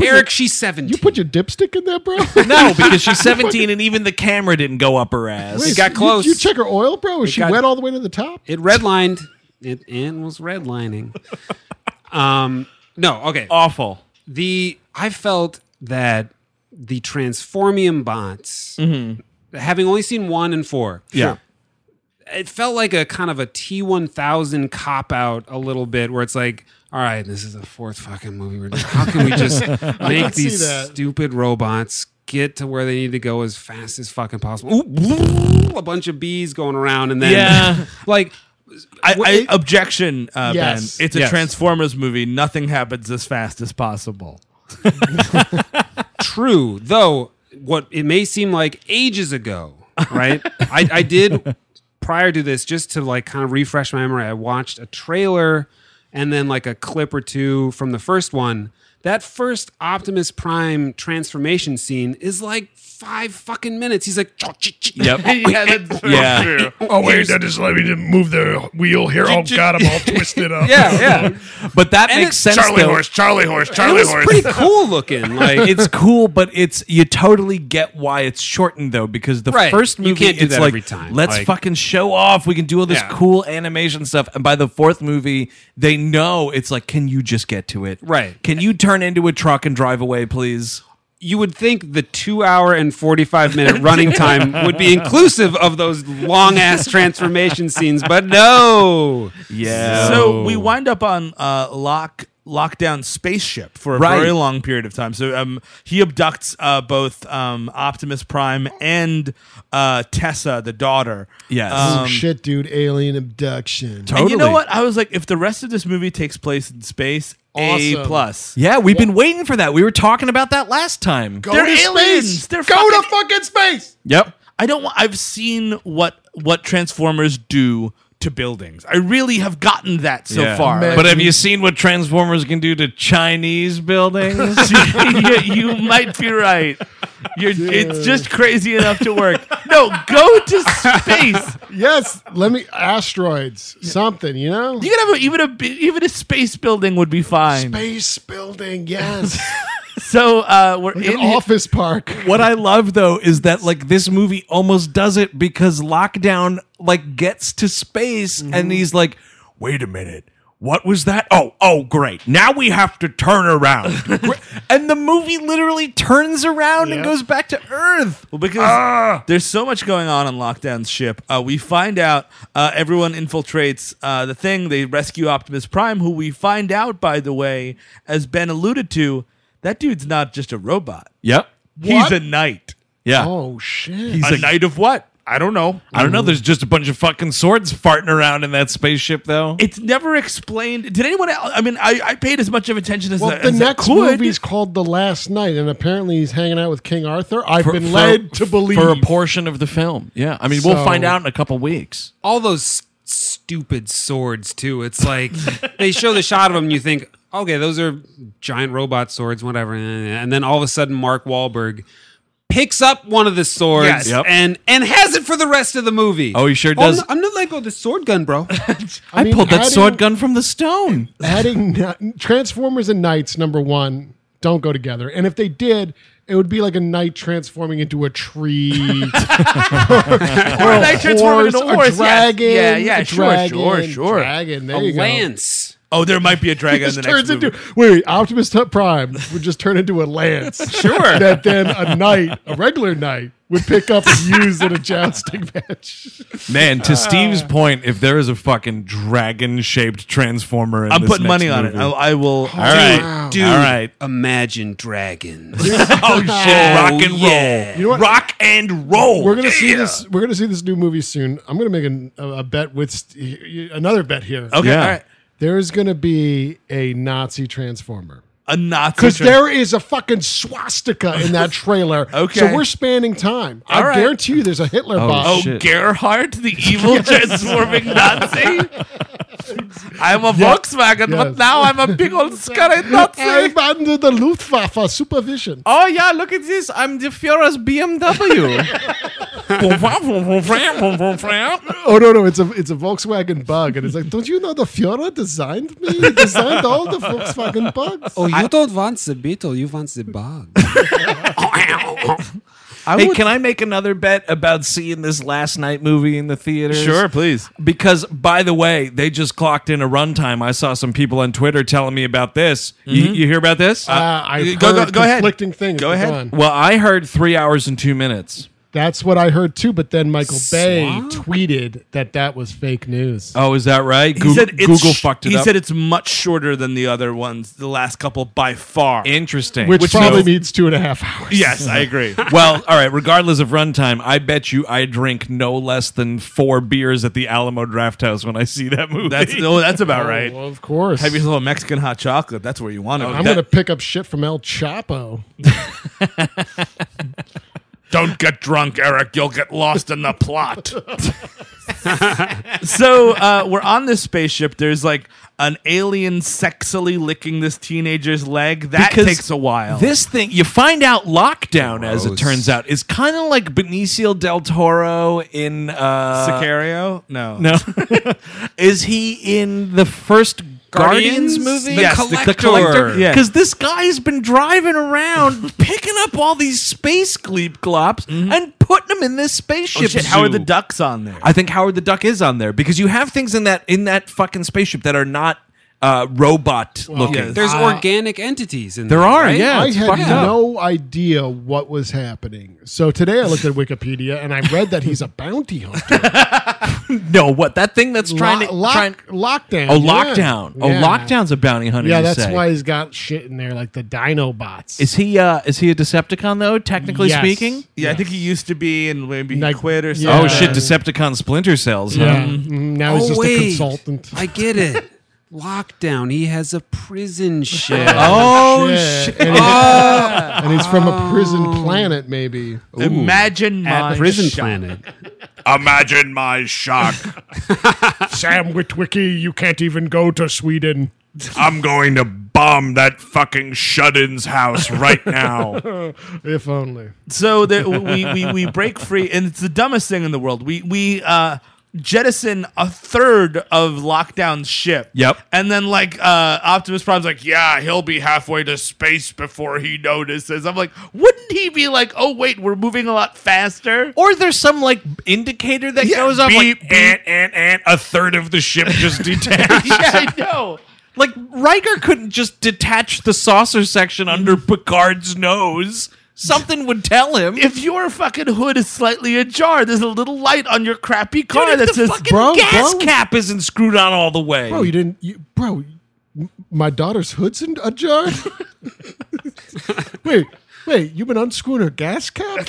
[SPEAKER 5] Eric, she's seventeen.
[SPEAKER 26] You put your dipstick in there, bro.
[SPEAKER 3] No, because she's 17 and even the camera didn't go up her ass.
[SPEAKER 26] Wait,
[SPEAKER 5] got
[SPEAKER 26] you-
[SPEAKER 5] close.
[SPEAKER 26] You, check her oil, bro. Is she
[SPEAKER 5] got-
[SPEAKER 26] wet all the way to the top?
[SPEAKER 5] it redlined. It and was redlining. Um. No. Okay.
[SPEAKER 3] Awful.
[SPEAKER 5] the I felt that the Transformium bots, having only seen one and four,
[SPEAKER 3] Yeah.
[SPEAKER 5] it felt like a kind of a T one thousand cop out a little bit, where it's like, all right, this is the fourth fucking movie. We're doing. How can we just make
[SPEAKER 26] see
[SPEAKER 5] these
[SPEAKER 26] that.
[SPEAKER 5] stupid robots get to where they need to go as fast as fucking possible? Ooh, a bunch of bees going around, and then
[SPEAKER 3] Yeah.
[SPEAKER 5] like
[SPEAKER 17] I, I objection uh,
[SPEAKER 26] Yes.
[SPEAKER 17] ben it's a
[SPEAKER 5] Yes.
[SPEAKER 17] transformers movie nothing happens as fast as possible
[SPEAKER 5] true though what it may seem like ages ago right I, I did prior to this just to like kind of refresh my memory i watched a trailer and then like a clip or two from the first one that first optimus prime transformation scene is like five fucking minutes he's like
[SPEAKER 3] Yep.
[SPEAKER 5] yeah,
[SPEAKER 3] Yeah.
[SPEAKER 6] Oh wait, that is let me to move the wheel here. Oh god, I'm all twisted up.
[SPEAKER 5] yeah yeah
[SPEAKER 3] But that
[SPEAKER 5] And
[SPEAKER 3] makes
[SPEAKER 5] it-
[SPEAKER 3] sense
[SPEAKER 6] Charlie
[SPEAKER 3] though.
[SPEAKER 6] horse, Charlie horse,
[SPEAKER 5] it
[SPEAKER 6] Charlie
[SPEAKER 5] was
[SPEAKER 6] horse.
[SPEAKER 5] pretty cool looking like
[SPEAKER 3] It's cool, but it's you totally get why it's shortened though because the
[SPEAKER 5] Right.
[SPEAKER 3] first
[SPEAKER 5] You
[SPEAKER 3] movie
[SPEAKER 5] can't do
[SPEAKER 3] it's
[SPEAKER 5] that
[SPEAKER 3] like
[SPEAKER 5] every time.
[SPEAKER 3] let's
[SPEAKER 5] Like-
[SPEAKER 3] fucking show off, we can do all this
[SPEAKER 5] Yeah.
[SPEAKER 3] cool animation stuff, and by the fourth movie they know it's like can you just get to it?
[SPEAKER 5] Right.
[SPEAKER 3] Can you turn into a truck and drive away, please?
[SPEAKER 5] you would think the two hour and 45 minute running time would be inclusive of those long ass transformation scenes, but no.
[SPEAKER 17] Yeah. So we wind up on uh, lock lockdown spaceship for a
[SPEAKER 5] Right.
[SPEAKER 17] very long period of time. So um, he abducts uh, both um, Optimus Prime and uh, Tessa, the daughter.
[SPEAKER 4] oh
[SPEAKER 17] Um,
[SPEAKER 4] shit, dude! Alien abduction.
[SPEAKER 17] And you know what? I was like, if the rest of this movie takes place in space, a
[SPEAKER 4] Awesome.
[SPEAKER 17] plus.
[SPEAKER 2] Yeah, we've been waiting for that. We were talking about that last time.
[SPEAKER 4] Go
[SPEAKER 17] They're
[SPEAKER 4] to
[SPEAKER 17] aliens.
[SPEAKER 4] space.
[SPEAKER 17] They're
[SPEAKER 4] Go
[SPEAKER 17] fucking-
[SPEAKER 4] to fucking space.
[SPEAKER 2] Yep.
[SPEAKER 17] I don't. Want, I've seen what what Transformers do to buildings. I really have gotten that so
[SPEAKER 2] Yeah.
[SPEAKER 17] far.
[SPEAKER 2] But have you seen what Transformers can do to Chinese buildings?
[SPEAKER 17] yeah, you might be right. You're, It's just crazy enough to work. No, go to space.
[SPEAKER 4] Yes, let me asteroids, something. You know,
[SPEAKER 17] You could have a, even a bi- even a space building would be fine.
[SPEAKER 4] space building. Yes,
[SPEAKER 17] So uh, we're
[SPEAKER 4] like
[SPEAKER 17] in
[SPEAKER 4] an
[SPEAKER 17] here-
[SPEAKER 4] office park.
[SPEAKER 2] what I love though is that like this movie almost does it because lockdown like gets to space
[SPEAKER 3] Mm-hmm.
[SPEAKER 2] and he's like,
[SPEAKER 25] Wait a minute. What was that? Oh, oh, great. Now we have to turn around.
[SPEAKER 2] and the movie literally turns around and
[SPEAKER 4] Yeah.
[SPEAKER 2] goes back to Earth.
[SPEAKER 17] Well, because there's so much going on on Lockdown's ship. Uh, we find out uh, everyone infiltrates uh, the thing. They rescue Optimus Prime, who we find out, by the way, as Ben alluded to, that dude's not just a robot.
[SPEAKER 3] Yep.
[SPEAKER 17] He's a knight.
[SPEAKER 3] Yeah.
[SPEAKER 4] Oh shit!
[SPEAKER 25] a night of what? I don't know.
[SPEAKER 3] I don't know. There's just a bunch of fucking swords farting around in that spaceship, though.
[SPEAKER 17] It's never explained. Did anyone? el- I mean, I, I paid as much of attention as, I-
[SPEAKER 4] Well, the
[SPEAKER 17] as
[SPEAKER 4] next
[SPEAKER 17] I could.
[SPEAKER 4] movie's called The Last Night, and apparently he's hanging out with King Arthur. I've
[SPEAKER 3] For-
[SPEAKER 4] been
[SPEAKER 3] for-
[SPEAKER 4] led to believe.
[SPEAKER 3] for a portion of the film. Yeah, I mean, we'll
[SPEAKER 4] So-
[SPEAKER 3] find out in a couple weeks.
[SPEAKER 5] All those s- stupid swords, too. It's like they show the shot of them, you think, okay, those are giant robot swords, whatever. And then all of a sudden, Mark Wahlberg picks up one of the swords
[SPEAKER 17] Yes.
[SPEAKER 3] Yep.
[SPEAKER 5] and, and has it for the rest of the movie.
[SPEAKER 3] Oh, he sure
[SPEAKER 5] I'm
[SPEAKER 3] does.
[SPEAKER 5] not- I'm not letting go of the sword gun, bro.
[SPEAKER 4] I, mean,
[SPEAKER 3] Pulled that
[SPEAKER 4] adding-
[SPEAKER 3] sword gun from the stone.
[SPEAKER 4] Adding ni- Transformers and Knights, number one, don't go together. And if they did, it would be like a knight transforming into a tree.
[SPEAKER 17] Or a knight transforming into a
[SPEAKER 4] a
[SPEAKER 17] horse, yes.
[SPEAKER 4] dragon.
[SPEAKER 17] Yeah, yeah,
[SPEAKER 4] a
[SPEAKER 17] sure,
[SPEAKER 4] dragon,
[SPEAKER 17] sure, sure.
[SPEAKER 4] Dragon. There
[SPEAKER 5] a
[SPEAKER 4] you go.
[SPEAKER 5] lance.
[SPEAKER 17] Oh, there might be a dragon in
[SPEAKER 4] Just
[SPEAKER 17] the next
[SPEAKER 4] turns
[SPEAKER 17] movie.
[SPEAKER 4] into wait, Optimus T- Prime would just turn into a lance.
[SPEAKER 5] Sure.
[SPEAKER 4] That then a knight, a regular knight, would pick up and use in a jousting match.
[SPEAKER 3] Man, to Steve's point, if there is a fucking dragon-shaped transformer, in
[SPEAKER 17] I'm
[SPEAKER 3] this
[SPEAKER 17] putting
[SPEAKER 3] next
[SPEAKER 17] money on
[SPEAKER 3] movie-
[SPEAKER 17] it. I, I will.
[SPEAKER 3] All right,
[SPEAKER 5] Dude,
[SPEAKER 3] all right.
[SPEAKER 5] imagine dragons.
[SPEAKER 25] Oh, shit. Rock and roll.
[SPEAKER 5] yeah.
[SPEAKER 4] You know what?
[SPEAKER 25] Rock and roll.
[SPEAKER 4] We're gonna see
[SPEAKER 25] Yeah.
[SPEAKER 4] this. We're gonna see this new movie soon. I'm gonna make an, a, a bet with St- another bet here.
[SPEAKER 17] Okay.
[SPEAKER 3] Yeah.
[SPEAKER 17] All right.
[SPEAKER 4] There is gonna be a Nazi transformer.
[SPEAKER 17] A Nazi.
[SPEAKER 4] Because
[SPEAKER 17] trans-
[SPEAKER 4] there is a fucking swastika in that trailer.
[SPEAKER 17] Okay.
[SPEAKER 4] So we're spanning time. I
[SPEAKER 17] All right.
[SPEAKER 4] guarantee you there's a Hitler bot.
[SPEAKER 17] Oh,
[SPEAKER 3] Shit.
[SPEAKER 17] Gerhard, the evil transforming Nazi. I'm a Volkswagen, but
[SPEAKER 4] Yes.
[SPEAKER 17] now I'm a big old scary Nazi.
[SPEAKER 4] I'm under the Luftwaffe supervision.
[SPEAKER 2] Oh yeah, look at this. I'm the Führer's BMW.
[SPEAKER 4] Oh no no! It's a it's a Volkswagen bug, and it's like, don't you know the Führer designed me? He designed all the Volkswagen bugs.
[SPEAKER 5] Oh, you don't want the beetle, you want the bug.
[SPEAKER 2] hey, can I make another bet about seeing this last night movie in the theater?
[SPEAKER 17] please.
[SPEAKER 3] Because by the way, they just clocked in a runtime. I saw some people on Twitter telling me about this. You,
[SPEAKER 17] Mm-hmm.
[SPEAKER 3] you hear about this?
[SPEAKER 4] Uh, I've
[SPEAKER 17] Go- go-
[SPEAKER 4] heard
[SPEAKER 17] go ahead.
[SPEAKER 4] conflicting things.
[SPEAKER 17] Go
[SPEAKER 4] but
[SPEAKER 17] ahead.
[SPEAKER 4] on.
[SPEAKER 3] well, I heard three hours and two minutes.
[SPEAKER 4] That's what I heard too. But then Michael Bay tweeted that that was fake news.
[SPEAKER 3] Oh, is that right?
[SPEAKER 17] He
[SPEAKER 3] Goo-
[SPEAKER 17] said it's
[SPEAKER 3] Google
[SPEAKER 17] sh-
[SPEAKER 3] fucked it
[SPEAKER 17] He
[SPEAKER 3] up.
[SPEAKER 17] said it's much shorter than the other ones, the last couple by far.
[SPEAKER 3] Interesting.
[SPEAKER 4] which, probably
[SPEAKER 3] means.
[SPEAKER 4] means two and a half hours.
[SPEAKER 17] yes, I agree.
[SPEAKER 3] well, all right. Regardless of runtime, I bet you I drink no less than four beers at the Alamo Draft House when I see that movie.
[SPEAKER 17] That's oh, that's about
[SPEAKER 4] Oh,
[SPEAKER 17] right.
[SPEAKER 4] well, of course.
[SPEAKER 17] Have yourself a Mexican hot chocolate. That's where you want it.
[SPEAKER 4] I'm
[SPEAKER 17] That-
[SPEAKER 4] gonna pick up shit from El Chapo.
[SPEAKER 25] Don't get drunk, Eric. You'll get lost in the plot.
[SPEAKER 17] so uh, we're on this spaceship. There's like an alien sexily licking this teenager's leg. That
[SPEAKER 3] Because
[SPEAKER 17] takes a while.
[SPEAKER 3] This thing, you find out lockdown, as it
[SPEAKER 5] Gross.
[SPEAKER 3] turns out, is kind of like Benicio del Toro in. Uh,
[SPEAKER 17] Sicario? No.
[SPEAKER 3] No. is he in the first Guardians,
[SPEAKER 5] Guardians?
[SPEAKER 3] movie?
[SPEAKER 5] The
[SPEAKER 3] Yes,
[SPEAKER 5] Collector.
[SPEAKER 17] Yeah.
[SPEAKER 3] Because this guy's been driving around picking up all these space gleep glops and putting them in this spaceship.
[SPEAKER 17] Mm-hmm. Oh, shit, how are the
[SPEAKER 3] zoo.
[SPEAKER 17] ducks on there?
[SPEAKER 3] I think Howard the Duck is on there because you have things in that in that fucking spaceship that are not uh, robot looking.
[SPEAKER 5] There's organic entities in there.
[SPEAKER 3] There are,
[SPEAKER 5] right?
[SPEAKER 3] yeah.
[SPEAKER 4] I
[SPEAKER 3] it's
[SPEAKER 4] had
[SPEAKER 3] fucked up.
[SPEAKER 4] no idea what was happening. So today I looked at Wikipedia and I read that he's a bounty hunter.
[SPEAKER 3] no, what that thing that's trying
[SPEAKER 4] Lo-
[SPEAKER 3] to
[SPEAKER 4] lock-
[SPEAKER 3] trying-
[SPEAKER 4] lockdown.
[SPEAKER 3] Oh,
[SPEAKER 4] yeah.
[SPEAKER 3] lockdown. Oh,
[SPEAKER 4] Yeah.
[SPEAKER 3] lockdown's a bounty hunter.
[SPEAKER 4] Yeah,
[SPEAKER 3] you
[SPEAKER 4] that's
[SPEAKER 3] say.
[SPEAKER 4] why he's got shit in there like the Dinobots.
[SPEAKER 3] Is he uh is he a Decepticon though? Technically
[SPEAKER 4] Yes.
[SPEAKER 3] speaking.
[SPEAKER 17] Yeah, I think he used to be, and maybe he quit or something.
[SPEAKER 3] Oh shit! Decepticon Splinter Cells. huh?
[SPEAKER 4] Yeah. Mhm. Now he's
[SPEAKER 5] Oh,
[SPEAKER 4] just
[SPEAKER 5] wait.
[SPEAKER 4] a consultant.
[SPEAKER 5] I get it. Lockdown. He has a prison ship.
[SPEAKER 3] Oh,
[SPEAKER 4] shit. And,
[SPEAKER 17] Ah.
[SPEAKER 4] he's, and he's from a prison planet, maybe.
[SPEAKER 17] Imagine
[SPEAKER 5] At
[SPEAKER 17] my
[SPEAKER 5] prison
[SPEAKER 17] shock.
[SPEAKER 5] planet.
[SPEAKER 2] Imagine my shock.
[SPEAKER 4] Sam Witwicky, you can't even go to Sweden.
[SPEAKER 2] I'm going to bomb that fucking shut-in's house right now.
[SPEAKER 4] if only.
[SPEAKER 17] So there, we, we we break free, and it's the dumbest thing in the world. We we uh, jettison a third of Lockdown's ship.
[SPEAKER 3] Yep.
[SPEAKER 17] And then like uh, Optimus Prime's like, yeah, he'll be halfway to space
[SPEAKER 2] Before he notices,
[SPEAKER 17] I'm like, wouldn't he be like, oh wait, we're moving a lot faster?
[SPEAKER 3] Or there's some like indicator that goes off
[SPEAKER 2] beep,
[SPEAKER 3] like
[SPEAKER 2] and and and a third of the ship just detached.
[SPEAKER 17] yeah, I know.
[SPEAKER 3] like Riker couldn't just detach the saucer section under
[SPEAKER 4] Mm.
[SPEAKER 3] Picard's nose. Something would tell him.
[SPEAKER 17] If your fucking hood is slightly ajar, there's a little light on your crappy
[SPEAKER 3] Dude,
[SPEAKER 17] car
[SPEAKER 3] if
[SPEAKER 17] that
[SPEAKER 3] the
[SPEAKER 17] says
[SPEAKER 3] fucking
[SPEAKER 4] bro,
[SPEAKER 3] gas
[SPEAKER 4] bro.
[SPEAKER 3] cap isn't screwed on all the way.
[SPEAKER 4] Bro, you didn't. You, bro, m- my daughter's hood's in a jar? wait, wait, you've been unscrewing her gas cap?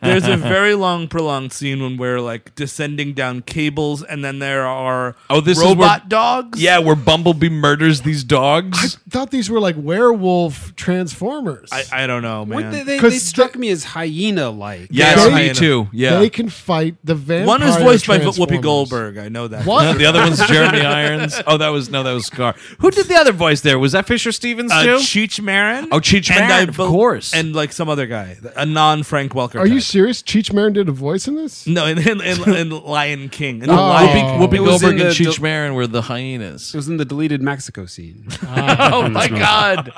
[SPEAKER 17] There's a very long, prolonged scene when we're like descending down cables, and then there are
[SPEAKER 3] Oh, this is
[SPEAKER 17] robot
[SPEAKER 3] where-
[SPEAKER 17] dogs.
[SPEAKER 3] yeah, where Bumblebee murders these
[SPEAKER 4] I
[SPEAKER 3] dogs.
[SPEAKER 4] thought these were like werewolf transformers.
[SPEAKER 17] I, I don't know, man.
[SPEAKER 5] They, they,
[SPEAKER 4] 'Cause
[SPEAKER 5] they struck me as hyena like.
[SPEAKER 3] yeah,
[SPEAKER 4] They-
[SPEAKER 3] me too. Yeah.
[SPEAKER 4] They can fight the vampire.
[SPEAKER 17] One is voiced by Whoopi
[SPEAKER 4] Transformers.
[SPEAKER 17] Goldberg. I know that.
[SPEAKER 4] What?
[SPEAKER 3] No, the other one's Jeremy Irons. Oh, that was no, that was Scar. Who did the other voice there? Was that Fisher Stevens
[SPEAKER 17] Uh,
[SPEAKER 3] too?
[SPEAKER 17] Cheech Marin.
[SPEAKER 3] Oh, Cheech
[SPEAKER 17] And
[SPEAKER 3] Marin,
[SPEAKER 17] I
[SPEAKER 3] of course.
[SPEAKER 17] And like some other guy, a non Frank Welker.
[SPEAKER 4] Are you
[SPEAKER 17] type.
[SPEAKER 4] serious? Cheech Marin did a voice in this?
[SPEAKER 17] No, in, in, in, in Lion King. In
[SPEAKER 4] Oh.
[SPEAKER 17] the
[SPEAKER 4] Whoopi-
[SPEAKER 17] Lion
[SPEAKER 3] Whoopi
[SPEAKER 5] It was
[SPEAKER 3] Goldberg
[SPEAKER 5] in
[SPEAKER 3] and
[SPEAKER 5] the-
[SPEAKER 3] Cheech
[SPEAKER 5] the-
[SPEAKER 3] Marin were the hyenas.
[SPEAKER 5] It was in the deleted Mexico scene.
[SPEAKER 17] Oh my God!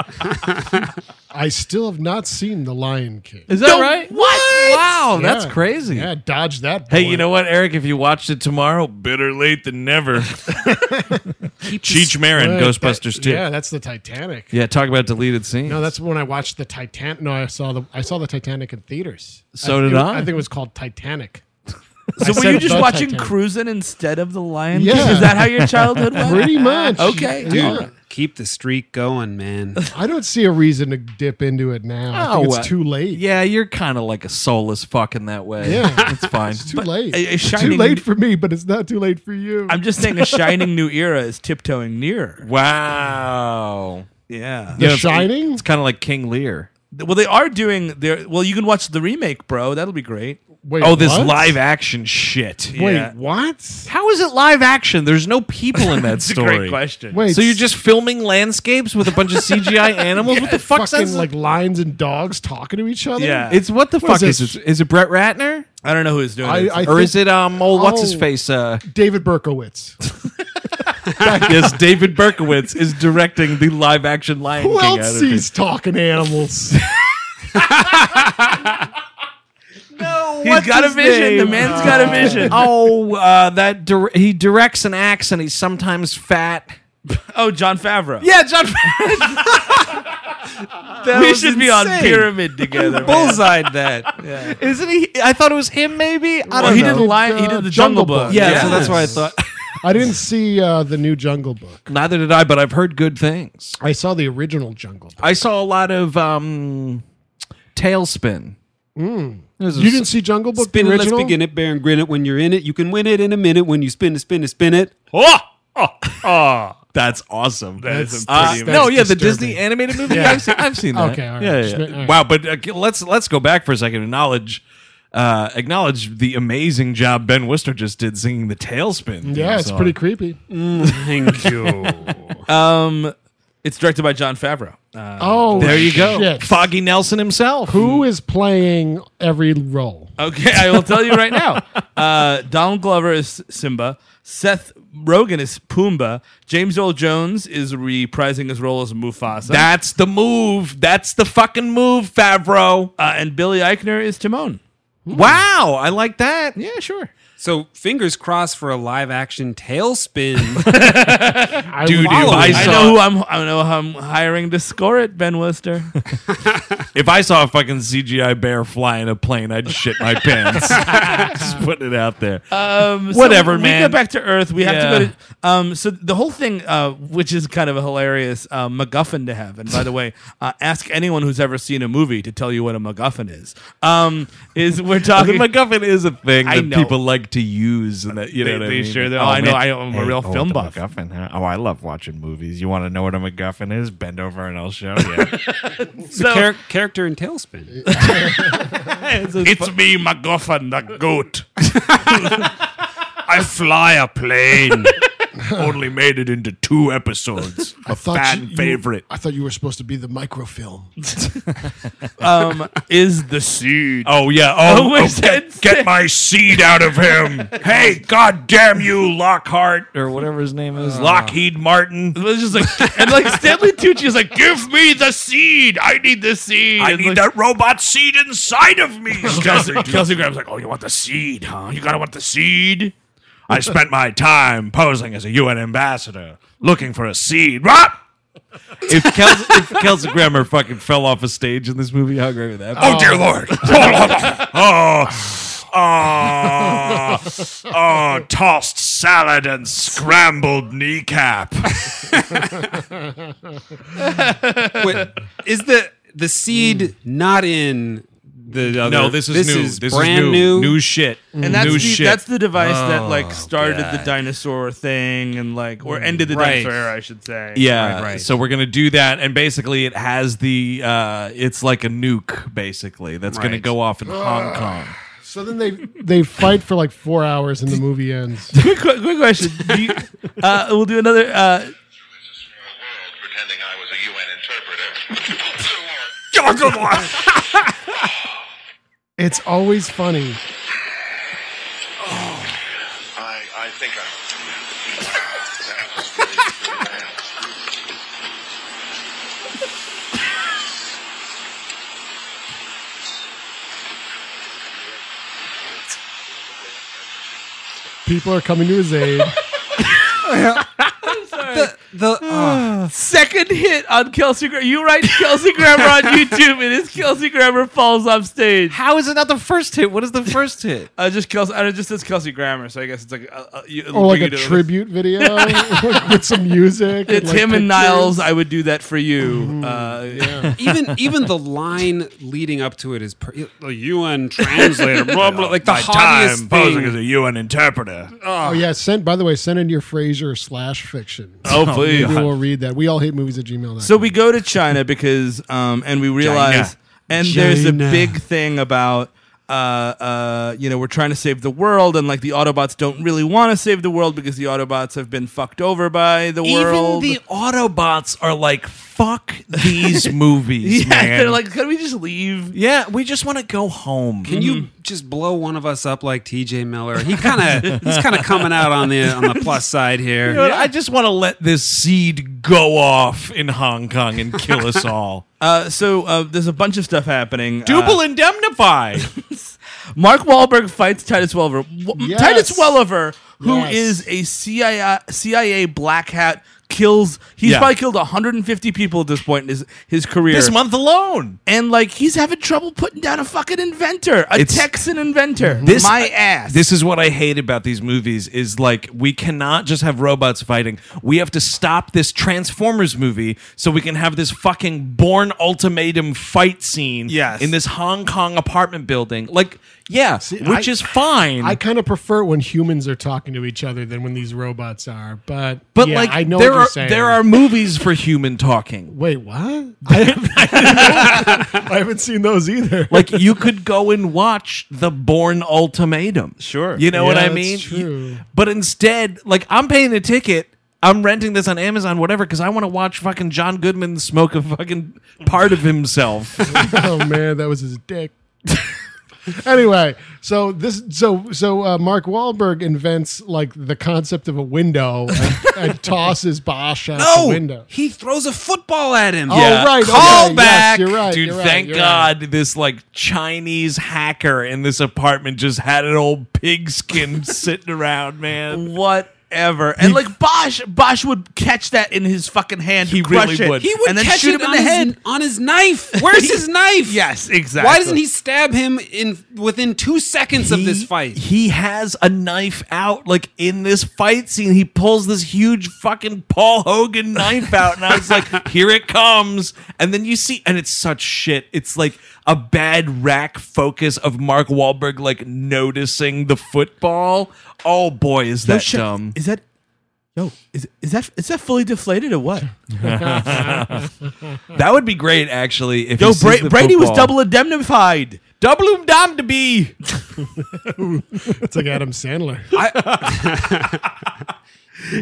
[SPEAKER 4] I still have not seen The Lion King.
[SPEAKER 3] Is that right? What?
[SPEAKER 17] Oh,
[SPEAKER 3] Wow,
[SPEAKER 4] Yeah.
[SPEAKER 3] that's crazy.
[SPEAKER 4] Yeah, dodge that.
[SPEAKER 3] Hey,
[SPEAKER 4] bullet.
[SPEAKER 3] you know what, Eric? If you watched it tomorrow,
[SPEAKER 2] Better late than never.
[SPEAKER 3] Cheech Marin,
[SPEAKER 4] Wait,
[SPEAKER 3] Ghostbusters
[SPEAKER 4] that-
[SPEAKER 3] too.
[SPEAKER 4] Yeah, that's the Titanic.
[SPEAKER 3] Yeah, talk about deleted scenes.
[SPEAKER 4] No, that's when I watched the Titanic. No, I saw the I saw the Titanic in theaters.
[SPEAKER 3] So
[SPEAKER 4] I
[SPEAKER 3] did
[SPEAKER 4] think-
[SPEAKER 3] I.
[SPEAKER 4] I think it was called Titanic.
[SPEAKER 17] So
[SPEAKER 4] I
[SPEAKER 17] were you
[SPEAKER 4] said
[SPEAKER 17] just
[SPEAKER 4] the
[SPEAKER 17] watching
[SPEAKER 4] Titanic.
[SPEAKER 17] Cruisin' instead of the Lion
[SPEAKER 4] Yeah.
[SPEAKER 17] King? Is that how your childhood went?
[SPEAKER 4] Pretty much.
[SPEAKER 17] Okay.
[SPEAKER 4] Yeah.
[SPEAKER 5] Dude, keep the streak going, man.
[SPEAKER 4] I don't see a reason to dip into it now. I think
[SPEAKER 17] Oh,
[SPEAKER 3] uh,
[SPEAKER 4] it's too late.
[SPEAKER 3] Yeah, you're kind of like a soulless fuck in that way.
[SPEAKER 4] Yeah.
[SPEAKER 3] it's fine.
[SPEAKER 4] It's too late.
[SPEAKER 17] a- a
[SPEAKER 4] it's too
[SPEAKER 17] shining-
[SPEAKER 4] late for me, but it's not too late for you.
[SPEAKER 17] I'm just saying, a shining new era is tiptoeing nearer.
[SPEAKER 3] wow.
[SPEAKER 17] Yeah.
[SPEAKER 4] the Shining.
[SPEAKER 3] It's kind of like King Lear.
[SPEAKER 17] Well, they are doing their. Well, you can watch the remake, bro. That'll be great.
[SPEAKER 4] Wait,
[SPEAKER 3] Oh, this
[SPEAKER 4] what?
[SPEAKER 3] live action shit.
[SPEAKER 4] Wait,
[SPEAKER 17] Yeah.
[SPEAKER 4] what?
[SPEAKER 3] How is it live action? There's no people in that
[SPEAKER 17] It's a
[SPEAKER 3] story.
[SPEAKER 17] great question.
[SPEAKER 4] Wait,
[SPEAKER 3] So you're just filming landscapes with a bunch of CGI animals? what the fuck's
[SPEAKER 4] fucking
[SPEAKER 3] that?
[SPEAKER 4] like lions and dogs talking to each other.
[SPEAKER 17] Yeah.
[SPEAKER 3] it's what the
[SPEAKER 4] What
[SPEAKER 3] fuck
[SPEAKER 4] is
[SPEAKER 3] is,
[SPEAKER 4] this?
[SPEAKER 3] it? Is it Brett Ratner?
[SPEAKER 17] I don't know who's doing
[SPEAKER 4] I,
[SPEAKER 17] it.
[SPEAKER 4] I
[SPEAKER 3] Or
[SPEAKER 4] think
[SPEAKER 3] is it um old what's his
[SPEAKER 4] Oh.
[SPEAKER 3] face? Uh
[SPEAKER 4] David Berkowitz?
[SPEAKER 3] yes, David Berkowitz is directing the live action Lion
[SPEAKER 4] Who
[SPEAKER 3] King.
[SPEAKER 4] else
[SPEAKER 3] adaptation.
[SPEAKER 4] sees talking animals?
[SPEAKER 17] He's got a vision. The man's got a vision.
[SPEAKER 3] oh, uh, that dir- he directs and acts, and he's sometimes fat.
[SPEAKER 17] Oh, John Favreau.
[SPEAKER 3] Yeah, John.
[SPEAKER 17] we should be on
[SPEAKER 3] pyramid.
[SPEAKER 17] Pyramid together. man.
[SPEAKER 5] Bullseyed that.
[SPEAKER 3] Isn't he? I thought it was him. Maybe I
[SPEAKER 17] Well,
[SPEAKER 3] don't
[SPEAKER 17] he
[SPEAKER 3] know.
[SPEAKER 17] did the lion. He
[SPEAKER 4] Uh,
[SPEAKER 17] did the Jungle Book.
[SPEAKER 3] yeah,
[SPEAKER 17] Yes.
[SPEAKER 3] so that's why I thought.
[SPEAKER 4] I didn't see uh, the new Jungle Book.
[SPEAKER 3] Neither did I, but I've heard good things.
[SPEAKER 4] I saw the original Jungle Book.
[SPEAKER 3] I saw a lot of um, Tailspin. Mm.
[SPEAKER 4] You didn't see Jungle Book
[SPEAKER 5] Spin
[SPEAKER 4] the
[SPEAKER 5] it, let's
[SPEAKER 4] original?
[SPEAKER 5] begin it, bear and grin it. When you're in it, you can win it in a minute. When you spin it, spin it, spin it.
[SPEAKER 4] Oh!
[SPEAKER 3] That's awesome.
[SPEAKER 4] That's,
[SPEAKER 3] Uh,
[SPEAKER 4] that's
[SPEAKER 3] no, yeah, the
[SPEAKER 4] disturbing.
[SPEAKER 3] Disney animated movie.
[SPEAKER 4] Yeah.
[SPEAKER 3] I've, seen, I've seen that.
[SPEAKER 4] Okay, all right.
[SPEAKER 3] Yeah,
[SPEAKER 4] Just
[SPEAKER 3] yeah.
[SPEAKER 4] ma- all right.
[SPEAKER 3] Wow, but uh, let's let's go back for a second. Acknowledge, uh, acknowledge the amazing job Ben Wister just did singing the Tailspin. theme
[SPEAKER 4] Yeah, it's
[SPEAKER 3] song.
[SPEAKER 4] pretty creepy.
[SPEAKER 5] Thank you.
[SPEAKER 17] Um, it's directed by John Favreau. Uh,
[SPEAKER 4] Oh,
[SPEAKER 3] There you go,
[SPEAKER 4] shit.
[SPEAKER 3] Foggy Nelson himself.
[SPEAKER 4] Who is playing every role?
[SPEAKER 17] okay, I will tell you right now. Uh, Donald Glover is Simba. Seth Rogen is Pumbaa. James Earl Jones is reprising his role as Mufasa.
[SPEAKER 3] That's the move. That's the fucking move, Favreau.
[SPEAKER 17] uh, and Billy Eichner is Timon.
[SPEAKER 2] Wow, I like that.
[SPEAKER 17] Yeah, sure.
[SPEAKER 5] So fingers crossed for a live action tailspin.
[SPEAKER 17] Dude, I, know who I'm. I know who I'm hiring to score it, Ben Worcester.
[SPEAKER 3] If I saw a fucking CGI bear fly in a plane, I'd shit my pants. Just putting it out there.
[SPEAKER 4] Uh,
[SPEAKER 17] Um, so
[SPEAKER 3] Whatever,
[SPEAKER 17] when
[SPEAKER 3] man.
[SPEAKER 17] We get back to Earth. We have
[SPEAKER 3] Yeah.
[SPEAKER 17] to go to. Um, so the whole thing, uh, which is kind of a hilarious uh, MacGuffin to have, and by the way, uh, ask anyone who's ever seen a movie to tell you what a MacGuffin is. Um, is we're
[SPEAKER 3] The
[SPEAKER 17] talking
[SPEAKER 3] MacGuffin is a thing
[SPEAKER 17] I
[SPEAKER 3] that
[SPEAKER 17] know.
[SPEAKER 3] people like to use, and that you know
[SPEAKER 17] They-
[SPEAKER 3] what I
[SPEAKER 17] they
[SPEAKER 3] mean?
[SPEAKER 17] sure do. Oh, I know.
[SPEAKER 27] man.
[SPEAKER 17] I am a real
[SPEAKER 27] oh,
[SPEAKER 17] film
[SPEAKER 27] the
[SPEAKER 17] buff.
[SPEAKER 27] MacGuffin, huh? Oh, I love watching movies. You want to know what a MacGuffin is? Bend over and I'll show you.
[SPEAKER 5] It's a char- character in Tailspin.
[SPEAKER 25] it's me, MacGuffin, the goat. I fly a plane. Only made it into two episodes. A fan favorite.
[SPEAKER 4] I thought you were supposed to be the microfilm.
[SPEAKER 17] um, is the
[SPEAKER 25] seed.
[SPEAKER 3] Oh yeah.
[SPEAKER 25] Oh, get, get my seed out of him. hey, god damn you, Lockhart.
[SPEAKER 3] Or whatever his name is.
[SPEAKER 25] Lockheed Martin. It
[SPEAKER 17] was just like and like Stanley Tucci is like,
[SPEAKER 25] give me the seed. I need the seed. I need that robot seed inside of me. Kelsey, Kelsey Graham's like, oh, you want the seed, huh? You gotta want the seed. I spent my time posing as a UN ambassador, looking for a seed. Rah!
[SPEAKER 3] if Kelsey, if Kelsey Grammer fucking fell off a stage in this movie, how great would that? be?
[SPEAKER 25] Oh, dear lord! oh, oh, oh, tossed salad and scrambled kneecap.
[SPEAKER 5] Wait, is the the seed
[SPEAKER 3] Hmm.
[SPEAKER 5] not in the other?
[SPEAKER 3] No, this is new. This is
[SPEAKER 5] brand
[SPEAKER 3] new.
[SPEAKER 5] new.
[SPEAKER 3] New shit.
[SPEAKER 17] and that's
[SPEAKER 3] New
[SPEAKER 17] the,
[SPEAKER 3] shit.
[SPEAKER 17] that's the device that
[SPEAKER 3] Oh,
[SPEAKER 17] like started the
[SPEAKER 3] God.
[SPEAKER 17] dinosaur thing and like or ended the
[SPEAKER 3] Right.
[SPEAKER 17] dinosaur era, I should say.
[SPEAKER 3] Yeah. So we're gonna do that, and basically, it has the. uh It's like a nuke, basically, that's gonna
[SPEAKER 4] Right.
[SPEAKER 3] go off in Hong Kong.
[SPEAKER 4] So then they they fight for like four hours and the movie ends.
[SPEAKER 17] quick, quick, quick question. Do you, uh, we'll do another. Uh,
[SPEAKER 4] It's always funny.
[SPEAKER 28] I, I think I.
[SPEAKER 4] People are coming to his aid.
[SPEAKER 17] the second hit on Kelsey. Gra- you write Kelsey Grammer on YouTube, and his Kelsey Grammer falls off stage.
[SPEAKER 2] How is it not the first hit? What is the first hit?
[SPEAKER 17] Uh, just Kelsey. I do just says Kelsey Grammer, so I guess it's like uh, uh, you,
[SPEAKER 4] or like
[SPEAKER 17] you
[SPEAKER 4] a
[SPEAKER 17] do-
[SPEAKER 4] tribute video with some music.
[SPEAKER 17] It's
[SPEAKER 4] like,
[SPEAKER 17] him and
[SPEAKER 4] pictures. Mm-hmm.
[SPEAKER 17] Niles. I would do that for you. Uh, yeah.
[SPEAKER 5] even even the line leading up to it is per- the UN translator. Blah blah. Like the
[SPEAKER 25] My
[SPEAKER 5] haughtiest
[SPEAKER 25] time
[SPEAKER 5] thing.
[SPEAKER 25] posing as a UN interpreter.
[SPEAKER 4] Oh yeah, send by the way, send in your Frasier slash fiction.
[SPEAKER 17] Oh, please.
[SPEAKER 4] Maybe we'll read that. We all hate movies at gmail.
[SPEAKER 17] So we go to China because, um, and we realize,
[SPEAKER 4] China.
[SPEAKER 17] and there's a
[SPEAKER 4] China.
[SPEAKER 17] big thing about, uh, uh, you know, we're trying to save the world, and like the Autobots don't really want to save the world because the Autobots have been fucked over by the world.
[SPEAKER 3] Even the Autobots are like, fuck these movies,
[SPEAKER 17] yeah,
[SPEAKER 3] man.
[SPEAKER 17] they're like, can we just leave?
[SPEAKER 3] yeah, we just want to go home.
[SPEAKER 5] Can you just blow one of us up like T.J. Miller? He kind of he's kind of coming out on the on the plus side here.
[SPEAKER 3] You know what, I just want to let this seed go off in Hong Kong and kill us all.
[SPEAKER 4] Uh-huh.
[SPEAKER 17] Uh, so uh, there's a bunch of stuff happening.
[SPEAKER 3] Double
[SPEAKER 17] uh,
[SPEAKER 3] indemnify.
[SPEAKER 17] Mark Wahlberg fights Titus Welliver. W-
[SPEAKER 3] Yes.
[SPEAKER 17] Titus Welliver, who
[SPEAKER 3] Yes.
[SPEAKER 17] is a CIA, CIA black hat, kills. He's
[SPEAKER 3] Yeah.
[SPEAKER 17] probably killed 150 people at this point in his, his career.
[SPEAKER 3] This month alone.
[SPEAKER 17] And, like, he's having trouble putting down a fucking inventor, a
[SPEAKER 3] It's-
[SPEAKER 17] Texan inventor.
[SPEAKER 3] This-
[SPEAKER 17] My ass.
[SPEAKER 3] This is what I hate about these movies is like we cannot just have robots fighting. We have to stop this Transformers movie so we can have this fucking Born Ultimatum fight scene
[SPEAKER 17] Yes.
[SPEAKER 3] in this Hong Kong apartment building. Like, yeah, which
[SPEAKER 4] I-
[SPEAKER 3] is fine.
[SPEAKER 4] I kind of prefer it when humans are talking to each other than when these robots are. But
[SPEAKER 3] but
[SPEAKER 4] yeah,
[SPEAKER 3] like
[SPEAKER 4] I know
[SPEAKER 3] there
[SPEAKER 4] what
[SPEAKER 3] are
[SPEAKER 4] you're saying.
[SPEAKER 3] there are movies for human talking.
[SPEAKER 4] Wait, what? I haven't, I haven't seen those either.
[SPEAKER 3] Like you could go and watch the Born Ultimatum.
[SPEAKER 17] Sure.
[SPEAKER 3] You know what
[SPEAKER 4] Yeah,
[SPEAKER 3] I
[SPEAKER 4] that's
[SPEAKER 3] mean?
[SPEAKER 4] true.
[SPEAKER 3] But instead, like I'm paying a ticket, I'm renting this on Amazon, whatever, because I want to watch fucking John Goodman smoke a fucking part of himself.
[SPEAKER 4] oh man, that was his dick. anyway, so this, so so uh, Mark Wahlberg invents like the concept of a window and, and tosses Bosch out the window.
[SPEAKER 5] he throws a football at him.
[SPEAKER 4] Oh, Yeah. right,
[SPEAKER 3] Call
[SPEAKER 4] okay, yes,
[SPEAKER 3] back.
[SPEAKER 4] you're right,
[SPEAKER 3] Dude,
[SPEAKER 4] you're right,
[SPEAKER 3] thank
[SPEAKER 4] you're
[SPEAKER 3] God this like Chinese hacker in this apartment just had an old pigskin sitting around, man.
[SPEAKER 17] Whatever. And like Bosch, Bosch would catch that in his fucking hand. He
[SPEAKER 3] really would.
[SPEAKER 5] He would
[SPEAKER 17] and then
[SPEAKER 5] catch
[SPEAKER 17] shoot
[SPEAKER 5] it
[SPEAKER 17] him
[SPEAKER 5] on
[SPEAKER 17] in the
[SPEAKER 5] his,
[SPEAKER 17] head.
[SPEAKER 5] on his knife. Where's his knife?
[SPEAKER 17] Yes, exactly.
[SPEAKER 5] Why doesn't he stab him in within two seconds of this fight?
[SPEAKER 3] He has a knife out, like in this fight scene. He pulls this huge fucking Paul Hogan knife out, and I was like, "Here it comes!" And then you see, and it's such shit. It's like a bad rack focus of Mark Wahlberg, like noticing the football. Oh boy, is
[SPEAKER 17] Yo,
[SPEAKER 3] that
[SPEAKER 17] shit,
[SPEAKER 3] dumb?
[SPEAKER 17] Is that yo? Is is that is that fully deflated or what?
[SPEAKER 3] that would be great, actually. If
[SPEAKER 17] Yo,
[SPEAKER 3] he sees
[SPEAKER 17] Bra-
[SPEAKER 3] the
[SPEAKER 17] Brady was
[SPEAKER 3] football.
[SPEAKER 17] double indemnified.
[SPEAKER 3] Double indemned to be.
[SPEAKER 4] It's like Adam Sandler.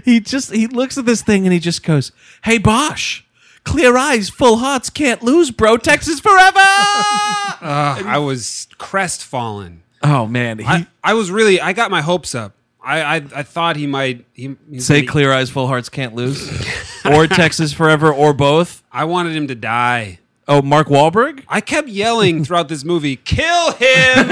[SPEAKER 3] he just he looks at this thing and he just goes, "Hey Bosh, clear eyes, full hearts, can't lose, bro. Texas forever."
[SPEAKER 5] Ugh, I was crestfallen.
[SPEAKER 3] oh man, he,
[SPEAKER 5] I, I was really I got my hopes up. I I, I thought he might he, he-
[SPEAKER 3] say clear eyes, full hearts, can't lose, or Texas forever, or both.
[SPEAKER 5] I wanted him to die.
[SPEAKER 3] Oh, Mark Wahlberg.
[SPEAKER 5] I kept yelling throughout this movie, "Kill him!"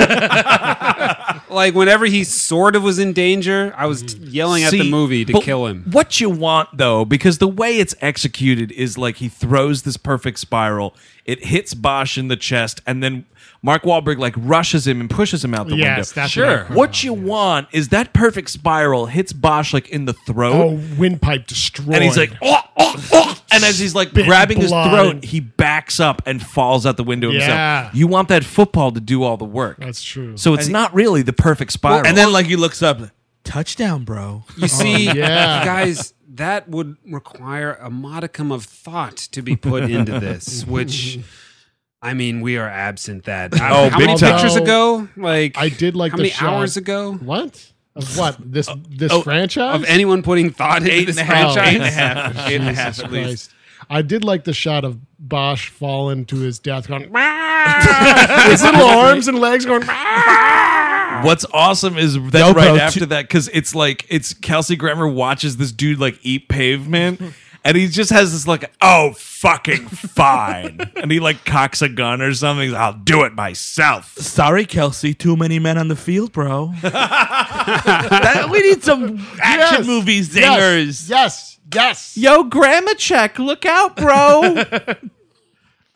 [SPEAKER 5] like whenever he sort of was in danger, I was t-
[SPEAKER 4] Mm.
[SPEAKER 5] yelling at the
[SPEAKER 3] See,
[SPEAKER 5] movie to
[SPEAKER 3] but
[SPEAKER 5] kill him.
[SPEAKER 3] What you want though, because the way it's executed is like he throws this perfect spiral, it hits Bosch in the chest, and then Mark Wahlberg like rushes him and pushes him out the window.
[SPEAKER 4] Yes, that's what I'm Sure. talking
[SPEAKER 3] What you want is that perfect spiral hits Bosch like in the throat.
[SPEAKER 4] Oh, windpipe destroyed.
[SPEAKER 3] And he's like, oh, oh, oh. and as he's like
[SPEAKER 4] Spit
[SPEAKER 3] grabbing his
[SPEAKER 4] blood
[SPEAKER 3] throat,
[SPEAKER 4] and-
[SPEAKER 3] he backs up and falls out the window
[SPEAKER 4] Yeah.
[SPEAKER 3] himself. You want that football to do all the work.
[SPEAKER 4] that's true.
[SPEAKER 3] so it's not really the perfect spiral.
[SPEAKER 17] And then like he looks up, like, touchdown, bro.
[SPEAKER 5] You see,
[SPEAKER 4] Oh, yeah.
[SPEAKER 5] guys, that would require a modicum of thought to be put into this, which I mean, we are absent that. How,
[SPEAKER 3] Oh,
[SPEAKER 5] how
[SPEAKER 3] big
[SPEAKER 5] many
[SPEAKER 4] time.
[SPEAKER 5] pictures ago? Like
[SPEAKER 4] I did like
[SPEAKER 5] how
[SPEAKER 4] the
[SPEAKER 5] many
[SPEAKER 4] shot.
[SPEAKER 5] hours ago
[SPEAKER 4] What? Of what? This this
[SPEAKER 5] Oh,
[SPEAKER 4] franchise?
[SPEAKER 5] of anyone putting thought into this
[SPEAKER 4] half.
[SPEAKER 5] franchise?
[SPEAKER 4] Eight and a
[SPEAKER 17] half. Eight and a half at least.
[SPEAKER 4] Christ. I did like the shot of Bosch falling to his death, going
[SPEAKER 3] his
[SPEAKER 4] little arms and legs going.
[SPEAKER 3] What's awesome is that
[SPEAKER 17] Yo,
[SPEAKER 3] right
[SPEAKER 17] bro,
[SPEAKER 3] after
[SPEAKER 17] two-
[SPEAKER 3] that, because it's like it's Kelsey Grammer watches this dude like eat pavement, and he just has this like, oh fucking fine, and he like cocks a gun or something. He's like, I'll do it myself.
[SPEAKER 17] Sorry, Kelsey. Too many men on the field, bro. That- we need some action
[SPEAKER 4] Yes.
[SPEAKER 17] movie
[SPEAKER 4] Yes,
[SPEAKER 17] zingers.
[SPEAKER 4] yes, yes.
[SPEAKER 3] Yo, Grandma check, look out, bro.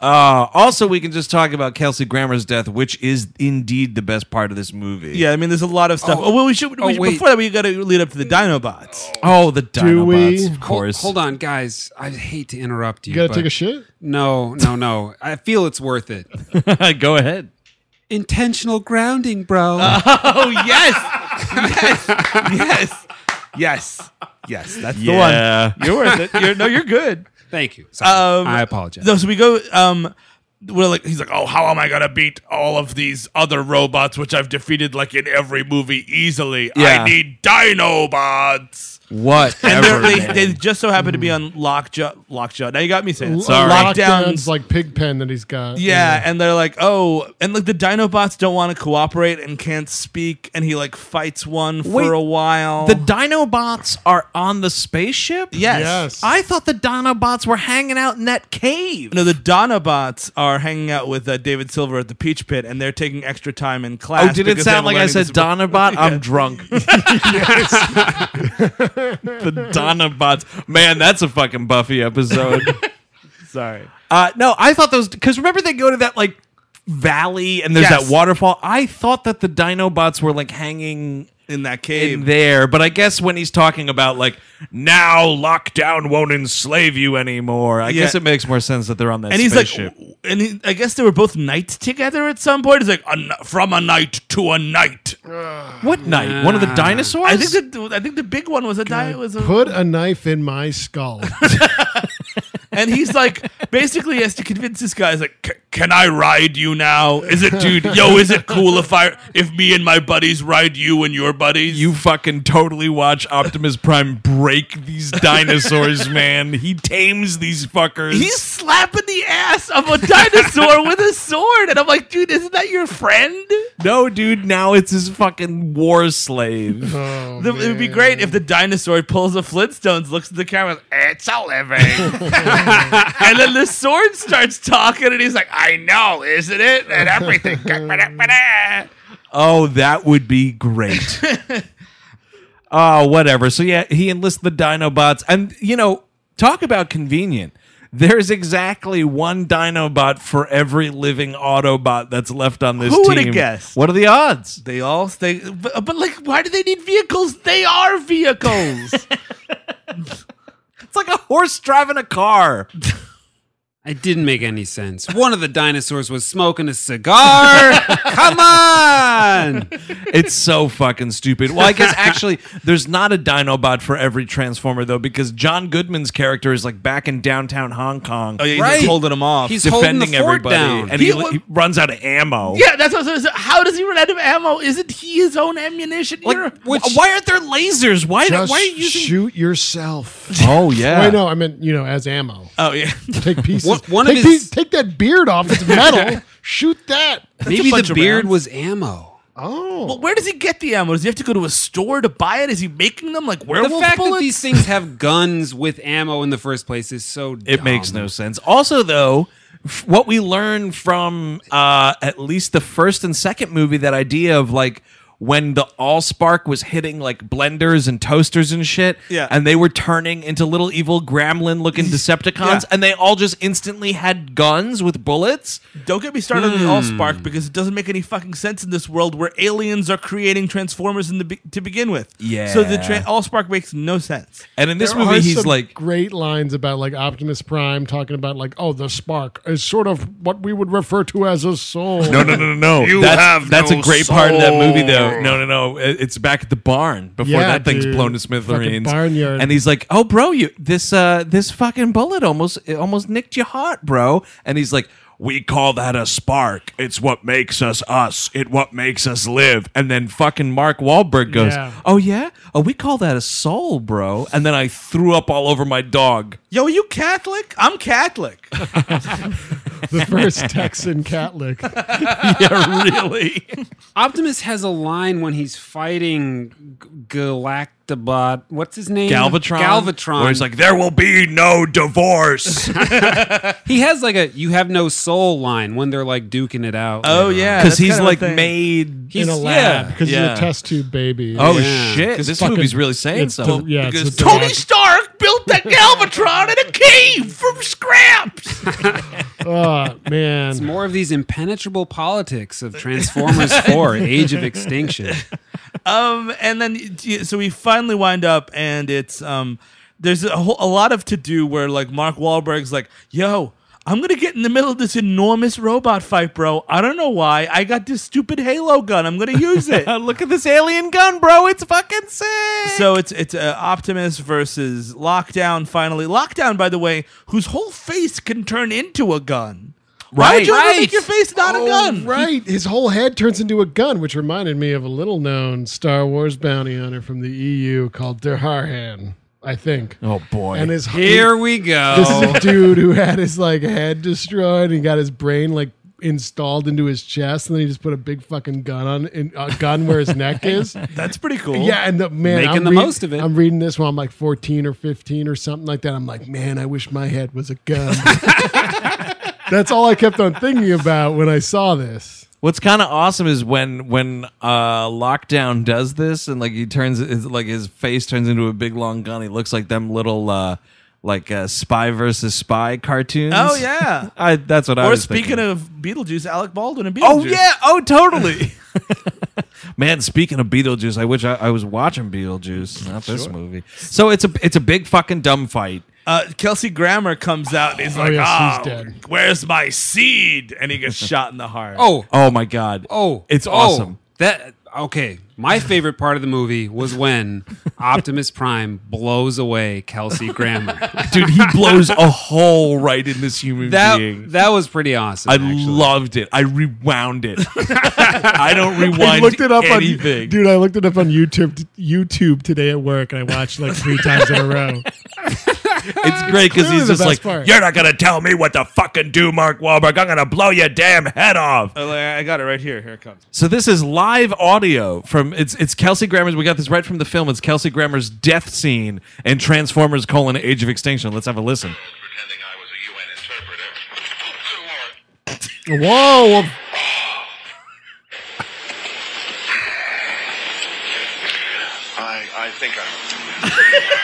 [SPEAKER 3] Uh, also, we can just talk about Kelsey Grammer's death, which is indeed the best part of this movie.
[SPEAKER 17] Yeah, I mean, there's a lot of stuff.
[SPEAKER 5] Oh.
[SPEAKER 17] Oh, well, we should.
[SPEAKER 5] Oh,
[SPEAKER 17] we should
[SPEAKER 5] wait.
[SPEAKER 17] before that, we got to lead up to the Dinobots.
[SPEAKER 3] Oh, the Dinobots,
[SPEAKER 4] we-
[SPEAKER 3] of
[SPEAKER 5] Hol-
[SPEAKER 3] course.
[SPEAKER 5] Hold, on, guys. I hate to interrupt you.
[SPEAKER 4] You gotta
[SPEAKER 5] but
[SPEAKER 4] take a shit.
[SPEAKER 5] No, no, no. I feel it's worth it.
[SPEAKER 3] Go ahead.
[SPEAKER 5] Intentional grounding, bro.
[SPEAKER 3] Uh,
[SPEAKER 17] Oh yes, yes, yes, yes, yes. That's
[SPEAKER 3] Yeah.
[SPEAKER 17] the one. You're worth it. You're, no, you're good.
[SPEAKER 5] Thank you. Sorry.
[SPEAKER 17] Um,
[SPEAKER 5] I apologize.
[SPEAKER 17] No, so we go. Um, we're like, he's like,
[SPEAKER 25] Oh, how am I gonna beat all of these other robots which I've defeated like in every movie easily?
[SPEAKER 3] Yeah.
[SPEAKER 25] I need Dinobots.
[SPEAKER 3] What?
[SPEAKER 17] and they're- they, they just so happen to be on lockjaw. Lockjaw. Now you got me saying it.
[SPEAKER 4] Lockdown's
[SPEAKER 17] lockdowns.
[SPEAKER 4] like pig pen that he's got.
[SPEAKER 17] yeah, and they're like, oh, and like the Dinobots don't want to cooperate and can't speak, and he like fights one for
[SPEAKER 3] Wait,
[SPEAKER 17] a while.
[SPEAKER 3] The Dinobots are on the spaceship?
[SPEAKER 17] yes.
[SPEAKER 4] Yes.
[SPEAKER 3] I thought the Dinobots were hanging out in that cave.
[SPEAKER 17] No, the Donabots are hanging out with uh, David Silver at the Peach Pit, and they're taking extra time in class.
[SPEAKER 3] oh, did it
[SPEAKER 17] because
[SPEAKER 3] sound
[SPEAKER 17] they're
[SPEAKER 3] like I
[SPEAKER 17] learning
[SPEAKER 3] said
[SPEAKER 17] this-
[SPEAKER 3] Donabot? I'm drunk. the Donabots. Man, that's a fucking Buffy episode.
[SPEAKER 17] Sorry.
[SPEAKER 3] Uh, no, I thought those because remember they go to that like valley and there's
[SPEAKER 17] Yes.
[SPEAKER 3] that waterfall. I thought that the Dinobots were like hanging
[SPEAKER 17] In that cave.
[SPEAKER 3] in there, but I guess when he's talking about like now
[SPEAKER 25] Lockdown won't enslave you anymore.
[SPEAKER 3] I
[SPEAKER 25] I
[SPEAKER 3] guess
[SPEAKER 17] Yeah.
[SPEAKER 3] it makes more sense that they're on that
[SPEAKER 17] and he's
[SPEAKER 3] spaceship.
[SPEAKER 17] like, w- and he, I guess they were both nights together at some point. He's like, a, n-
[SPEAKER 25] from a night to a night.
[SPEAKER 3] What night? One of the dinosaurs?
[SPEAKER 17] I think the I think the big one was a guy was a,
[SPEAKER 4] Put a knife in my skull.
[SPEAKER 17] and he's like basically he has to convince this guy. He's like, "C- "Can I ride you now? Is it, dude? Yo, is it cool if I if me and my buddies ride you and your buddies?
[SPEAKER 3] You fucking totally watch Optimus Prime break these dinosaurs, man. He tames these fuckers.
[SPEAKER 17] He's slapping the ass of a dinosaur with a sword, and I'm like, dude, isn't that your friend?
[SPEAKER 3] no, dude. Now it's his fucking war slave. Oh,
[SPEAKER 17] The- it would be great if the dinosaur pulls a Flintstones, looks at the camera, it's a living. and then the sword starts talking, and he's like, I know, isn't it? And everything.
[SPEAKER 3] Oh, that would be great. oh, whatever. So yeah, he enlists the Dinobots, and you know, talk about convenient. There's exactly one Dinobot for every living Autobot that's left on this
[SPEAKER 17] Who
[SPEAKER 3] team.
[SPEAKER 17] would've guessed?
[SPEAKER 3] What are the odds?
[SPEAKER 17] They all stay. But, but like, why do they need vehicles? They are vehicles.
[SPEAKER 3] it's like a horse driving a car.
[SPEAKER 5] It didn't make any sense. One of the dinosaurs was smoking a cigar. Come on.
[SPEAKER 3] it's so fucking stupid. Well, I guess actually, there's not a Dinobot for every Transformer though, because John Goodman's character is like back in downtown Hong Kong.
[SPEAKER 17] Oh, yeah, he's just Right. holding 'em off. He's
[SPEAKER 3] defending
[SPEAKER 17] holding the fort
[SPEAKER 3] everybody,
[SPEAKER 17] down.
[SPEAKER 3] and he,
[SPEAKER 17] He
[SPEAKER 3] li-
[SPEAKER 17] wa-
[SPEAKER 3] he runs out of ammo.
[SPEAKER 17] yeah, that's what I was saying. How does he run out of ammo? Isn't he his own ammunition? You're-
[SPEAKER 3] why aren't there lasers? Why?
[SPEAKER 4] Just
[SPEAKER 3] why are you using?
[SPEAKER 4] shoot yourself?
[SPEAKER 3] Oh, yeah.
[SPEAKER 4] Wait, no, I meant you know as ammo.
[SPEAKER 17] Oh yeah.
[SPEAKER 4] Take pieces.
[SPEAKER 5] Uh, One- one of
[SPEAKER 4] take,
[SPEAKER 5] his-
[SPEAKER 4] pe- take that beard off. It's metal. Shoot that.
[SPEAKER 5] Maybe the beard was ammo.
[SPEAKER 4] Oh.
[SPEAKER 17] Well, where does he get the ammo? Does he have to go to a store to buy it? Is he making them like
[SPEAKER 5] The
[SPEAKER 17] werewolf
[SPEAKER 5] fact
[SPEAKER 17] bullets?
[SPEAKER 5] that these things have guns with ammo in the first place is so
[SPEAKER 3] It
[SPEAKER 5] dumb.
[SPEAKER 3] makes no sense. Also, though, f- what we learn from uh, at least the first and second movie, that idea of like when the AllSpark was hitting like blenders and toasters and shit,
[SPEAKER 17] Yeah.
[SPEAKER 3] and they were turning into little evil gremlin-looking Decepticons, and they all just instantly had guns with bullets.
[SPEAKER 17] Don't get me started on the AllSpark because it doesn't make any fucking sense in this world where aliens are creating transformers in the be- to begin with.
[SPEAKER 3] Yeah.
[SPEAKER 17] So the tra- AllSpark makes no sense.
[SPEAKER 3] And in this
[SPEAKER 4] There
[SPEAKER 3] movie,
[SPEAKER 4] are
[SPEAKER 3] he's
[SPEAKER 4] some
[SPEAKER 3] like,
[SPEAKER 4] great lines about like Optimus Prime talking about like, oh, the spark is sort of what we would refer to as a soul.
[SPEAKER 3] No, no, no, no, no. that's, that's a great part of that movie, though. No, no, no. It- It's back at the barn before
[SPEAKER 4] Yeah,
[SPEAKER 3] that thing's
[SPEAKER 4] dude.
[SPEAKER 3] blown to
[SPEAKER 4] Fucking
[SPEAKER 3] smithereens.
[SPEAKER 4] barnyard.
[SPEAKER 3] And he's like, "Oh, bro, you this uh this fucking bullet almost it almost nicked your heart, bro." And he's like. We call that a spark. It's what makes us us. It what makes us live. And then fucking Mark Wahlberg goes,
[SPEAKER 4] Yeah.
[SPEAKER 3] "Oh yeah, oh we call that a soul, bro." And then I threw up all over my dog.
[SPEAKER 17] Yo, are you Catholic? I'm Catholic.
[SPEAKER 4] The first Texan Catholic.
[SPEAKER 3] yeah, really.
[SPEAKER 5] Optimus has a line when he's fighting G- Galactabot. What's his name?
[SPEAKER 3] Galvatron.
[SPEAKER 5] Galvatron.
[SPEAKER 3] Where he's like, "There will be no divorce."
[SPEAKER 5] he has like a "you have no soul" line when they're like duking it out.
[SPEAKER 3] Oh,
[SPEAKER 5] later on.
[SPEAKER 3] yeah, 'Cause that's he's, kind of a like, thing. made-
[SPEAKER 5] He's-
[SPEAKER 4] in a
[SPEAKER 5] yeah,
[SPEAKER 4] lab because
[SPEAKER 5] yeah.
[SPEAKER 4] he's a test tube baby.
[SPEAKER 3] Oh, shit.
[SPEAKER 4] It's
[SPEAKER 3] This
[SPEAKER 4] fucking-
[SPEAKER 3] movie's really saying
[SPEAKER 4] it's
[SPEAKER 3] something.
[SPEAKER 4] de- yeah,
[SPEAKER 3] Because
[SPEAKER 4] it's a
[SPEAKER 17] Tony
[SPEAKER 4] dog.
[SPEAKER 17] Stark built that Galvatron in a cave from scraps.
[SPEAKER 4] Oh
[SPEAKER 5] It's
[SPEAKER 4] man.
[SPEAKER 5] more of these impenetrable politics of Transformers 4, Age of Extinction.
[SPEAKER 17] um, and then so we finally wind up, and it's um, there's a whole a lot of to do where like Mark Wahlberg's like, yo. I'm gonna get in the middle of this enormous robot fight, bro. I don't know why. I got this stupid Halo gun. I'm gonna use it.
[SPEAKER 3] Look at this alien gun, bro. It's fucking sick.
[SPEAKER 17] So it's it's uh, Optimus versus Lockdown. Finally, Lockdown, by the way, whose whole face can turn into a gun. Why would you ever make your face not a gun?
[SPEAKER 4] Right, his whole head turns into a gun, which reminded me of a little-known Star Wars bounty hunter from the EU called Derharhan, I think.
[SPEAKER 3] Oh boy.
[SPEAKER 4] And his
[SPEAKER 5] Here we go.
[SPEAKER 4] This is a dude who had his like head destroyed and got his brain like installed into his chest, and then he just put a big fucking gun on in, a gun where his neck is.
[SPEAKER 17] That's pretty cool.
[SPEAKER 4] Yeah, and the, man,
[SPEAKER 5] Making
[SPEAKER 4] I'm
[SPEAKER 5] the
[SPEAKER 4] read-
[SPEAKER 5] most of it.
[SPEAKER 4] I'm reading this while I'm like 14 or 15 or something like that. I'm like, man, I wish my head was a gun. That's all I kept on thinking about when I saw this.
[SPEAKER 3] What's kind of awesome is when when uh, Lockdown does this and like he turns his, like his face turns into a big long gun. He looks like them little uh, like uh, spy versus spy cartoons.
[SPEAKER 17] Oh yeah.
[SPEAKER 3] I, that's what I
[SPEAKER 17] or
[SPEAKER 3] was
[SPEAKER 17] speaking
[SPEAKER 3] thinking.
[SPEAKER 17] of Beetlejuice, Alec Baldwin and Beetlejuice.
[SPEAKER 3] Oh yeah! Oh totally. Man, speaking of Beetlejuice, I wish I, I was watching Beetlejuice, not this movie. So it's a it's a big fucking dumb fight.
[SPEAKER 17] Uh, Kelsey Grammer comes out and he's like,
[SPEAKER 4] yes,
[SPEAKER 17] "Ah,
[SPEAKER 2] oh.
[SPEAKER 4] he's Oh, dead."
[SPEAKER 17] where's my seed?" And he gets shot in the heart.
[SPEAKER 5] Oh,
[SPEAKER 3] Oh my god!
[SPEAKER 5] oh.
[SPEAKER 3] It's
[SPEAKER 5] oh,
[SPEAKER 3] awesome.
[SPEAKER 5] That okay, my favorite part of the movie was when Optimus Prime blows away Kelsey Grammer.
[SPEAKER 3] Dude, he blows a hole right in this human
[SPEAKER 5] that,
[SPEAKER 3] being.
[SPEAKER 5] That was pretty awesome.
[SPEAKER 3] I loved it. I rewound it. I don't rewind
[SPEAKER 4] looked it up
[SPEAKER 3] anything.
[SPEAKER 4] on dude. I looked it up on YouTube YouTube today at work, and I watched like three times in a row.
[SPEAKER 3] it's great because
[SPEAKER 4] clearly
[SPEAKER 3] he's
[SPEAKER 4] the
[SPEAKER 3] just
[SPEAKER 4] best
[SPEAKER 3] like,
[SPEAKER 4] part.
[SPEAKER 25] You're not gonna tell me what to fucking do, Mark Wahlberg. I'm gonna blow your damn head off.
[SPEAKER 17] Oh, I got it right here. Here it comes.
[SPEAKER 3] So this is live audio from it's it's Kelsey Grammer's. We got this right from the film. It's Kelsey Grammer's death scene and Transformers: colon Age of Extinction. Let's have a listen.
[SPEAKER 4] Whoa! well,
[SPEAKER 28] I, I think I'm.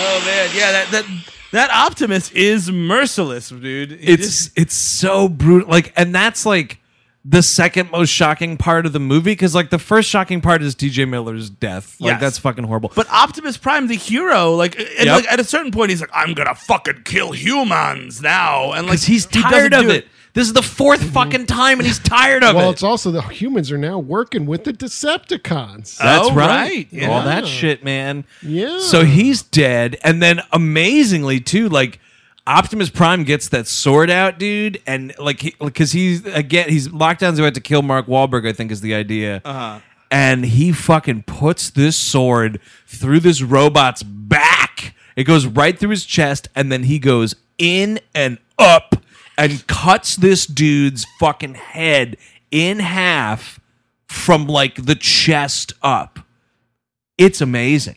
[SPEAKER 17] Oh man, yeah, that that that Optimus is merciless, dude. He
[SPEAKER 3] It's
[SPEAKER 17] just-
[SPEAKER 3] it's so brutal. Like, and that's like the second most shocking part of the movie because like the first shocking part is DJ Miller's death. Like
[SPEAKER 17] Yes.
[SPEAKER 3] that's fucking horrible.
[SPEAKER 17] but Optimus Prime, the hero, like,
[SPEAKER 3] Yep.
[SPEAKER 17] and like at a certain point, he's like, "I'm gonna fucking kill humans now," and like
[SPEAKER 3] 'Cause he's
[SPEAKER 17] he doesn't
[SPEAKER 3] tired of
[SPEAKER 17] do Mm-hmm.
[SPEAKER 3] it. This is the fourth fucking time, and he's tired of it.
[SPEAKER 4] it's also the humans are now working with the Decepticons.
[SPEAKER 3] That's
[SPEAKER 4] Oh,
[SPEAKER 3] right.
[SPEAKER 4] yeah.
[SPEAKER 3] All that shit, man.
[SPEAKER 4] Yeah.
[SPEAKER 3] So he's dead, and then amazingly too, like Optimus Prime gets that sword out, dude, and like he, like, cause he's again he's lockdown's about to kill Mark Wahlberg, I think is the idea.
[SPEAKER 17] Uh-huh.
[SPEAKER 3] And he fucking puts this sword through this robot's back. It goes right through his chest, and then he goes in and up and cuts this dude's fucking head in half from like the chest up. It's amazing.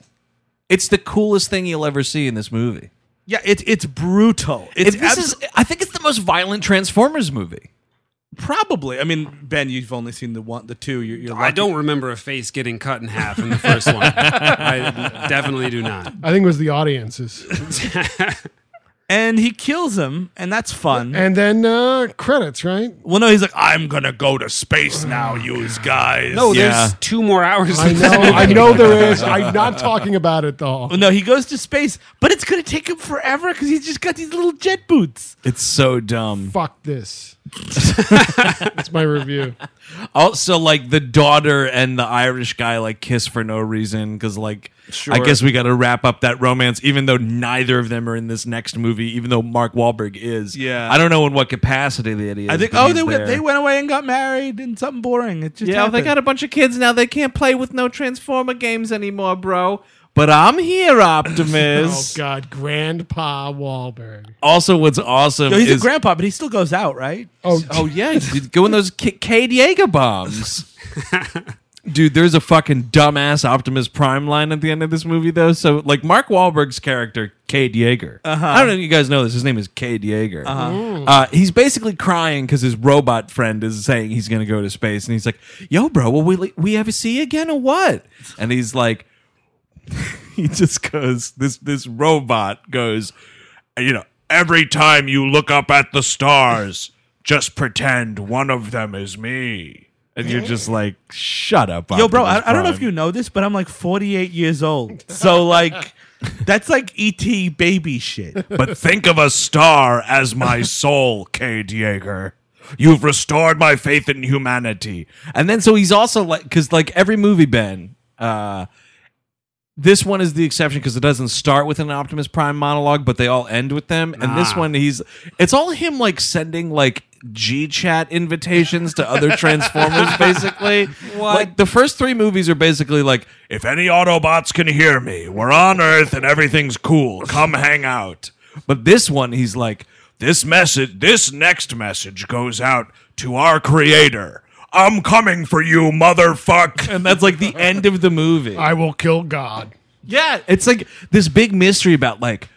[SPEAKER 3] It's the coolest thing you'll ever see in this movie.
[SPEAKER 17] Yeah, it's it's brutal. It's
[SPEAKER 3] If this is, I think it's the most violent Transformers movie.
[SPEAKER 17] Probably. I mean, Ben, you've only seen the one, the two. You're, you're
[SPEAKER 5] I don't remember a face getting cut in half in the first one. I definitely do not.
[SPEAKER 4] I think it was the audiences.
[SPEAKER 17] and he kills him, and that's fun.
[SPEAKER 4] and then uh, credits, right?
[SPEAKER 17] Well, no, he's like, I'm gonna go to space now, you guys.
[SPEAKER 5] No, Oh, there's two more hours.
[SPEAKER 4] I know, I know there is. I'm not talking about it though.
[SPEAKER 17] Well, no, he goes to space, but it's gonna take him forever because he's just got these little jet boots.
[SPEAKER 3] It's so dumb.
[SPEAKER 4] Fuck this. That's my review.
[SPEAKER 3] Also, like the daughter and the Irish guy like kiss for no reason because like I
[SPEAKER 17] Sure.
[SPEAKER 3] guess we got to wrap up that romance, even though neither of them are in this next movie, even though Mark Wahlberg is.
[SPEAKER 17] Yeah.
[SPEAKER 3] I don't know in what capacity that he is.
[SPEAKER 17] I think.
[SPEAKER 3] but
[SPEAKER 17] Oh,
[SPEAKER 3] he's
[SPEAKER 17] they went,
[SPEAKER 3] there.
[SPEAKER 17] they went away and got married and something boring. It just
[SPEAKER 3] Yeah, they got a bunch of kids now. They can't play with no Transformer games anymore, bro. But I'm here,
[SPEAKER 4] Oh
[SPEAKER 3] Optimus.
[SPEAKER 4] God, Grandpa Wahlberg.
[SPEAKER 3] Also, what's awesome
[SPEAKER 17] Yo, he's
[SPEAKER 3] is
[SPEAKER 17] a grandpa, but he still goes out, right?
[SPEAKER 4] Oh,
[SPEAKER 3] oh yeah, dude, go in those K- Cade Yeager bombs. Dude, there's a fucking dumbass Optimus Prime line at the end of this movie, though. So, like, Mark Wahlberg's character, Cade Yeager.
[SPEAKER 17] Uh-huh.
[SPEAKER 3] I don't know if you guys know this. His name is Cade Yeager.
[SPEAKER 17] Uh-huh. Mm.
[SPEAKER 3] Uh, he's basically crying because his robot friend is saying he's going to go to space. And he's like, yo, bro, will we, we ever see you again or what? And he's like, he just goes, this, this robot goes,
[SPEAKER 25] You know, every time you look up at the stars, just pretend one of them is me.
[SPEAKER 3] and you're just like, shut up.
[SPEAKER 17] Yo, bro, I,
[SPEAKER 3] Optimus
[SPEAKER 17] I don't know
[SPEAKER 3] Prime."
[SPEAKER 17] if you know this, but I'm like 48 years old. So like, that's like ET baby shit.
[SPEAKER 25] But think of a star as my soul, Cade Yeager. You've restored my faith in humanity.
[SPEAKER 3] And then so he's also like because like every movie Ben, uh, this one is the exception because it doesn't start with an Optimus Prime monologue, but they all end with them. And this
[SPEAKER 5] Ah.
[SPEAKER 3] one he's it's all him like sending like G chat invitations to other Transformers basically. Like the first three movies are basically like
[SPEAKER 25] If any Autobots can hear me, we're on Earth and everything's cool. Come hang out.
[SPEAKER 3] but this one he's like
[SPEAKER 25] This message, this next message goes out to our creator. I'm coming for you, motherfuck.
[SPEAKER 3] and that's like the end of the movie.
[SPEAKER 4] I will kill God.
[SPEAKER 3] Yeah, it's like this big mystery about like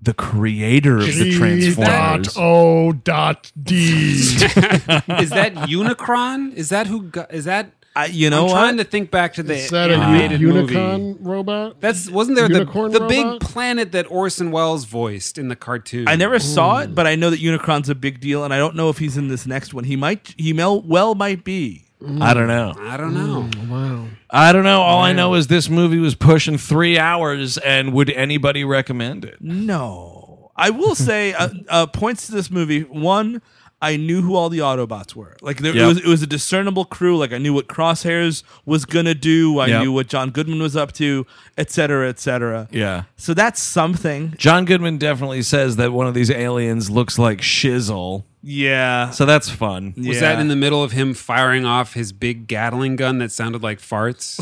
[SPEAKER 3] the creator of the
[SPEAKER 4] G dot
[SPEAKER 3] Transformers.
[SPEAKER 4] O dot D.
[SPEAKER 5] is that Unicron? Is that who? Got, is that?
[SPEAKER 17] I, you know
[SPEAKER 5] I'm
[SPEAKER 17] what?
[SPEAKER 5] trying to think back to the
[SPEAKER 4] Is that a
[SPEAKER 5] animated
[SPEAKER 4] u-
[SPEAKER 5] movie.
[SPEAKER 4] Unicron robot?
[SPEAKER 5] That's wasn't there the,
[SPEAKER 4] Unicorn
[SPEAKER 5] the big
[SPEAKER 4] robot?
[SPEAKER 5] planet that Orson Welles voiced in the cartoon?
[SPEAKER 17] I never saw it, but I know that Unicron's a big deal, and I don't know if he's in this next one. He might, he mel- well might be.
[SPEAKER 3] I don't know.
[SPEAKER 5] I don't know.
[SPEAKER 4] Wow.
[SPEAKER 3] I don't know. All I know is this movie was pushing three hours, and would anybody recommend it?
[SPEAKER 17] No, I will say uh, uh, points to this movie. One, I knew who all the Autobots were. Like there,
[SPEAKER 3] Yep.
[SPEAKER 17] it was it was a discernible crew. Like I knew what Crosshairs was gonna do. I
[SPEAKER 3] Yep.
[SPEAKER 17] knew what John Goodman was up to, et cetera, et cetera.
[SPEAKER 3] Yeah.
[SPEAKER 17] So that's something.
[SPEAKER 3] John Goodman definitely says that one of these aliens looks like Shizzle.
[SPEAKER 17] Yeah.
[SPEAKER 3] So that's fun.
[SPEAKER 5] Was that in the middle of him firing off his big Gatling gun that sounded like farts?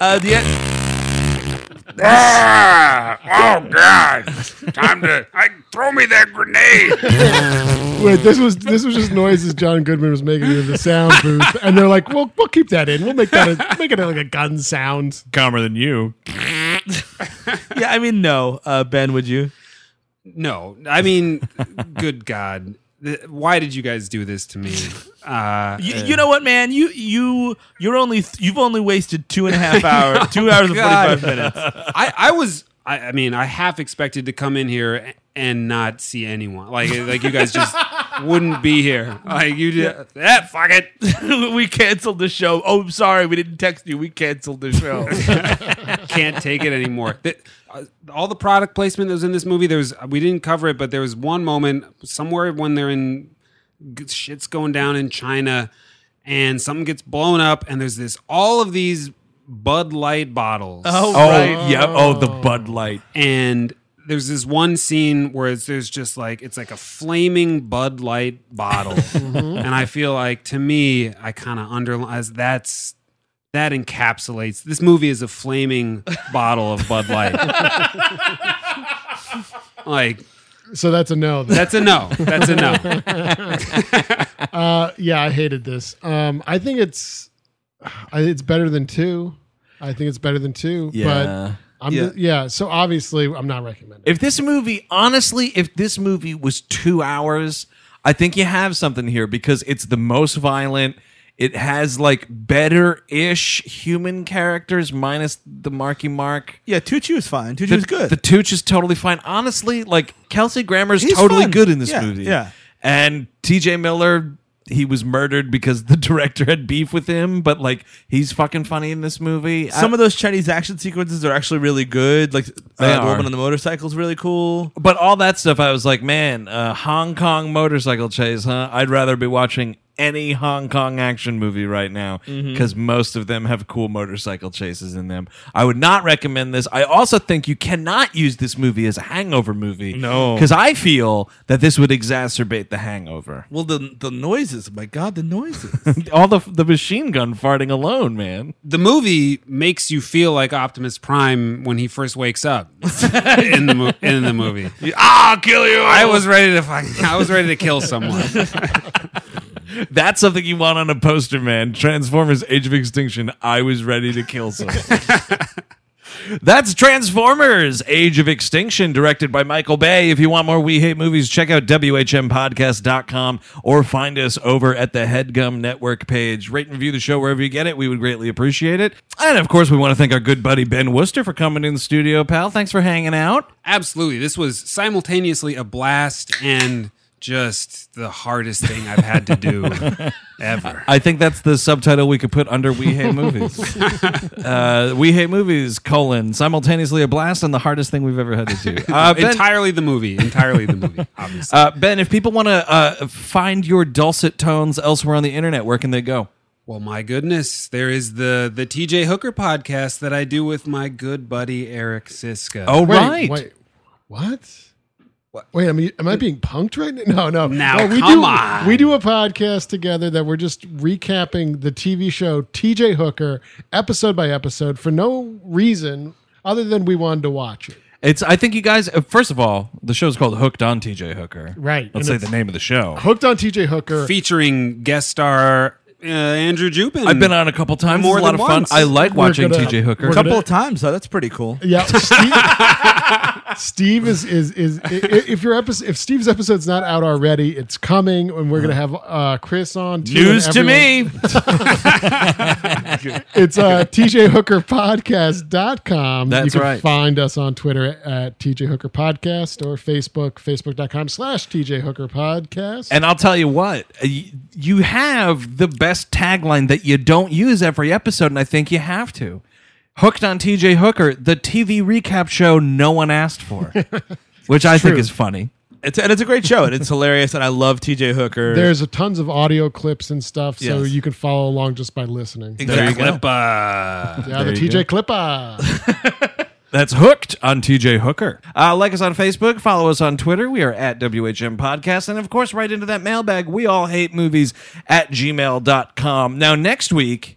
[SPEAKER 17] uh, the
[SPEAKER 25] Ah, oh God! Time to I, throw me that grenade.
[SPEAKER 4] Wait, this was this was just noises John Goodman was making in the sound booth, and they're like, "Well, we'll keep that in. We'll make that a, make it like a gun sound."
[SPEAKER 27] Calmer than you.
[SPEAKER 17] yeah, I mean, no, uh, Ben, would you?
[SPEAKER 5] No, I mean, good God, Th- why did you guys do this to me? Uh,
[SPEAKER 17] You, you know what, man? You you you're only you've only wasted two and a half hours, two hours and forty
[SPEAKER 5] God.
[SPEAKER 17] five minutes.
[SPEAKER 5] I, I was. I, I mean, I half expected to come in here a- and not see anyone. Like, like you guys just wouldn't be here. Like you Eh, did.
[SPEAKER 17] Yeah, fuck it. we canceled the show. Oh, I'm sorry, we didn't text you. We canceled the show.
[SPEAKER 5] can't take it anymore. Th- uh, all the product placement that was in this movie, there was we didn't cover it, but there was one moment somewhere when they're in g- shit's going down in China, and something gets blown up, and there's this all of these Bud Light bottles.
[SPEAKER 3] Oh, Oh, right. yeah. Oh, the Bud Light.
[SPEAKER 5] And there's this one scene where it's, there's just like it's like a flaming Bud Light bottle, and I feel like to me, I kind of underline that's that encapsulates this movie is a flaming bottle of Bud Light. like
[SPEAKER 4] So that's a no. then.
[SPEAKER 5] That's a no. That's a no.
[SPEAKER 4] uh, yeah, I hated this. Um, I think it's I, it's better than two. I think it's better than two.
[SPEAKER 3] Yeah.
[SPEAKER 4] But I'm
[SPEAKER 3] Yeah.
[SPEAKER 4] yeah. yeah. So obviously, I'm not recommending.
[SPEAKER 3] If this movie, honestly, if this movie was two hours, I think you have something here because it's the most violent. It has like better ish human characters minus the Marky Mark.
[SPEAKER 17] Yeah, Tucci was fine. Tucci
[SPEAKER 3] the,
[SPEAKER 17] was good.
[SPEAKER 3] The Tooch is totally fine. Honestly, like Kelsey Grammer's
[SPEAKER 17] He's
[SPEAKER 3] totally
[SPEAKER 17] fun.
[SPEAKER 3] good in this
[SPEAKER 17] Yeah,
[SPEAKER 3] movie.
[SPEAKER 17] yeah.
[SPEAKER 3] And TJ Miller, he was murdered because the director had beef with him, but like he's fucking funny in this movie.
[SPEAKER 17] Some of those Chinese action sequences are actually really good. Like
[SPEAKER 3] They
[SPEAKER 17] uh, the woman
[SPEAKER 3] are.
[SPEAKER 17] on the motorcycle is really cool.
[SPEAKER 3] But all that stuff, I was like, man, uh, Hong Kong motorcycle chase, huh? I'd rather be watching any Hong Kong action movie right now
[SPEAKER 2] Mhm.
[SPEAKER 3] because most of them have cool motorcycle chases in them. I would not recommend this. I also think you cannot use this movie as a hangover movie.
[SPEAKER 17] No.
[SPEAKER 3] Because I feel that this would exacerbate the hangover.
[SPEAKER 17] Well, the the noises. My God, the noises.
[SPEAKER 3] all the, the machine gun farting alone, man.
[SPEAKER 5] the movie makes you feel like Optimus Prime when he first wakes up in the mo- in the movie.
[SPEAKER 3] Ah,
[SPEAKER 25] I'll kill you.
[SPEAKER 5] I was ready to fuck- I was ready to kill someone.
[SPEAKER 3] That's something you want on a poster, man. Transformers Age of Extinction. I was ready to kill someone. That's Transformers Age of Extinction, directed by Michael Bay. If you want more We Hate Movies, check out WHMPodcast.com or find us over at the Headgum Network page. Rate and review the show wherever you get it. We would greatly appreciate it. And of course, we want to thank our good buddy Ben Wooster for coming in the studio, pal. Thanks for hanging out.
[SPEAKER 5] Absolutely. This was simultaneously a blast and just the hardest thing I've had to do ever.
[SPEAKER 3] I think that's the subtitle we could put under We Hate Movies. uh, we Hate Movies, colon, simultaneously a blast and the hardest thing we've ever had to do. Uh, ben,
[SPEAKER 5] entirely the movie. Entirely the movie, obviously.
[SPEAKER 3] uh, ben, if people want to uh, find your dulcet tones elsewhere on the internet, where can they go?
[SPEAKER 5] Well, my goodness, there is the the TJ Hooker podcast that I do with my good buddy Eric Siska.
[SPEAKER 3] Oh,
[SPEAKER 4] Wait, Wait, what? Wait, I mean, am I being punked right now? No, no.
[SPEAKER 5] Now,
[SPEAKER 4] No, we
[SPEAKER 5] come
[SPEAKER 4] do,
[SPEAKER 5] on.
[SPEAKER 4] We do a podcast together that we're just recapping the TV show TJ Hooker episode by episode for no reason other than we wanted to watch it.
[SPEAKER 3] It's. I think you guys. uh, First of all, the show's called Hooked on TJ Hooker.
[SPEAKER 4] Right,
[SPEAKER 3] Let's
[SPEAKER 4] and
[SPEAKER 3] say
[SPEAKER 4] it's-
[SPEAKER 3] the name of the show.
[SPEAKER 4] Hooked on TJ
[SPEAKER 3] Oh.
[SPEAKER 4] Hooker.
[SPEAKER 5] Featuring guest star uh, Andrew Jupin.
[SPEAKER 3] I've been on a couple times.
[SPEAKER 5] More
[SPEAKER 3] It's a lot
[SPEAKER 5] than
[SPEAKER 3] of fun.
[SPEAKER 5] once.
[SPEAKER 3] I like
[SPEAKER 5] We're
[SPEAKER 3] watching
[SPEAKER 5] gonna-
[SPEAKER 3] TJ Hooker.
[SPEAKER 17] A couple of times, though. That's pretty cool.
[SPEAKER 4] Yeah, Steve, Steve is is is i- i- if your episode if Steve's episode's not out already, it's coming, and we're gonna have uh, Chris on. too, and
[SPEAKER 3] News to me.
[SPEAKER 4] everyone. it's uh, tjhookerpodcast.com. you
[SPEAKER 3] That's
[SPEAKER 4] can
[SPEAKER 3] right.
[SPEAKER 4] Find us on Twitter at TJ Hooker Podcast or Facebook, facebook.com slash TJ Hooker Podcast.
[SPEAKER 3] And I'll tell you what, uh, y- you have the best tagline that you don't use every episode, and I think you have to. hooked on TJ Hooker, the TV recap show no one asked for, which I think
[SPEAKER 17] True.
[SPEAKER 3] is funny.
[SPEAKER 17] It's and it's a great show and it's hilarious and I love TJ Hooker.
[SPEAKER 4] There's a tons of audio clips and stuff, so
[SPEAKER 17] Yes.
[SPEAKER 4] you can follow along just by listening.
[SPEAKER 17] Exactly.
[SPEAKER 4] Yeah, the TJ Clipper.
[SPEAKER 3] That's hooked on TJ Hooker. Uh, like us on Facebook, follow us on Twitter. We are at WHM Podcast. And of course, right into that mailbag, we all hate movies at gmail.com. Now, next week,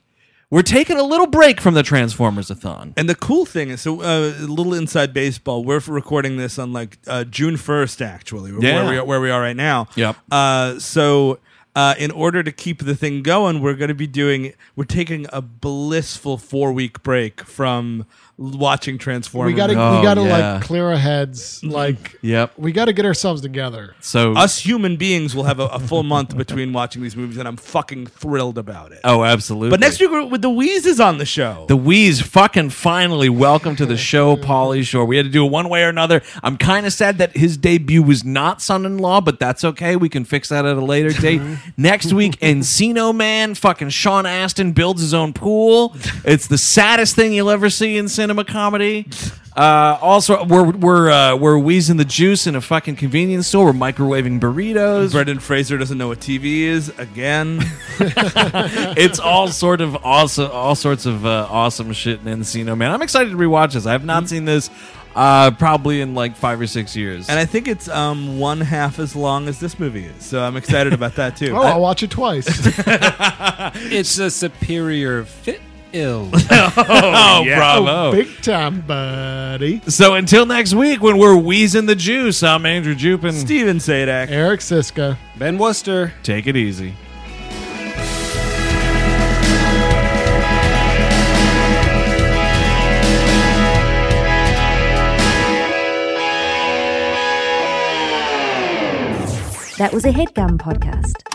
[SPEAKER 3] we're taking a little break from the Transformers a thon.
[SPEAKER 17] And the cool thing is, so uh, a little inside baseball. We're recording this on like uh, June first, actually,
[SPEAKER 3] Yeah.
[SPEAKER 17] where, we are, where we are right now.
[SPEAKER 3] Yep.
[SPEAKER 17] Uh, so, uh, in order to keep the thing going, we're going to be doing. We're taking a blissful four week break from l- watching Transformers.
[SPEAKER 4] we gotta we gotta like clear our heads. Like
[SPEAKER 3] Yep.
[SPEAKER 4] we gotta get ourselves together.
[SPEAKER 3] So
[SPEAKER 17] us human beings will have a, a full month between watching these movies, and I'm fucking thrilled about it.
[SPEAKER 3] Oh, absolutely.
[SPEAKER 17] But next week, we're, with the Wheeze is on the show.
[SPEAKER 3] The Wheeze fucking finally welcome to the show, Pauly Shore. We had to do it one way or another. I'm kind of sad that his debut was not Son in Law, but that's okay. We can fix that at a later date. Next week, Encino Man, fucking Sean Astin builds his own pool. It's the saddest thing you'll ever see in cinema comedy. Uh, also, we're we're uh, we're wheezing the juice in a fucking convenience store. We're microwaving burritos.
[SPEAKER 17] Brendan Fraser doesn't know what TV is again.
[SPEAKER 3] it's all sort of awesome, all sorts of uh, awesome shit in Encino Man. I'm excited to rewatch this. I have
[SPEAKER 17] Mm-hmm.
[SPEAKER 3] not seen this uh, probably in like five or six years.
[SPEAKER 17] And I think it's um, one half as long as this movie is. So I'm excited about that too.
[SPEAKER 4] Oh, I'll watch it twice.
[SPEAKER 5] it's a superior fit ill.
[SPEAKER 3] Oh, bravo.
[SPEAKER 4] big time, buddy.
[SPEAKER 3] so until next week, when we're wheezing the juice, I'm Andrew Jupin.
[SPEAKER 17] Steven Sadak.
[SPEAKER 4] Eric Siska.
[SPEAKER 5] Ben Worcester.
[SPEAKER 3] Take it easy.
[SPEAKER 1] That was a headgum podcast.